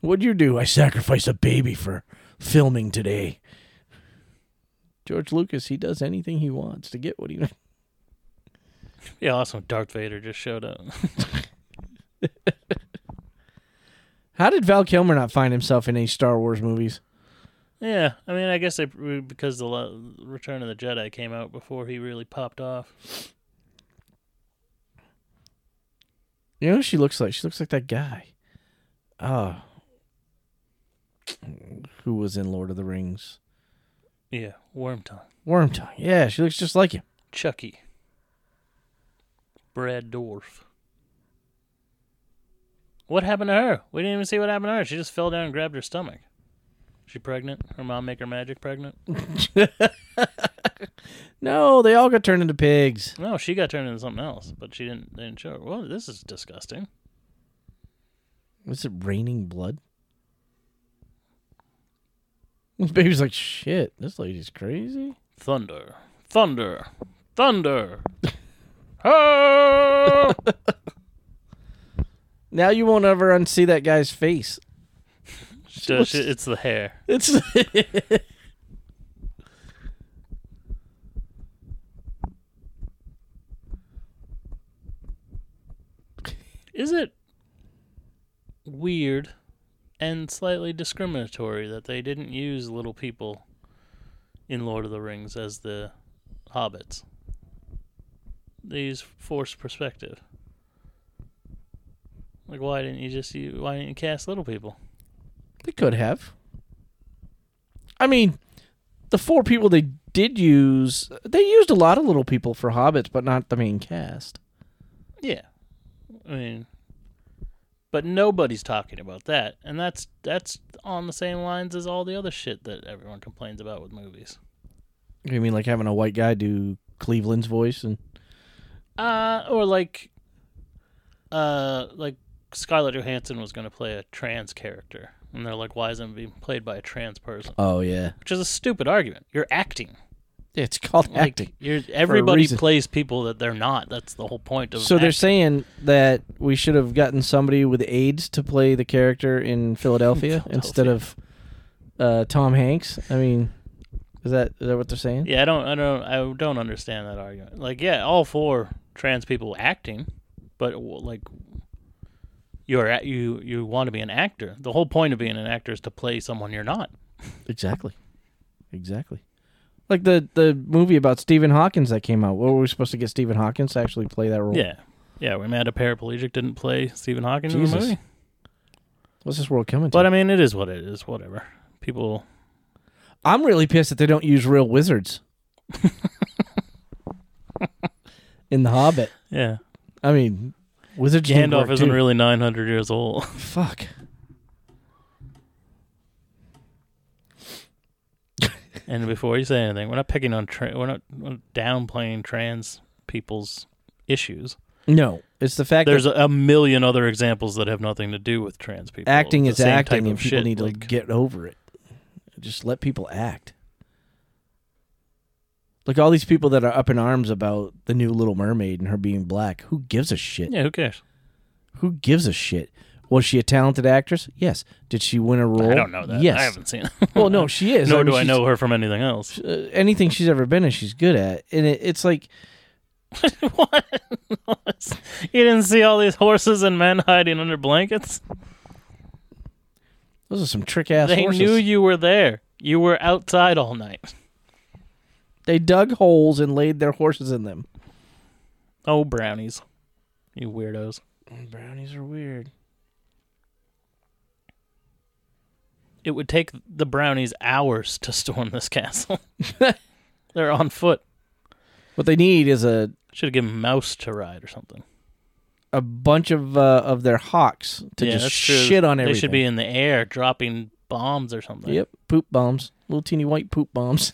[SPEAKER 3] What'd you do? I sacrificed a baby for filming today. George Lucas, he does anything he wants to get what he wants.
[SPEAKER 2] Yeah, awesome. Darth Vader just showed up.
[SPEAKER 3] How did Val Kilmer not find himself in any Star Wars movies?
[SPEAKER 2] yeah, I mean, I guess they because the lo- Return of the Jedi came out before he really popped off.
[SPEAKER 3] You know who she looks like? She looks like that guy. Oh. Who was in Lord of the Rings?
[SPEAKER 2] Yeah, Worm Tongue,
[SPEAKER 3] Wormtongue. Yeah, she looks just like him.
[SPEAKER 2] Chucky, Brad Dwarf. What happened to her? We didn't even see what happened to her. She just fell down and grabbed her stomach. She pregnant? Her mom make her magic pregnant?
[SPEAKER 3] No, they all got turned into pigs.
[SPEAKER 2] No, she got turned into something else, but she didn't. They didn't show her. Well, this is disgusting.
[SPEAKER 3] Is it raining blood? The baby's like, shit, this lady's crazy.
[SPEAKER 2] Thunder, thunder, thunder. Oh!
[SPEAKER 3] Now you won't ever unsee that guy's face.
[SPEAKER 2] So she- it's the hair.
[SPEAKER 3] It's
[SPEAKER 2] Is it weird and slightly discriminatory that they didn't use little people in Lord of the Rings as the hobbits? They use forced perspective. Like, why didn't you just you, why didn't you cast Little People?
[SPEAKER 3] They could have. I mean, the four people they did use, they used a lot of little people for hobbits, but not the main cast.
[SPEAKER 2] Yeah, I mean, but nobody's talking about that, and that's that's on the same lines as all the other shit that everyone complains about with movies.
[SPEAKER 3] You mean like having a white guy do Cleveland's voice and
[SPEAKER 2] Uh, or like, uh, like Scarlett Johansson was going to play a trans character, and they're like, why isn't it being played by a trans person?
[SPEAKER 3] Oh yeah.
[SPEAKER 2] Which is a stupid argument. You're acting.
[SPEAKER 3] It's called
[SPEAKER 2] Like,
[SPEAKER 3] acting.
[SPEAKER 2] You're everybody
[SPEAKER 3] reason.
[SPEAKER 2] plays people that they're not. That's the whole point of.
[SPEAKER 3] So they're
[SPEAKER 2] acting.
[SPEAKER 3] saying that we should have gotten somebody with AIDS to play the character in Philadelphia, instead of uh, Tom Hanks. I mean, is that is that what they're saying?
[SPEAKER 2] Yeah, I don't, I don't, I don't understand that argument. Like, yeah, all four trans people acting, but w- like, you're at, you you want to be an actor. The whole point of being an actor is to play someone you're not.
[SPEAKER 3] Exactly. Exactly. Like the the movie about Stephen Hawkins that came out. What were we supposed to get Stephen Hawkins to actually play that role?
[SPEAKER 2] Yeah, yeah. We mad a paraplegic didn't play Stephen Hawking in
[SPEAKER 3] Jesus. uh,
[SPEAKER 2] the movie,
[SPEAKER 3] What's this world coming to?
[SPEAKER 2] but I mean, it is what it is. Whatever. People,
[SPEAKER 3] I'm really pissed that they don't use real wizards in The Hobbit.
[SPEAKER 2] yeah.
[SPEAKER 3] I mean, wizards. didn't
[SPEAKER 2] Gandalf
[SPEAKER 3] work,
[SPEAKER 2] isn't
[SPEAKER 3] too.
[SPEAKER 2] really 900 years old.
[SPEAKER 3] Fuck.
[SPEAKER 2] and before you say anything, we're not picking on tra- we're not we're not downplaying trans people's issues.
[SPEAKER 3] No, it's the fact
[SPEAKER 2] There's
[SPEAKER 3] that
[SPEAKER 2] a, a million other examples that have nothing to do with trans people.
[SPEAKER 3] acting
[SPEAKER 2] The
[SPEAKER 3] is
[SPEAKER 2] same type
[SPEAKER 3] acting, and
[SPEAKER 2] of
[SPEAKER 3] people
[SPEAKER 2] shit,
[SPEAKER 3] need
[SPEAKER 2] like-
[SPEAKER 3] to get over it. Just let people act. Like all these people that are up in arms about the new Little Mermaid and her being black. Who gives a shit?
[SPEAKER 2] Yeah, who cares?
[SPEAKER 3] Who gives a shit? Was she a talented actress? Yes. Did she win a role?
[SPEAKER 2] I don't know that.
[SPEAKER 3] Yes.
[SPEAKER 2] I haven't seen.
[SPEAKER 3] Well, no, she is.
[SPEAKER 2] Nor
[SPEAKER 3] mean,
[SPEAKER 2] do I
[SPEAKER 3] she's-
[SPEAKER 2] know her from anything else.
[SPEAKER 3] uh, anything she's ever been in, she's good at. And it, it's like,
[SPEAKER 2] what? you didn't see all these horses and men hiding under blankets?
[SPEAKER 3] those are some trick ass
[SPEAKER 2] they
[SPEAKER 3] horses.
[SPEAKER 2] knew you were there. You were outside all night.
[SPEAKER 3] They dug holes and laid their horses in them.
[SPEAKER 2] Oh, brownies. You weirdos.
[SPEAKER 3] Brownies are weird.
[SPEAKER 2] It would take the brownies hours to storm this castle. They're on foot.
[SPEAKER 3] What they need is a,
[SPEAKER 2] Should have given Mouse to ride or something.
[SPEAKER 3] a bunch of uh, of their hawks to
[SPEAKER 2] yeah,
[SPEAKER 3] just
[SPEAKER 2] that's true.
[SPEAKER 3] shit on everything.
[SPEAKER 2] They should be in the air dropping bombs or something.
[SPEAKER 3] Yep, poop bombs. Little teeny white poop bombs.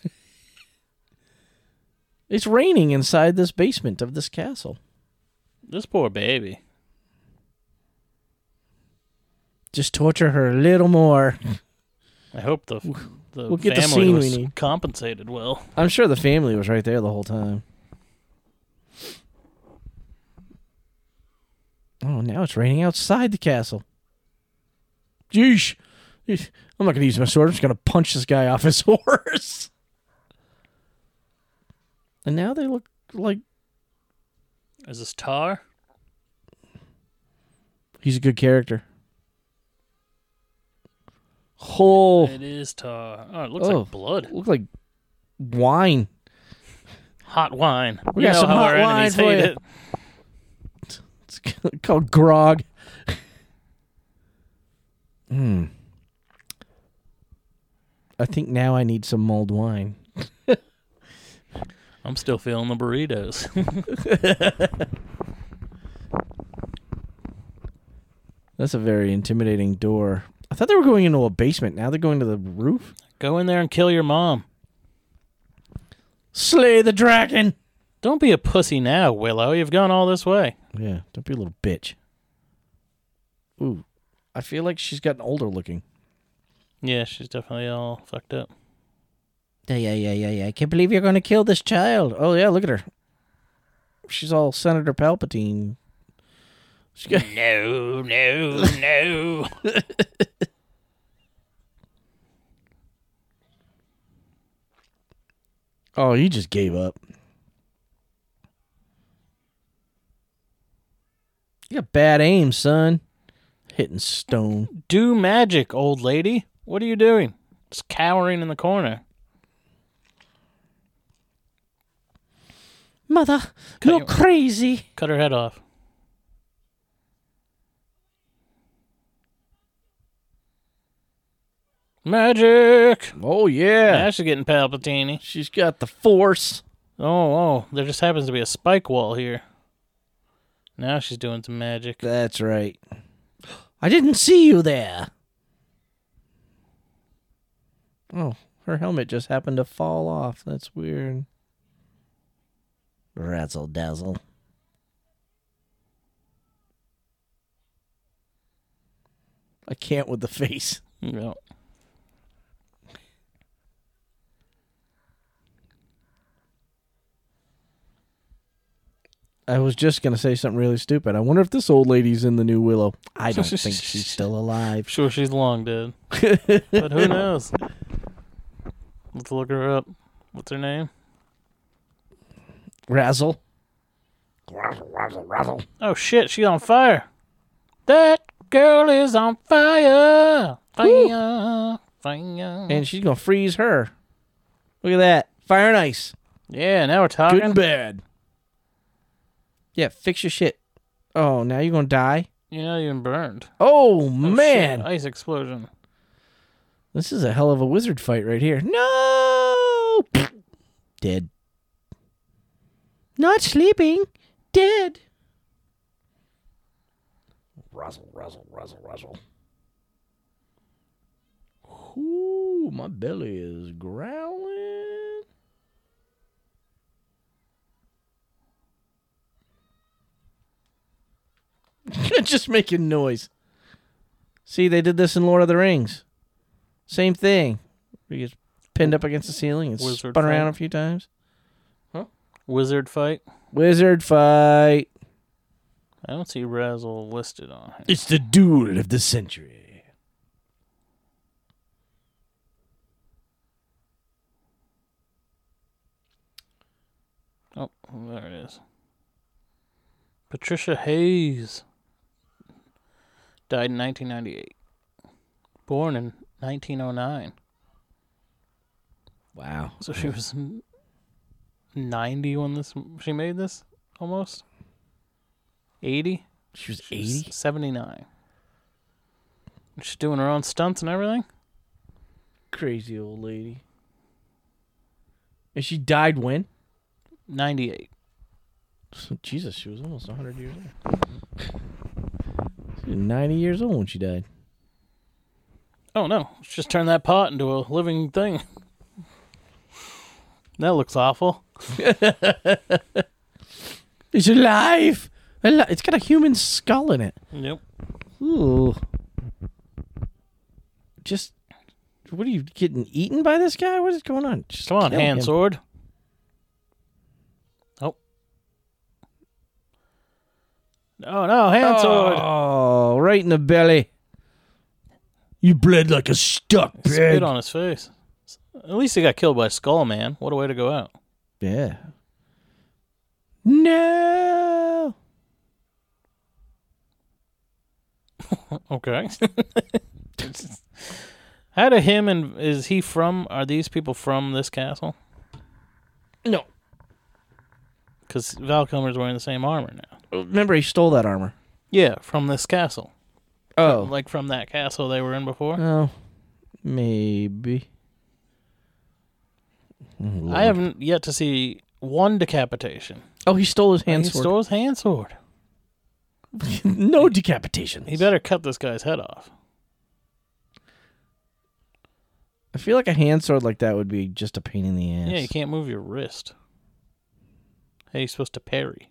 [SPEAKER 3] it's raining inside this basement of this castle.
[SPEAKER 2] This poor baby.
[SPEAKER 3] Just torture her a little more.
[SPEAKER 2] I hope the the
[SPEAKER 3] we'll get the
[SPEAKER 2] family
[SPEAKER 3] scene we
[SPEAKER 2] was
[SPEAKER 3] need.
[SPEAKER 2] compensated well.
[SPEAKER 3] I'm sure the family was right there the whole time. Oh, now it's raining outside the castle. Jeesh. Jeesh. I'm not going to use my sword. I'm just going to punch this guy off his horse. And now they look like
[SPEAKER 2] Is this Tar?
[SPEAKER 3] he's a good character. Oh,
[SPEAKER 2] It is Tar. Oh, it looks
[SPEAKER 3] Oh.
[SPEAKER 2] like blood.
[SPEAKER 3] look like wine.
[SPEAKER 2] Hot wine.
[SPEAKER 3] We
[SPEAKER 2] you
[SPEAKER 3] got
[SPEAKER 2] know
[SPEAKER 3] some
[SPEAKER 2] how our
[SPEAKER 3] hot
[SPEAKER 2] enemies
[SPEAKER 3] wine for
[SPEAKER 2] hate
[SPEAKER 3] you.
[SPEAKER 2] it.
[SPEAKER 3] It's called grog. Hmm. I think now I need some mulled wine.
[SPEAKER 2] I'm still feeling the burritos.
[SPEAKER 3] That's a very intimidating door. I thought they were going into a basement. Now they're going to the roof.
[SPEAKER 2] Go in there and kill your mom.
[SPEAKER 3] Slay the dragon.
[SPEAKER 2] Don't be a pussy now, Willow. You've gone all this way.
[SPEAKER 3] Yeah, don't be a little bitch. Ooh, I feel like she's gotten older looking.
[SPEAKER 2] Yeah, she's definitely all fucked up.
[SPEAKER 3] Yeah, yeah, yeah, yeah, yeah. I can't believe you're going to kill this child. Oh yeah, look at her. She's all Senator Palpatine. She got
[SPEAKER 6] No, no, no.
[SPEAKER 3] Oh, he just gave up. You got bad aim, son. Hitting stone.
[SPEAKER 2] Do magic, old lady. What are you doing? Just cowering in the corner.
[SPEAKER 3] Mother,
[SPEAKER 2] you're
[SPEAKER 3] crazy.
[SPEAKER 2] Cut her head off. Magic.
[SPEAKER 7] Oh yeah,
[SPEAKER 2] Ash is getting Palpatine.
[SPEAKER 7] she's got the force.
[SPEAKER 2] Oh, oh, there just happens to be a spike wall here. Now she's doing some magic.
[SPEAKER 3] That's right. I didn't see you there.
[SPEAKER 7] Oh,
[SPEAKER 3] Her helmet just happened to fall off. That's weird. Razzle dazzle. I can't with the face.
[SPEAKER 2] Yeah.
[SPEAKER 3] I was just gonna say something really stupid. I wonder if this old lady's in the new Willow. I don't think she's still alive.
[SPEAKER 2] Sure, she's long dead. but who knows? Let's look her up. What's her name?
[SPEAKER 3] Razzle.
[SPEAKER 2] Oh shit, she's on fire. That girl is on fire. Fire. Fire.
[SPEAKER 3] And she's gonna freeze her. Look at that. Fire and ice.
[SPEAKER 2] yeah, now we're
[SPEAKER 3] Good
[SPEAKER 2] talking.
[SPEAKER 3] and bad. Yeah, fix your shit. Oh, now you're gonna die?
[SPEAKER 2] You're not even burned.
[SPEAKER 3] Oh,
[SPEAKER 2] Oh, shit,
[SPEAKER 3] man.
[SPEAKER 2] ice explosion.
[SPEAKER 3] This is a hell of a wizard fight right here. No! Dead. Not sleeping. Dead.
[SPEAKER 7] Ooh, my belly is growling.
[SPEAKER 3] Just making noise. See, they did this in Lord of the Rings. Same thing. He gets pinned up against the ceiling and
[SPEAKER 2] Wizard
[SPEAKER 3] spun around
[SPEAKER 2] fight.
[SPEAKER 3] a few times.
[SPEAKER 2] Wizard fight.
[SPEAKER 3] Wizard fight.
[SPEAKER 2] I don't see Razzle listed on here.
[SPEAKER 7] It's the duel of the century.
[SPEAKER 2] Oh, there it is. Patricia Hayes died in 1998. Born in 1909.
[SPEAKER 7] Wow.
[SPEAKER 2] So she was n- 90 when this she made this almost. 80?
[SPEAKER 7] She was
[SPEAKER 2] She was
[SPEAKER 7] eighty.
[SPEAKER 2] 79. And She's doing her own stunts and everything.
[SPEAKER 3] Crazy old lady. And she died when?
[SPEAKER 2] 98.
[SPEAKER 3] Jesus, she was almost 100 years old. She was 90 years old when she died.
[SPEAKER 2] Oh no, Let's just turn that pot into a living thing. That looks awful.
[SPEAKER 3] It's alive! Al- It's got a human skull in it.
[SPEAKER 2] Yep.
[SPEAKER 3] Ooh. Just, what are you getting eaten by this guy? What is going on? Just
[SPEAKER 2] Come on,
[SPEAKER 3] kill
[SPEAKER 2] hand
[SPEAKER 3] him.
[SPEAKER 2] sword. Oh. No, no, hand sword.
[SPEAKER 3] Oh, right in the belly.
[SPEAKER 7] You bled like a stuck
[SPEAKER 2] Spit on his face. At least he got killed by Skull Man. What a way to go out.
[SPEAKER 3] Yeah. No.
[SPEAKER 2] Okay. How do him and is he from? Are these people from this castle?
[SPEAKER 3] No.
[SPEAKER 2] Because Val Kilmer's wearing the same armor now.
[SPEAKER 3] Remember, he stole that armor.
[SPEAKER 2] Yeah, from this castle.
[SPEAKER 3] Oh.
[SPEAKER 2] Like from that castle they were in before.
[SPEAKER 3] Oh, maybe.
[SPEAKER 7] Mm-hmm.
[SPEAKER 2] I haven't yet to see one decapitation.
[SPEAKER 3] Oh, he stole his hand
[SPEAKER 2] he
[SPEAKER 3] sword.
[SPEAKER 2] stole his hand sword.
[SPEAKER 3] no decapitation.
[SPEAKER 2] He better cut this guy's head off.
[SPEAKER 3] I feel like a hand sword like that would be just a pain in the ass.
[SPEAKER 2] Yeah, you can't move your wrist. Hey, you're supposed to parry.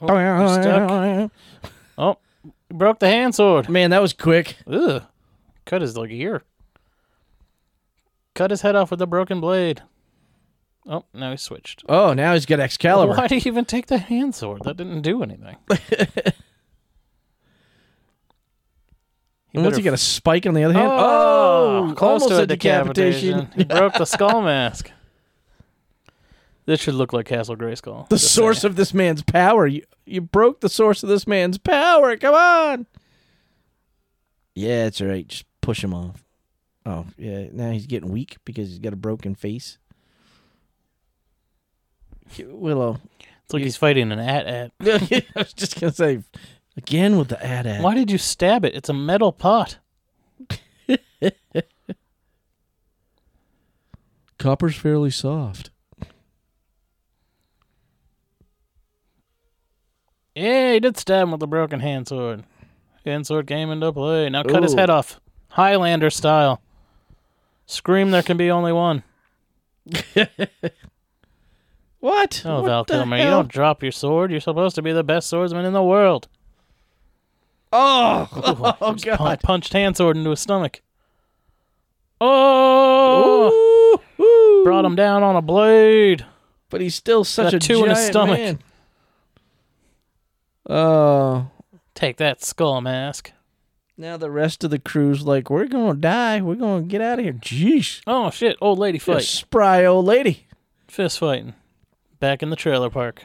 [SPEAKER 2] Oh, you're stuck. Oh, you broke the hand sword.
[SPEAKER 3] Man, that was quick.
[SPEAKER 2] Ugh. Cut his like ear. Cut his head off with a broken blade. Oh, now he switched.
[SPEAKER 3] Oh, now he's got Excalibur.
[SPEAKER 2] Why did he even take the hand sword? That didn't do anything. He
[SPEAKER 3] And
[SPEAKER 2] better
[SPEAKER 3] what's he got a spike on the other hand?
[SPEAKER 2] Oh, close
[SPEAKER 3] almost
[SPEAKER 2] to a decapitation. he broke the skull mask. This should look like Castle Grayskull.
[SPEAKER 3] The
[SPEAKER 2] Just
[SPEAKER 3] source
[SPEAKER 2] saying.
[SPEAKER 3] of this man's power. You you broke the source of this man's power. Come on. Yeah, it's all right. Just push him off. Oh, yeah. Now he's getting weak because he's got a broken face. Willow.
[SPEAKER 2] It's like he's fighting an at at.
[SPEAKER 3] I was just gonna say again with the ad ad.
[SPEAKER 2] Why did you stab it? It's a metal pot.
[SPEAKER 3] Copper's fairly soft.
[SPEAKER 2] Yeah, he did stab him with a broken hand sword. Hand sword came into play. Now cut his
[SPEAKER 8] Ooh.
[SPEAKER 2] head off. Highlander style. Scream there can be only one.
[SPEAKER 8] What?
[SPEAKER 2] Oh,
[SPEAKER 8] What
[SPEAKER 2] Val
[SPEAKER 8] the
[SPEAKER 2] Kilmer, you
[SPEAKER 8] hell?
[SPEAKER 2] don't drop your sword. You're supposed to be the best swordsman in the world.
[SPEAKER 8] Oh, oh,
[SPEAKER 2] Just
[SPEAKER 8] God.
[SPEAKER 2] pun- punched hand sword into his stomach. Oh!
[SPEAKER 8] Woo-hoo.
[SPEAKER 2] Brought him down on a blade.
[SPEAKER 8] But he's still such
[SPEAKER 2] Got
[SPEAKER 8] a
[SPEAKER 2] two in his
[SPEAKER 8] giant
[SPEAKER 2] stomach.
[SPEAKER 8] man. Oh.
[SPEAKER 2] Take that skull mask.
[SPEAKER 3] Uh, Now the rest of the crew's like, we're gonna die. We're gonna get out of here. Jeez.
[SPEAKER 2] Oh shit! Old lady
[SPEAKER 3] You're
[SPEAKER 2] fight.
[SPEAKER 3] a spry old lady.
[SPEAKER 2] Fist fighting. Back in the trailer park.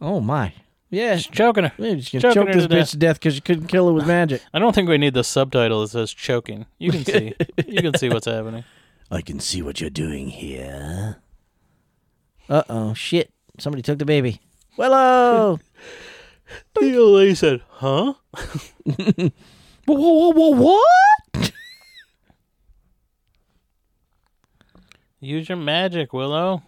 [SPEAKER 3] Oh my. Yeah.
[SPEAKER 2] She's choking her.
[SPEAKER 3] We're just gonna
[SPEAKER 2] Choking her
[SPEAKER 3] choke this
[SPEAKER 2] to death.
[SPEAKER 3] bitch to death because you couldn't kill her with magic.
[SPEAKER 2] I don't think we need the subtitle that says choking. You can see. you can see what's happening.
[SPEAKER 3] I can see what you're doing here. Uh oh, shit. Somebody took the baby. uh. Willow!
[SPEAKER 2] The old lady said, "Huh?"
[SPEAKER 3] whoa, whoa, whoa, what?
[SPEAKER 2] Use your magic, Willow.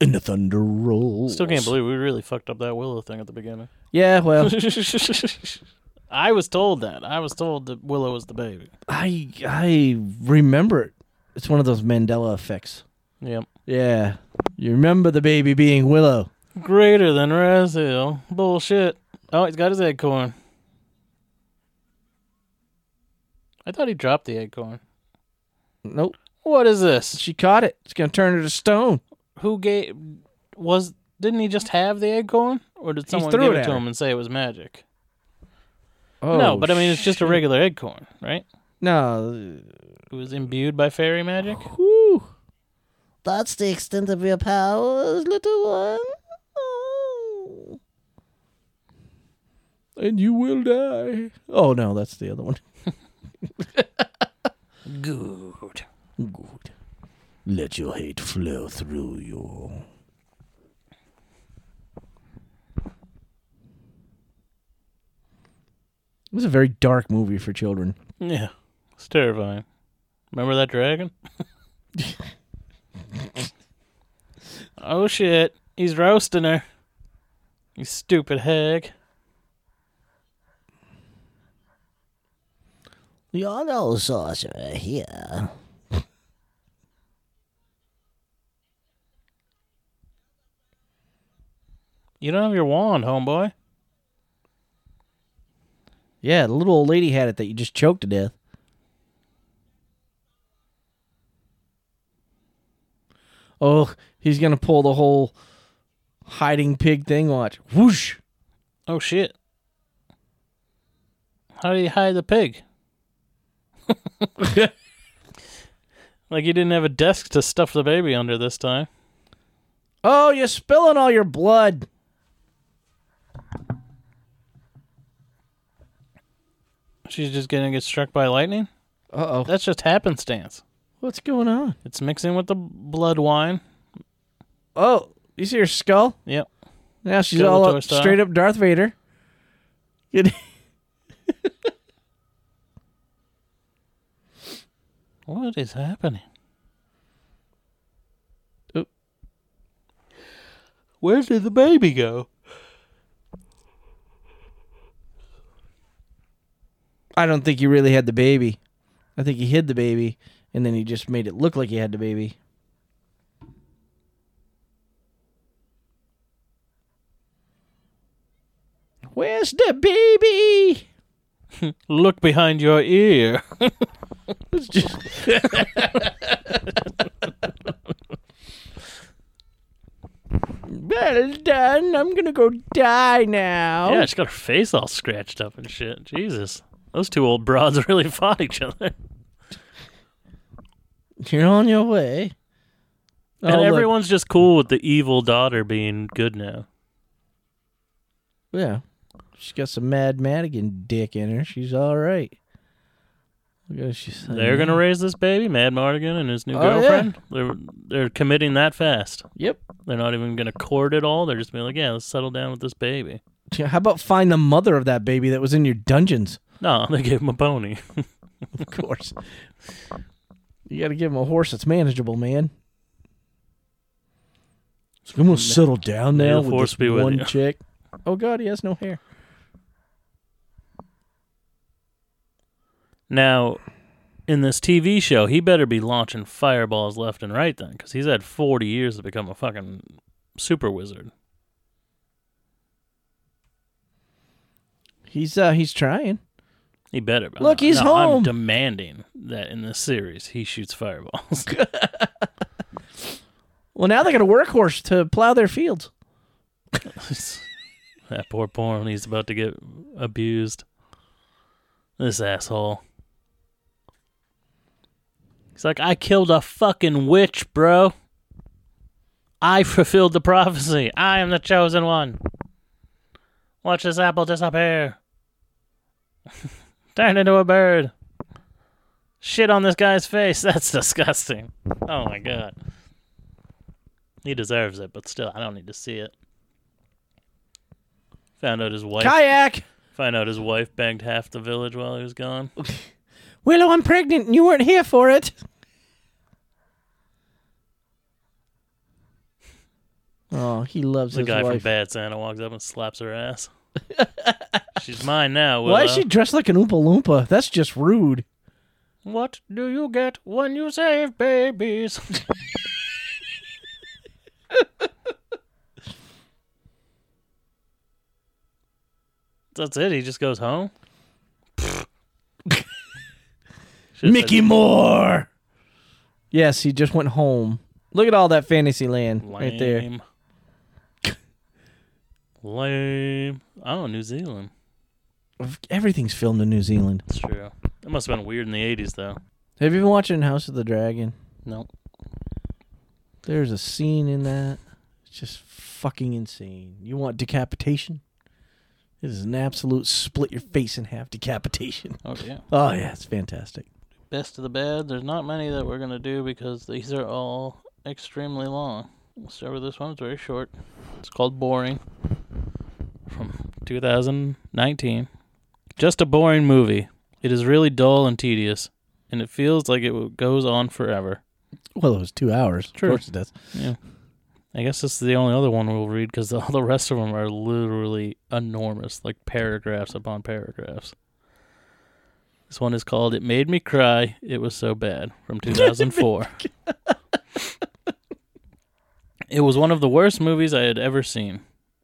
[SPEAKER 3] And the thunder rolls.
[SPEAKER 2] Still can't believe we really fucked up that Willow thing at the beginning.
[SPEAKER 3] Yeah, well,
[SPEAKER 2] I was told that. I was told that Willow was the baby.
[SPEAKER 3] I I remember it. It's one of those Mandela effects.
[SPEAKER 2] Yep.
[SPEAKER 3] Yeah. You remember the baby being Willow.
[SPEAKER 2] Greater than Raziel. Bullshit. Oh, he's got his egg corn. I thought he dropped the egg corn.
[SPEAKER 3] Nope.
[SPEAKER 2] What is this?
[SPEAKER 3] She caught it. It's going to turn her to stone.
[SPEAKER 2] who gave was didn't he just have the egg cone or did someone
[SPEAKER 3] threw
[SPEAKER 2] give
[SPEAKER 3] it
[SPEAKER 2] it,
[SPEAKER 3] at
[SPEAKER 2] to
[SPEAKER 3] her.
[SPEAKER 2] him and say it was magic
[SPEAKER 3] Oh,
[SPEAKER 2] no but i mean it's just a regular egg cone right
[SPEAKER 3] No.
[SPEAKER 2] it was imbued by fairy magic
[SPEAKER 3] Whew. That's the extent of your powers, little one. Oh. And you will die. Oh no, that's the other one.
[SPEAKER 2] good
[SPEAKER 3] Good. Let your hate flow through you. It was a very dark movie for children.
[SPEAKER 2] yeah it's terrifying remember that dragon oh shit he's roasting her you stupid hag
[SPEAKER 3] You're no sorcerer here.
[SPEAKER 2] you don't have your wand homeboy
[SPEAKER 3] Yeah, the little old lady had it that you just choked to death. Oh, he's gonna pull the whole hiding pig thing. Watch, whoosh!
[SPEAKER 2] oh shit how do you hide the pig Like you didn't have a desk to stuff the baby under this time.
[SPEAKER 3] Oh, you're spilling all your blood.
[SPEAKER 2] She's just gonna get struck by lightning.
[SPEAKER 3] Uh oh,
[SPEAKER 2] That's just happenstance.
[SPEAKER 3] what's going on?
[SPEAKER 2] It's mixing with the blood wine.
[SPEAKER 3] Oh, you see her skull?
[SPEAKER 2] Yep.
[SPEAKER 3] Now she's
[SPEAKER 2] Skeletor
[SPEAKER 3] all up,
[SPEAKER 2] style.
[SPEAKER 3] straight up Darth Vader. Good.
[SPEAKER 2] What is happening?
[SPEAKER 3] Oop.
[SPEAKER 2] Where did the baby go?
[SPEAKER 3] I don't think he really had the baby. I think he hid the baby, and then he just made it look like he had the baby. Where's the baby?
[SPEAKER 2] Look behind your ear.
[SPEAKER 3] It's just- well done. I'm gonna go die now.
[SPEAKER 2] Yeah, she's got her face all scratched up and shit. Jesus. Those two old broads really fought each other.
[SPEAKER 3] You're on your way.
[SPEAKER 2] And
[SPEAKER 3] Oh, look.
[SPEAKER 2] everyone's just cool with the evil daughter being good now.
[SPEAKER 3] Yeah. She's got some Mad Madigan dick in her. She's all right. Look at she's
[SPEAKER 2] They're gonna raise this baby, Mad Mardigan and his new
[SPEAKER 3] Mm-hmm. Oh, yeah.
[SPEAKER 2] girlfriend. They're they're committing that fast.
[SPEAKER 3] Yep.
[SPEAKER 2] They're not even gonna court at all. They're just being like, yeah, let's settle down with this baby.
[SPEAKER 3] Yeah, How about find the mother of that baby that was in your dungeons?
[SPEAKER 2] No, they gave him a pony.
[SPEAKER 3] Of course. you got to give him a horse that's manageable, man. So I'm gonna settle down
[SPEAKER 2] May
[SPEAKER 3] now
[SPEAKER 2] the
[SPEAKER 3] with
[SPEAKER 2] force
[SPEAKER 3] this
[SPEAKER 2] be with
[SPEAKER 3] one
[SPEAKER 2] you.
[SPEAKER 3] chick. Oh God, he has no hair.
[SPEAKER 2] Now, in this TV show, he better be launching fireballs left and right then, because he's had 40 years to become a fucking super wizard.
[SPEAKER 3] He's uh he's trying.
[SPEAKER 2] He better. be.
[SPEAKER 3] Look, he's
[SPEAKER 2] I'm
[SPEAKER 3] home.
[SPEAKER 2] demanding that in this series he shoots fireballs.
[SPEAKER 3] Well, now they got a workhorse to plow their fields.
[SPEAKER 2] that poor porn, he's about to get abused. This asshole. He's like, I killed a fucking witch, bro. I fulfilled the prophecy. I am the chosen one. Watch this apple disappear. Turn into a bird. Shit on this guy's face. That's disgusting. Oh my god. He deserves it, but still, I don't need to see it. Found out his wife.
[SPEAKER 3] Kayak.
[SPEAKER 2] Find out his wife banged half the village while he was gone.
[SPEAKER 3] Willow, I'm pregnant, and you weren't here for it. Oh, he loves
[SPEAKER 2] The
[SPEAKER 3] his
[SPEAKER 2] guy from
[SPEAKER 3] wife.
[SPEAKER 2] Bad Santa walks up and slaps her ass. She's mine now. Willow.
[SPEAKER 3] Why is she dressed like an Oompa Loompa? That's just rude.
[SPEAKER 2] What do you get when you save babies? That's it. He just goes home. Should've
[SPEAKER 3] Mickey
[SPEAKER 2] said
[SPEAKER 3] Moore. Yes, he just went home. Look at all that fantasy land right there.
[SPEAKER 2] lame. Lame. Oh, New Zealand.
[SPEAKER 3] Everything's filmed in New Zealand.
[SPEAKER 2] That's true. That must have been weird in the eighties, though.
[SPEAKER 3] Have you been watching House of the Dragon?
[SPEAKER 2] Nope.
[SPEAKER 3] There's a scene in that. It's just fucking insane. You want decapitation? It is an absolute split your face in half decapitation.
[SPEAKER 2] Oh yeah.
[SPEAKER 3] Oh yeah, it's fantastic.
[SPEAKER 2] Best of the bad. There's not many that we're gonna do because these are all extremely long. We'll start with this one. It's very short. It's called Boring. From 2019. Just a boring movie. It is really dull and tedious, and it feels like it goes on forever.
[SPEAKER 3] Well, it was two hours.
[SPEAKER 2] Sure.
[SPEAKER 3] Of course it does.
[SPEAKER 2] I guess this is the only other one we'll read because all the rest of them are literally enormous, like paragraphs upon paragraphs. This one is called "It Made Me Cry." It was so bad from 2004. it was one of the worst movies I had ever seen.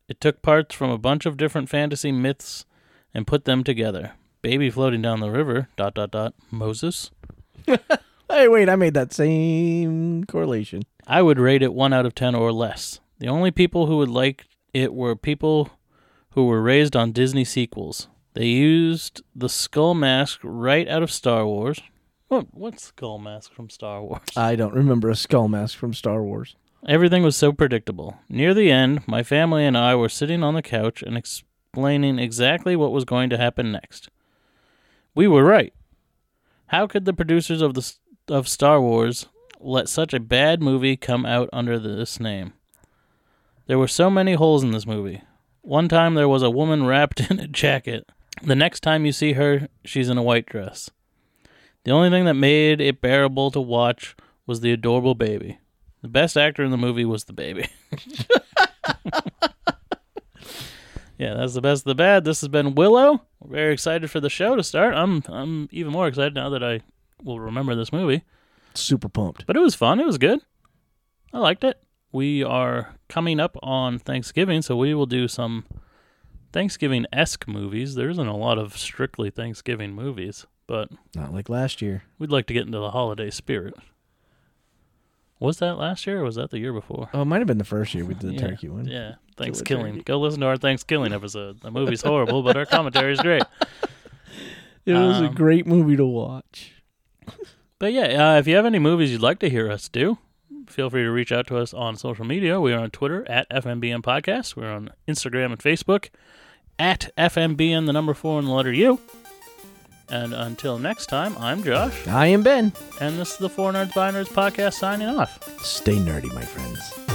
[SPEAKER 2] It took parts from a bunch of different fantasy myths and put them together. Baby floating down the river. Dot dot dot. Moses.
[SPEAKER 3] Hey, wait, I made that same correlation.
[SPEAKER 2] I would rate it 1 out of 10 or less. The only people who would like it were people who were raised on Disney sequels. They used the skull mask right out of Star Wars. What what skull mask from Star Wars?
[SPEAKER 3] I don't remember a skull mask from Star Wars.
[SPEAKER 2] Everything was so predictable. Near the end, my family and I were sitting on the couch and explaining exactly what was going to happen next. We were right. How could the producers of the s- of Star Wars let such a bad movie come out under this name? There were so many holes in this movie. One time there was a woman wrapped in a jacket. The next time you see her, she's in a white dress. The only thing that made it bearable to watch was the adorable baby. The best actor in the movie was the baby. yeah, that's the best of the bad. This has been Willow. We're very excited for the show to start. I'm I'm even more excited now that I will remember this movie.
[SPEAKER 3] Super pumped.
[SPEAKER 2] But it was fun. It was good. I liked it. We are coming up on Thanksgiving, so we will do some Thanksgiving esque movies. There isn't a lot of strictly Thanksgiving movies, but
[SPEAKER 3] Not like last year.
[SPEAKER 2] we'd like to get into the holiday spirit. Was that last year or was that the year before?
[SPEAKER 3] Oh, it might have been the first year we did the
[SPEAKER 2] Yeah,
[SPEAKER 3] turkey one.
[SPEAKER 2] Yeah. Thanks killing. Go listen to our Thanks killing episode. The movie's horrible, but our commentary is great.
[SPEAKER 3] It was a
[SPEAKER 2] Um,
[SPEAKER 3] great movie to watch.
[SPEAKER 2] But yeah, uh, if you have any movies you'd like to hear us do, feel free to reach out to us on social media. We are on Twitter at FMBN Podcast. We're on Instagram and Facebook at FMBN, the number four and the letter U. And until next time, I'm Josh,
[SPEAKER 3] I am Ben.
[SPEAKER 2] and this is the Four Nerds by Nerds podcast signing off.
[SPEAKER 3] Stay nerdy, my friends.